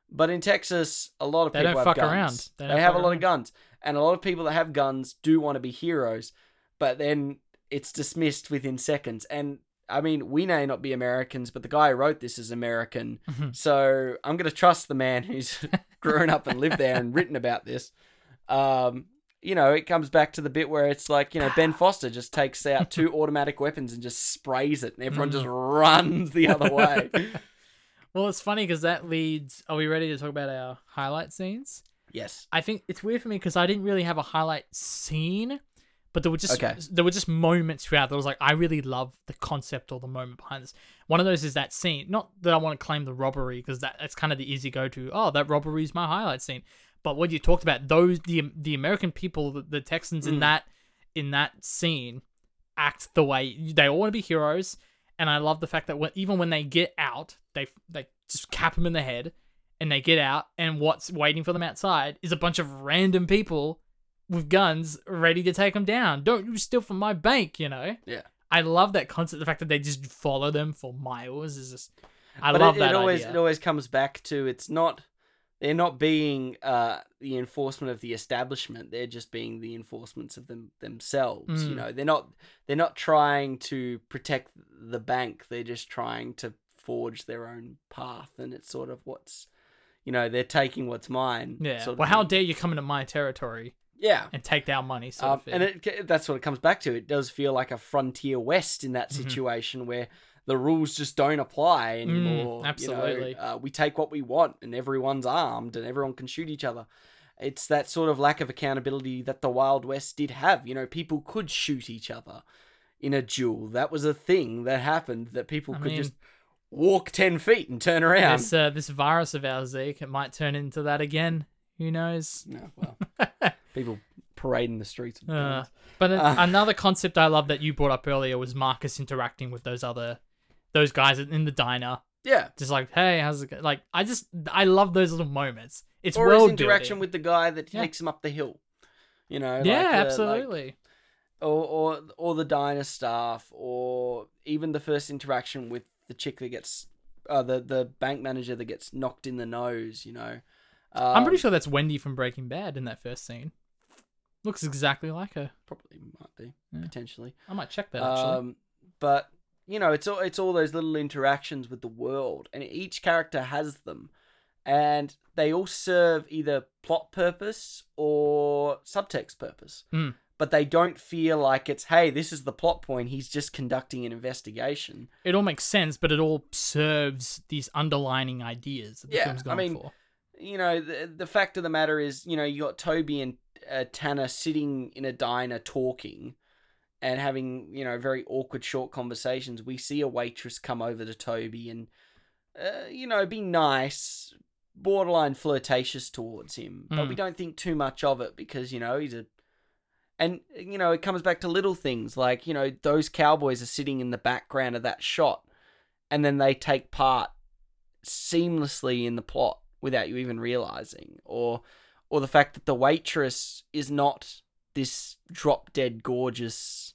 but in texas a lot of
They
people
don't
have
fuck
guns
around. They
they,
don't
have a
fuck
lot
around.
of guns and a lot of people that have guns do want to be heroes but then it's dismissed within seconds and I mean, we may not be Americans, but the guy who wrote this is American. So I'm going to trust the man who's <laughs> grown up and lived there and written about this. Um, you know, it comes back to the bit where it's like, you know, Ben Foster just takes out two automatic weapons and just sprays it, and everyone just runs the other way.
Well, it's funny because that leads. Are we ready to talk about our highlight scenes?
yes.
I think it's weird for me because I didn't really have a highlight scene, but there were just
Okay.
there were just moments throughout. That was like I really love the concept or the moment behind this. One of those is that scene. Not that I want to claim the robbery because that that's kind of the easy go to. Oh, that robbery is my highlight scene. But what you talked about, those the the American people, the, the Texans in that in that scene, act the way they all want to be heroes. And I love the fact that when, even when they get out, they they just cap them in the head, and they get out, and what's waiting for them outside is a bunch of random people with guns ready to take them down. Don't you steal from my bank, you know?
Yeah.
I love that concept. The fact that they just follow them for miles is just. I
but
love
it,
that
it always
idea.
it always comes back to it's not they're not being uh, the enforcement of the establishment they're just being the enforcements of them themselves you
Mm.
know they're not they're not trying to protect the bank they're just trying to forge their own path and it's sort of what's you know they're taking what's mine
yeah.
sort of
Well, how
thing.
dare you come into my territory
yeah
and take our money? Sort
um,
of
and it, ca- that's what it comes back to. It does feel like a frontier west in that
Mm-hmm.
situation where the rules just don't apply anymore. you know.
Mm, absolutely.
uh, we take what we want, and everyone's armed, and everyone can shoot each other. It's that sort of lack of accountability that the Wild West did have. You know, people could shoot each other in a duel. That was a thing that happened. That people
I
could
mean-
just walk ten feet and turn around.
this uh, this virus of ours, Zeke, it might turn into that again. Who
<laughs>
knows? <laughs>
No, well, people <laughs> parading the streets. with
Uh,
guns.
but a-
Ah.
another concept I love that you brought up earlier was Marcus interacting with those other those guys in the diner
Yeah.
Just like, hey, how's it go-" Like, I just, I love those little moments. It's
or his
world
interaction
building.
with the guy that
Yeah.
takes him up the hill. You know, like,
yeah,
uh, like-
absolutely.
or, or or the diner staff, or even the first interaction with the chick that gets, uh, the the bank manager that gets knocked in the nose. You know, um,
I'm pretty sure that's Wendy from Breaking Bad in that first scene. Looks exactly like her.
probably might be potentially.
I might check that actually.
Um, but you know, it's all it's all those little interactions with the world, and each character has them, and they all serve either plot purpose or subtext purpose.
Mm.
But they don't feel like it's hey, this is the plot point. He's just conducting an investigation.
it all makes sense, but it all serves these underlining ideas that the
Yeah,
film's
I
going
mean,
for.
You know, the the fact of the matter is, you know, you got Toby and uh, Tanner sitting in a diner talking. And having you know very awkward short conversations, we see a waitress come over to Toby and uh, you know, be nice, borderline flirtatious towards him. But we don't think too much of it because, you know, he's a. And, you know, it comes back to little things like, you know, those cowboys are sitting in the background of that shot and then they take part seamlessly in the plot without you even realizing. Or. Or the fact that the waitress is not this drop dead gorgeous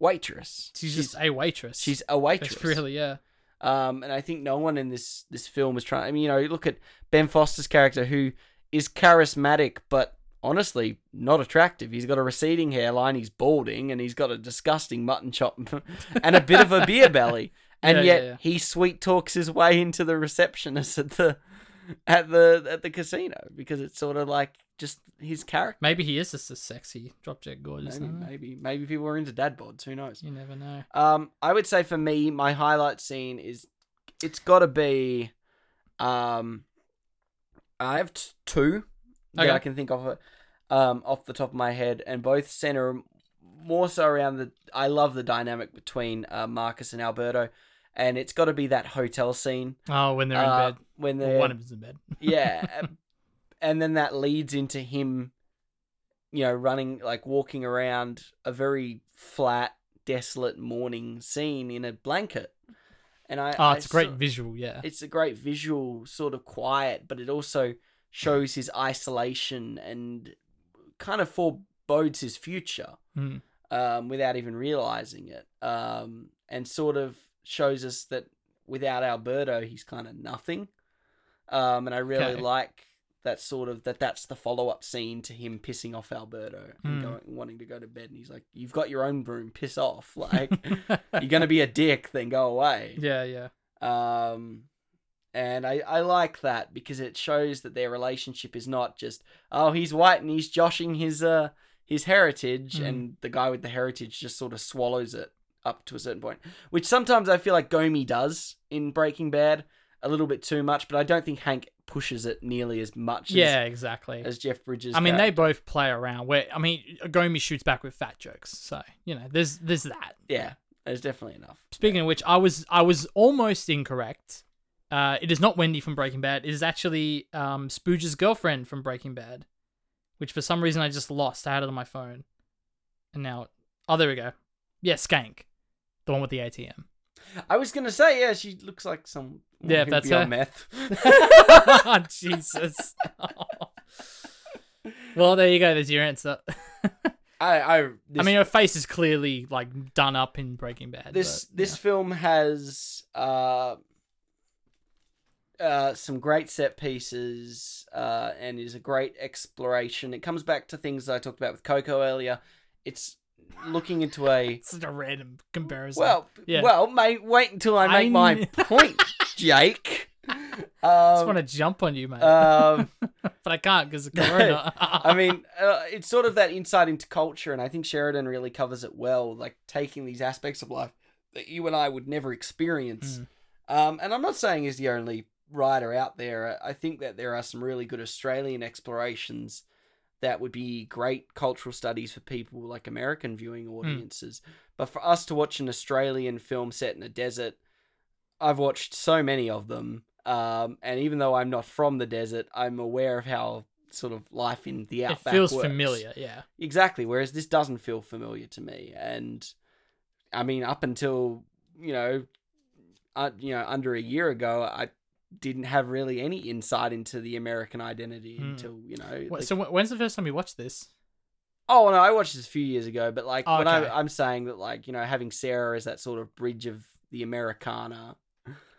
waitress.
She's just a waitress.
she's a waitress.
That's really yeah.
Um, and I think no one in this this film is trying. I mean, you know, you look at Ben Foster's character who is charismatic, but honestly not attractive. He's got a receding hairline, he's balding, and he's got a disgusting mutton chop <laughs> and a bit of a
<laughs>
beer belly. And
Yeah,
yet
yeah, yeah.
he sweet talks his way into the receptionist at the at the at the casino because it's sort of like just his character.
Maybe he is just a sexy drop dead gorgeous.
Maybe,
I don't know.
maybe maybe people are into dad bods. Who knows?
You never know.
Um, I would say for me, my highlight scene is it's got to be, um, I have t- two that
Okay.
I can think of, um, off the top of my head, and both center more so around the. I love the dynamic between uh, Marcus and Alberto, and it's got to be that hotel scene
Oh, when they're
uh,
in bed.
when
Well,
they're
one of them's in bed.
yeah and- and then that leads into him you know running like walking around a very flat desolate morning scene in a blanket and i
Oh,
I
it's a great
sort-
visual. Yeah.
it's a great visual sort of quiet but it also shows his isolation and kind of forebodes his future
Mm.
um, without even realizing it, um, and sort of shows us that without Alberto, he's kind of nothing. Um, and I really
Okay.
like that sort of that that's the follow up scene to him pissing off Alberto
Mm.
and going, wanting to go to bed, and he's like, "You've got your own room, piss off! Like you're gonna be a dick, then go away."
yeah, yeah.
Um, and I, I like that because it shows that their relationship is not just oh he's white and he's joshing his uh his heritage
Mm.
and the guy with the heritage just sort of swallows it up to a certain point, which sometimes I feel like Gomi does in Breaking Bad a little bit too much, but I don't think Hank pushes it nearly as much
Yeah, exactly.
as, as Jeff Bridges.
I mean, they
character.
both play around. Where I mean, Gomi shoots back with fat jokes, so you know, there's there's that.
yeah, there's definitely enough.
Speaking of which, I was I was almost incorrect. Uh, it is not Wendy from Breaking Bad. It is actually um, Spooge's girlfriend from Breaking Bad, which for some reason I just lost. I had it on my phone, and now oh there we go. Yeah, Skank, the one with the <laughs> ATM.
I was gonna say yeah, she looks like some
Yeah, if that's
be on
her.
meth.
<laughs> Oh, Jesus. <laughs> well, there you go. There's your answer. <laughs>
I I, this
I mean, her face is clearly like done up in Breaking Bad.
this
but,
this film has uh, uh, some great set pieces uh, and is a great exploration. It comes back to things that I talked about with Coco earlier. It's looking
<laughs>
into
<laughs>
a
It's such a random comparison.
well,
Yeah.
well, mate. Wait until I make
I
my
kn- <laughs>
point, Jake.
I just want
Um,
to jump on you, mate.
um,
<laughs> but I can't
<laughs>
because of Corona. <laughs>
I mean, uh, it's sort of that insight into culture, and I think Sheridan really covers it well, like taking these aspects of life that you and I would never experience. Um, and I'm not saying he's the only writer out there. I I think that there are some really good Australian explorations that would be great cultural studies for people like American viewing
Hmm.
audiences. But for us to watch an Australian film set in a desert, I've watched so many of them. Um, and even though I'm not from the desert, I'm aware of how sort of life in the
it
outback
feels
works.
familiar. Yeah.
Exactly. Whereas this doesn't feel familiar to me. And I mean, up until, you know, uh, you know, under a year ago, I didn't have really any insight into the American identity until you know.
Wh-
like-
Hmm. so wh- when's the first time you watched this?
oh no, I watched this a few years ago, but like
Oh,
when I,
okay.
I'm saying that, like you know, having Sarah as that sort of bridge of the Americana.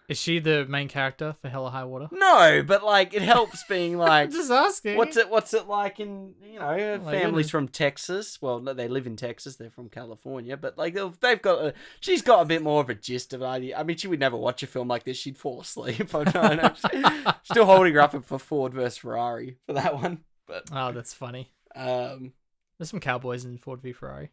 Is she the main character for Hella High Water?
No, but like it helps
<laughs>
being Mm, like.
Just asking.
What's it? What's it like in you know?
my
families
goodness.
from Texas. Well, no, they live in Texas. They're from California, but like they've, they've got. A, she's got a bit more of a gist of an idea. I mean, she would never watch a film like this. She'd fall asleep. <laughs> I don't know. Still holding her up for Ford versus Ferrari for that one. But
Oh, that's funny.
um,
There's some cowboys in Ford v Ferrari.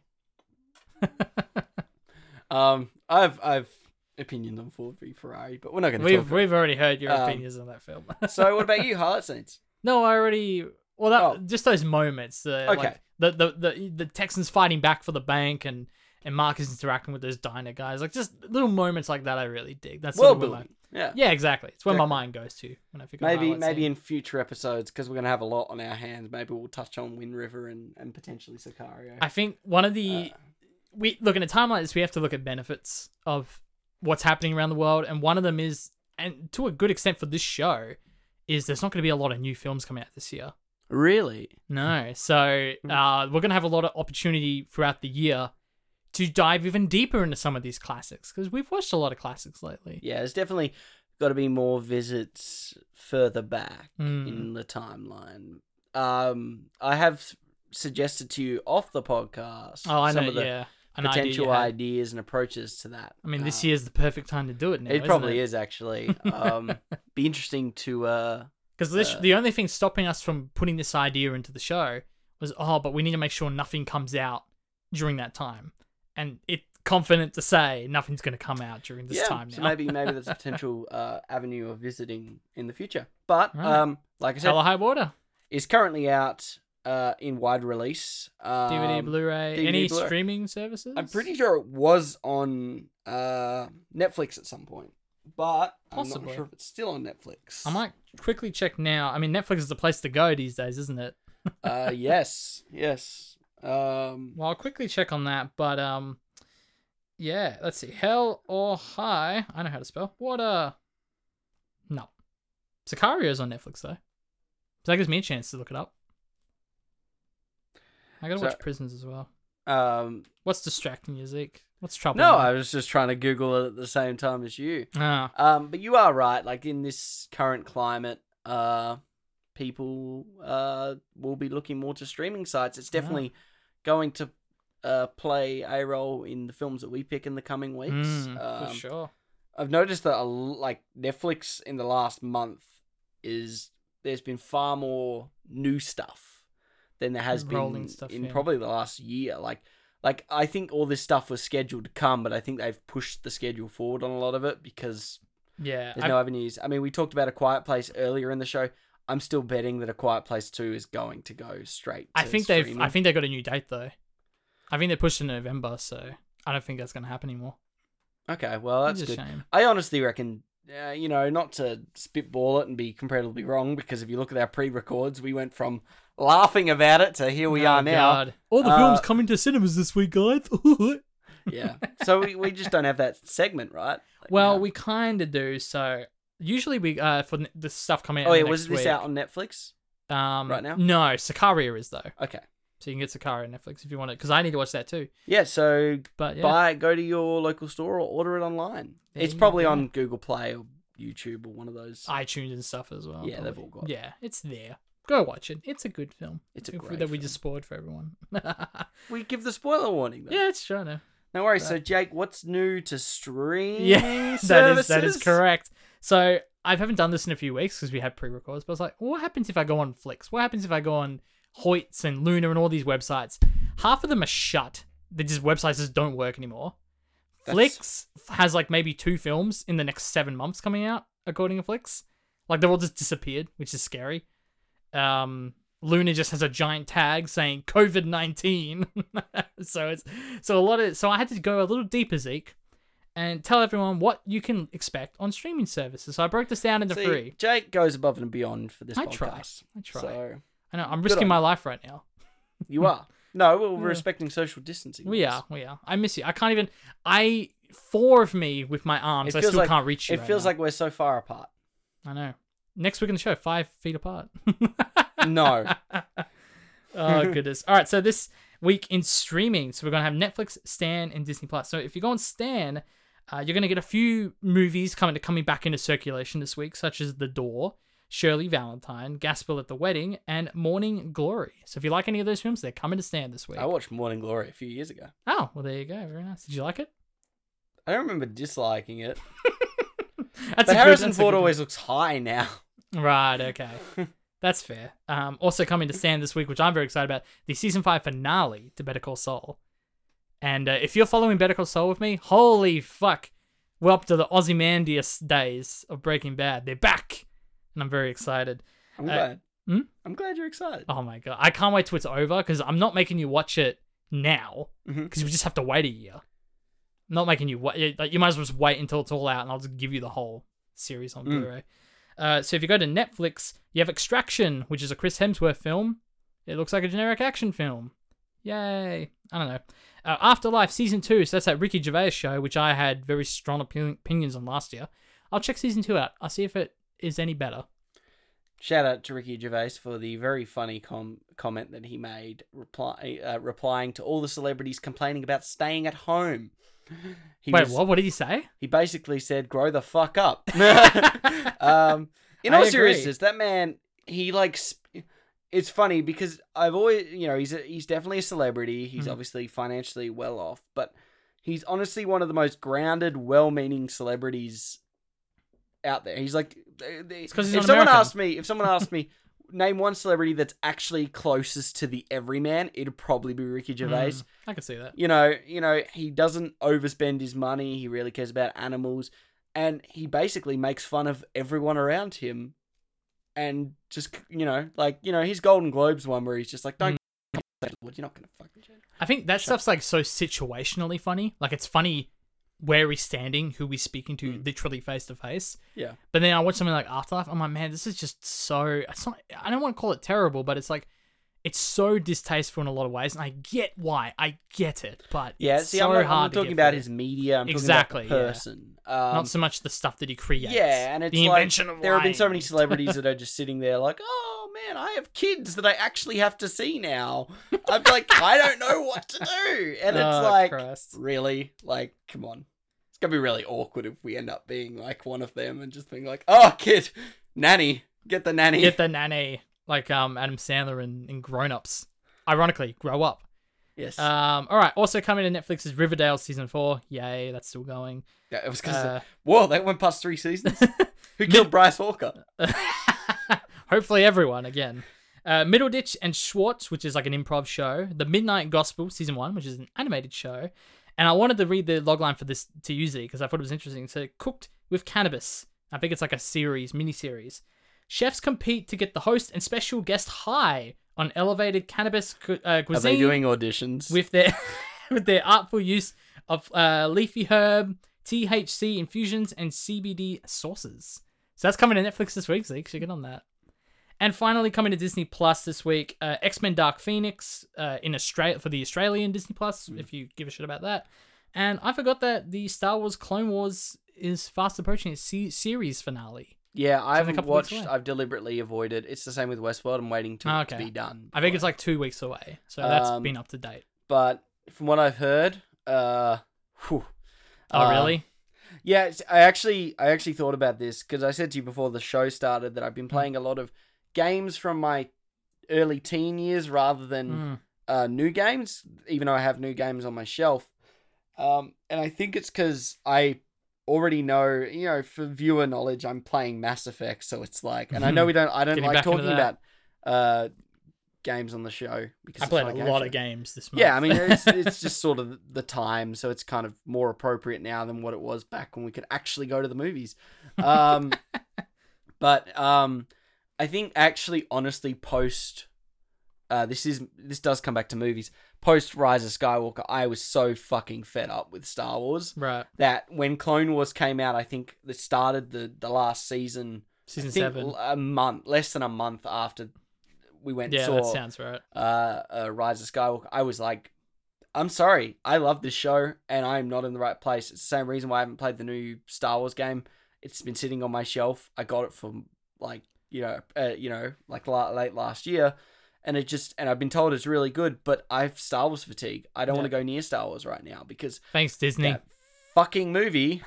um, I've I've opinions on Ford v Ferrari, but we're not going to talk.
We've
about
we've already heard your
Um,
opinions on that film.
it. So, what about you, highlight <laughs> scenes?
no, I already. Well, that
Oh.
just those moments. The,
Okay.
Like, the, the the the Texans fighting back for the bank and and Mark is interacting with those diner guys. Like just little moments like that, I really dig. That's sort
World
of where my-
building. Yeah.
Yeah, exactly. It's where
Exactly.
my mind goes to when I figure.
Maybe
highlight
maybe
scene.
in future episodes because we're going to have a lot on our hands. Maybe we'll touch on Wind River and, and potentially Sicario.
I think one of the
Uh.
we look in a time like this, we have to look at benefits of what's happening around the world, and one of them is, and to a good extent for this show, is there's not going to be a lot of new films coming out this year.
Really? <laughs>
No, so
Mm.
uh, we're going to have a lot of opportunity throughout the year to dive even deeper into some of these classics because we've watched a lot of classics lately.
Yeah, there's definitely got to be more visits further back
Mm.
in the timeline. Um, I have s- suggested to you off the podcast
Oh, I
some
know.
of the
yeah, An idea you
potential
had.
ideas and approaches to that.
I mean, this
Um,
year's the perfect time to do it now.
it probably
<laughs>
is actually. Um, be interesting to. Uh,
Because this,
Uh,
the only thing stopping us from putting this idea into the show was, oh, but we need to make sure nothing comes out during that time. And it's confident to say nothing's going to come out during this
yeah,
time now.
so maybe maybe
<laughs>
that's a potential uh, avenue of visiting in the future. But
Right.
um, like I said,
Hella high water.
is currently out uh, in wide release. Um,
DVD, Blu-ray,
DVD,
any
Blu-ray.
streaming services?
I'm pretty sure it was on uh, Netflix at some point, but I'm not
Possibly.
sure if it's still on Netflix.
I might quickly check now. I mean, Netflix is the place to go these days, isn't it?
uh, yes,
<laughs>
yes. Um,
Well, I'll quickly check on that. But um, yeah. Let's see. Hell or high. I know how to spell water. No. Sicario's on Netflix though, so that gives me a chance to look it up. I gotta
So-
watch Prisons as well.
um,
What's distracting you, Zeke? What's troubling?
no,
you?
I was just trying to Google it at the same time as you.
Ah,
Um, but you are right. Like in this current climate, uh, people uh, will be looking more to streaming sites. It's
Yeah.
definitely going to uh, play a role in the films that we pick in the coming weeks.
mm,
um,
for sure.
I've noticed that a l like Netflix in the last month is there's been far more new stuff than there has
Rolling
been
stuff,
in
yeah.
probably the last year. Like like I think all this stuff was scheduled to come, but I think they've pushed the schedule forward on a lot of it because
Yeah.
there's
I-
no avenues. I mean, we talked about a Quiet Place earlier in the show. I'm still betting that a Quiet Place Two is going to go straight.
I
to
think they've. I
streaming.
think they got a new date though. I think they pushed it to November, so I don't think that's gonna happen anymore.
okay. Well, that's
it's a
good.
shame.
I honestly reckon, uh, you know, not to spitball it and be comparatively wrong, because if you look at our pre-records, we went from laughing about it to here we
Oh,
are now.
God. All the
Uh,
films coming to cinemas this week, guys. <laughs>
Yeah. So we, we just don't have that segment, right? Like,
Well,
yeah.
we kind of do. So usually we uh for n- the stuff coming out.
Oh
in
yeah,
the
was
next
this
week,
out on Netflix?
um,
right now?
No, Sicario is though,
Okay.
so you can get Sicario on Netflix if you want it. Because I need to watch that too.
Yeah. So
But yeah,
buy, go to your local store or order it online.
There
it's
you
probably
go.
on Google Play or YouTube or one of those.
iTunes and stuff as well.
Yeah, they've
probably.
all got it.
Yeah, it's there. Go watch it. It's a good film.
It's a
If-
great
that we
film.
just spoiled for everyone. <laughs> yeah,
we give the spoiler warning though.
it's true. I know.
No worries. So Jake, what's new to stream?
Yeah, <laughs> that is that is
services?
correct. So I haven't done this in a few weeks because we had pre-records, but I was like, what happens if I go on Flicks? What happens if I go on Hoyts and Luna and all these websites? Half of them are shut. They just websites just don't work anymore.
That's-
Flicks has like maybe two films in the next seven months coming out, according to Flicks. Like they've all just disappeared, which is scary. Um, Luna just has a giant tag saying COVID nineteen. <laughs> so it's so a lot of so I had to go a little deeper, Zeke, and tell everyone what you can expect on streaming services. So I broke this down into
See,
three.
Jake goes above and beyond for this
I
podcast.
try. I try.
So
I know I'm
on
risking my life right now. <laughs>
you are. No, well, we're respecting social distancing.
We are, we are. I miss you. I can't even. I four of me with my arms. I still
like,
can't reach you.
It
right
feels
now.
like we're so far apart.
I know. Next week in the show, five feet apart. <laughs>
No. <laughs>
oh goodness. All right, so this week in streaming, so we're gonna have Netflix, Stan, and Disney Plus. So if you go on Stan, uh, you're gonna get a few movies coming to coming back into circulation this week, such as The Door, Shirley Valentine, Gaspel at the Wedding, and Morning Glory. So if you like any of those films, they're coming to Stan this week.
I watched Morning Glory a few years ago.
Oh, well, there you go. Very nice. Did you like it?
I don't remember disliking it.
That's
But
good-
Harrison
that's
Ford
good-
always looks high now.
Right, okay. That's fair. Um, also coming to stand this week, which I'm very excited about, the season five finale to Better Call Saul. And uh, if you're following Better Call Saul with me, holy fuck, we're up to the Ozymandias days of Breaking Bad. They're back, and I'm very excited.
I'm glad.
hmm?
I'm glad you're excited.
Oh my god, I can't wait till it's over because I'm not making you watch it now because
Mhm.
we just have to wait a year. I'm not making you wait. Like you might as well just wait until it's all out, and I'll just give you the whole series on
Mm.
Blu-ray. Uh, so if you go to Netflix, you have Extraction, which is a Chris Hemsworth film. It looks like a generic action film. Yay! I don't know. Uh, Afterlife season two, so that's that Ricky Gervais show, which I had very strong opi- opinions on last year. I'll check season two out. I'll see if it is any better.
Shout out to Ricky Gervais for the very funny com- comment that he made, reply- uh, replying to all the celebrities complaining about staying at home. <laughs> He
wait,
was-
what? What did he say?
He basically said, "Grow the
<laughs>
fuck up." <laughs> um, in
I
all
agree.
seriousness, that man, he like, sp- it's funny because I've always, you know, he's a, he's definitely a celebrity.
Mm-hmm.
He's obviously financially well off, but he's honestly one of the most grounded, well-meaning celebrities out there. He's like, they- they- if
because he's
someone
not American.
asked me, if someone asked me. <laughs> Name one celebrity that's actually closest to the everyman. It'd probably be Ricky Gervais
Hmm. I can see that.
you know, you know, he doesn't overspend his money. He really cares about animals, and he basically makes fun of everyone around him, and just you know, like you know, his Golden Globes one where he's just like, "Don't, mm. you're not gonna fucking." change it."
I think that stuff's like so situationally funny. Like it's funny where he's standing, who he's speaking
Hmm.
to, literally face to face.
Yeah,
But then I watch something like Afterlife. I'm like, man, this is just so. It's not. I don't want to call it terrible, but it's like, it's so distasteful in a lot of ways, and I get why. I get it, but
yeah.
it's
See,
so
I'm, not, I'm not
hard to
talking
get
about
through.
his media. I'm
Exactly,
talking
yeah.
about the person. Um,
Not so much the stuff that he creates.
yeah, and it's
the
like
invention of
there have been so many
lines. <laughs>
celebrities that are just sitting there like, oh man, I have kids that I actually have to see now. I'm like, I don't know what to do, and it's
Oh,
like,
Christ.
really, like, come on, it's gonna be really awkward if we end up being like one of them and just being like, oh kid, nanny, get the nanny.
Get the nanny, like um Adam Sandler in, in Grown Ups. Ironically, grow up.
yes,
Um, all right. Also coming to Netflix is Riverdale season four. Yay, that's still going.
yeah, it was because
uh,
whoa, that went past
<laughs>
three seasons. Who killed Bryce Walker?
Hopefully, everyone again. Uh, Middle Ditch and Schwartz, which is like an improv show. The Midnight Gospel season one, which is an animated show. And I wanted to read the logline for this to use it because I thought it was interesting. So, cooked with cannabis. I think it's like a series, mini series. Chefs compete to get the host and special guest high on elevated cannabis cu- uh,
Are
cuisine
they doing auditions?
with their <laughs> with their artful use of uh, leafy herb, THC infusions, and CBD sauces. So that's coming to Netflix this week, Zeke. So get on that. And finally, coming to Disney Plus this week, uh, X Men: Dark Phoenix uh, in Australia for the Australian Disney Plus,
Hmm.
if you give a shit about that. And I forgot that the Star Wars Clone Wars is fast approaching its se- series finale.
yeah, I
only a
haven't
couple weeks
watched.
away.
I've deliberately avoided. It's the same with Westworld. I'm waiting till
Ah,
it
okay.
to be done.
I think it's like two weeks away, so that's
Um,
been up to date.
but from what I've heard, uh, whew.
Oh,
uh,
really?
Yeah, it's- I actually, I actually thought about this because I said to you before the show started that I've been
Hmm.
playing a lot of games from my early teen years rather than
Mm.
uh, new games, even though I have new games on my shelf. Um, and I think it's because I already know, you know, for viewer knowledge, I'm playing Mass Effect, so it's like, and I
<laughs>
know we don't, I don't
Getting
like
back into
talking about
that.
uh, games on the show because
I
it's
played
not
a
game
lot
show.
of games this month.
Yeah, I mean,
<laughs>
it's, it's just sort of the time, so it's kind of more appropriate now than what it was back when we could actually go to the movies.
<laughs>
Um, but um, I think actually, honestly, post uh, this is this does come back to movies. Post Rise of Skywalker, I was so fucking fed up with Star Wars
right.
that when Clone Wars came out, I think it started the the last season. I
Season
think
seven.
l- a month, less than a month after we went and
Yeah,
saw
that sounds right.
uh, uh Rise of Skywalker, I was like, I'm sorry. I love this show and I'm not in the right place. It's the same reason why I haven't played the new Star Wars game. It's been sitting on my shelf. I got it from like, you know, uh, you know, like la- late last year and it just and I've been told it's really good, but I've Star Wars fatigue. I don't want to go near Star Wars right now because
Thanks, Disney.
that fucking movie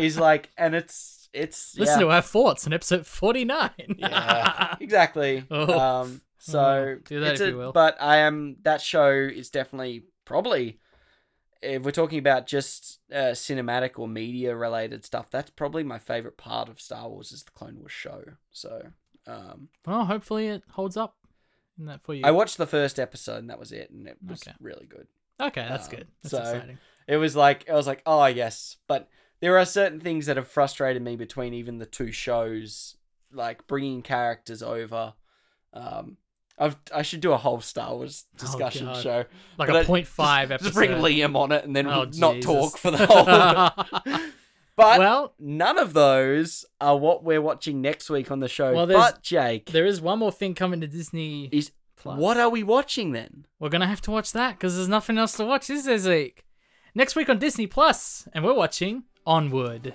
is like and it's it's
Listen
yeah.
to our thoughts in episode 49.
Yeah, exactly.
Oh.
Um, so
Oh, do that
it's
if
a-
you will.
But I am that show is definitely probably if we're talking about just uh, cinematic or media related stuff, that's probably my favorite part of Star Wars is the Clone Wars show. So um,
<laughs> well, hopefully it holds up in that for you.
I watched the first episode and that was it, and it was
Okay.
really good.
okay, that's
Um,
good. That's
so-
exciting.
It was like I was like, oh yes, but there are certain things that have frustrated me between even the two shows, like bringing characters over. Um, I've I should do a whole Star Wars discussion
Oh, God.
show,
Like
but
a
I-
point five episode.
Just bring Liam on it and then
Oh,
we'll <laughs> not
Jesus.
talk
<laughs>
for the whole. but
well,
none of those are what we're watching next week on the show.
Well, there's-
but Jake,
there is one more thing coming to Disney.
is
Plus.
what are we watching then?
We're gonna have to watch that because there's nothing else to watch, is there, Zeke? Next week on Disney Plus, and we're watching Onward.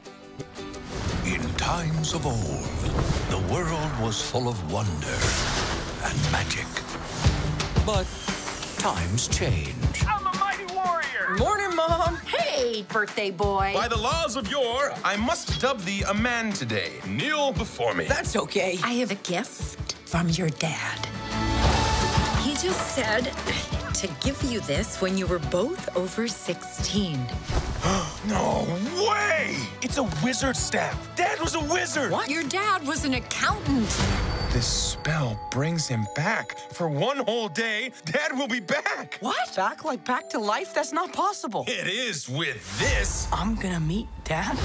In times of old, the world was full of wonder and magic. But times change.
Morning, Mom.
Hey, birthday boy.
By the laws of yore, I must dub thee a man today. Kneel before me.
That's okay.
I have a gift from your dad. He just said to give you this when you were both over 16.
No way! It's a wizard staff. Dad was a wizard.
Your dad was an accountant.
This spell brings him back. For one whole day, Dad will be back.
What? Back like back to life? That's not possible.
It is with this.
I'm gonna meet Dad.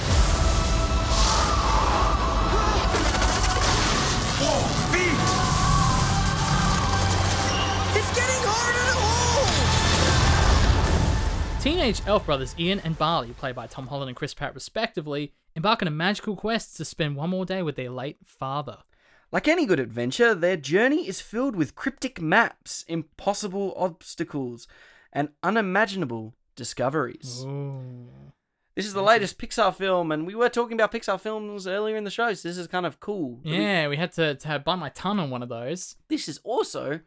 Feet.
It's getting harder to hold.
Teenage elf brothers Ian and Barley, played by Tom Holland and Chris Pratt respectively, embark on a magical quest to spend one more day with their late father.
Like any good adventure, their journey is filled with cryptic maps, impossible obstacles, and unimaginable discoveries. This is the latest Pixar film, and we were talking about Pixar films earlier in the show, so this is kind of cool. that we-
Yeah, we had to, to have bite my tongue on one of those.
This is also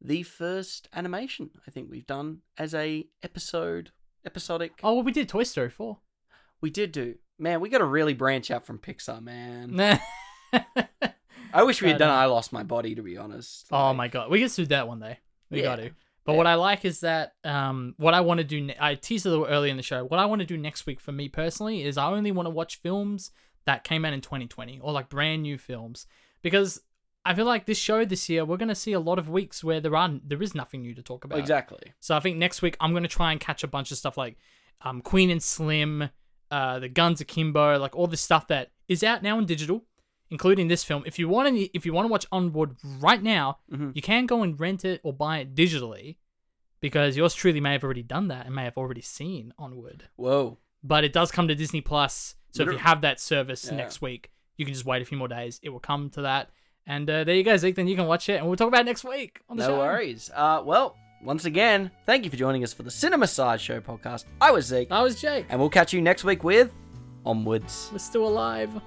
the first animation I think we've done as a episode episodic.
Oh, well, we did Toy Story 4.
We did do. Man, we got to really branch out from Pixar, man.
Nah.
I wish we had
Fair
done
enough.
I Lost My Body, to be honest.
<laughs> oh
Like,
my god, we get to do that one day. We
Yeah.
got to. But what I like is that um, what I want to do. Ne- I teased a little early in the show. What I want to do next week for me personally is I only want to watch films that came out in 2020 or like brand new films because I feel like this show this year we're gonna see a lot of weeks where there are there is nothing new to talk about.
Exactly.
So I think next week I'm gonna try and catch a bunch of stuff like um, Queen and Slim, uh, the Guns Akimbo, like all this stuff that is out now in digital, including this film. If you want to, if you want to watch Onward right now,
Mm-hmm.
you can go and rent it or buy it digitally, because yours truly may have already done that and may have already seen Onward.
Whoa.
But it does come to Disney Plus, so if you
Literally.
have that service
Yeah.
next week, you can just wait a few more days. It will come to that. And uh, there you go, Zeke. Then you can watch it, and we'll talk about it next week on the
No
show.
worries. Uh, well, once again, thank you for joining us for the Cinema Side Show podcast. I was Zeke,
That was Jake.
and we'll catch you next week with Onwards.
We're still alive.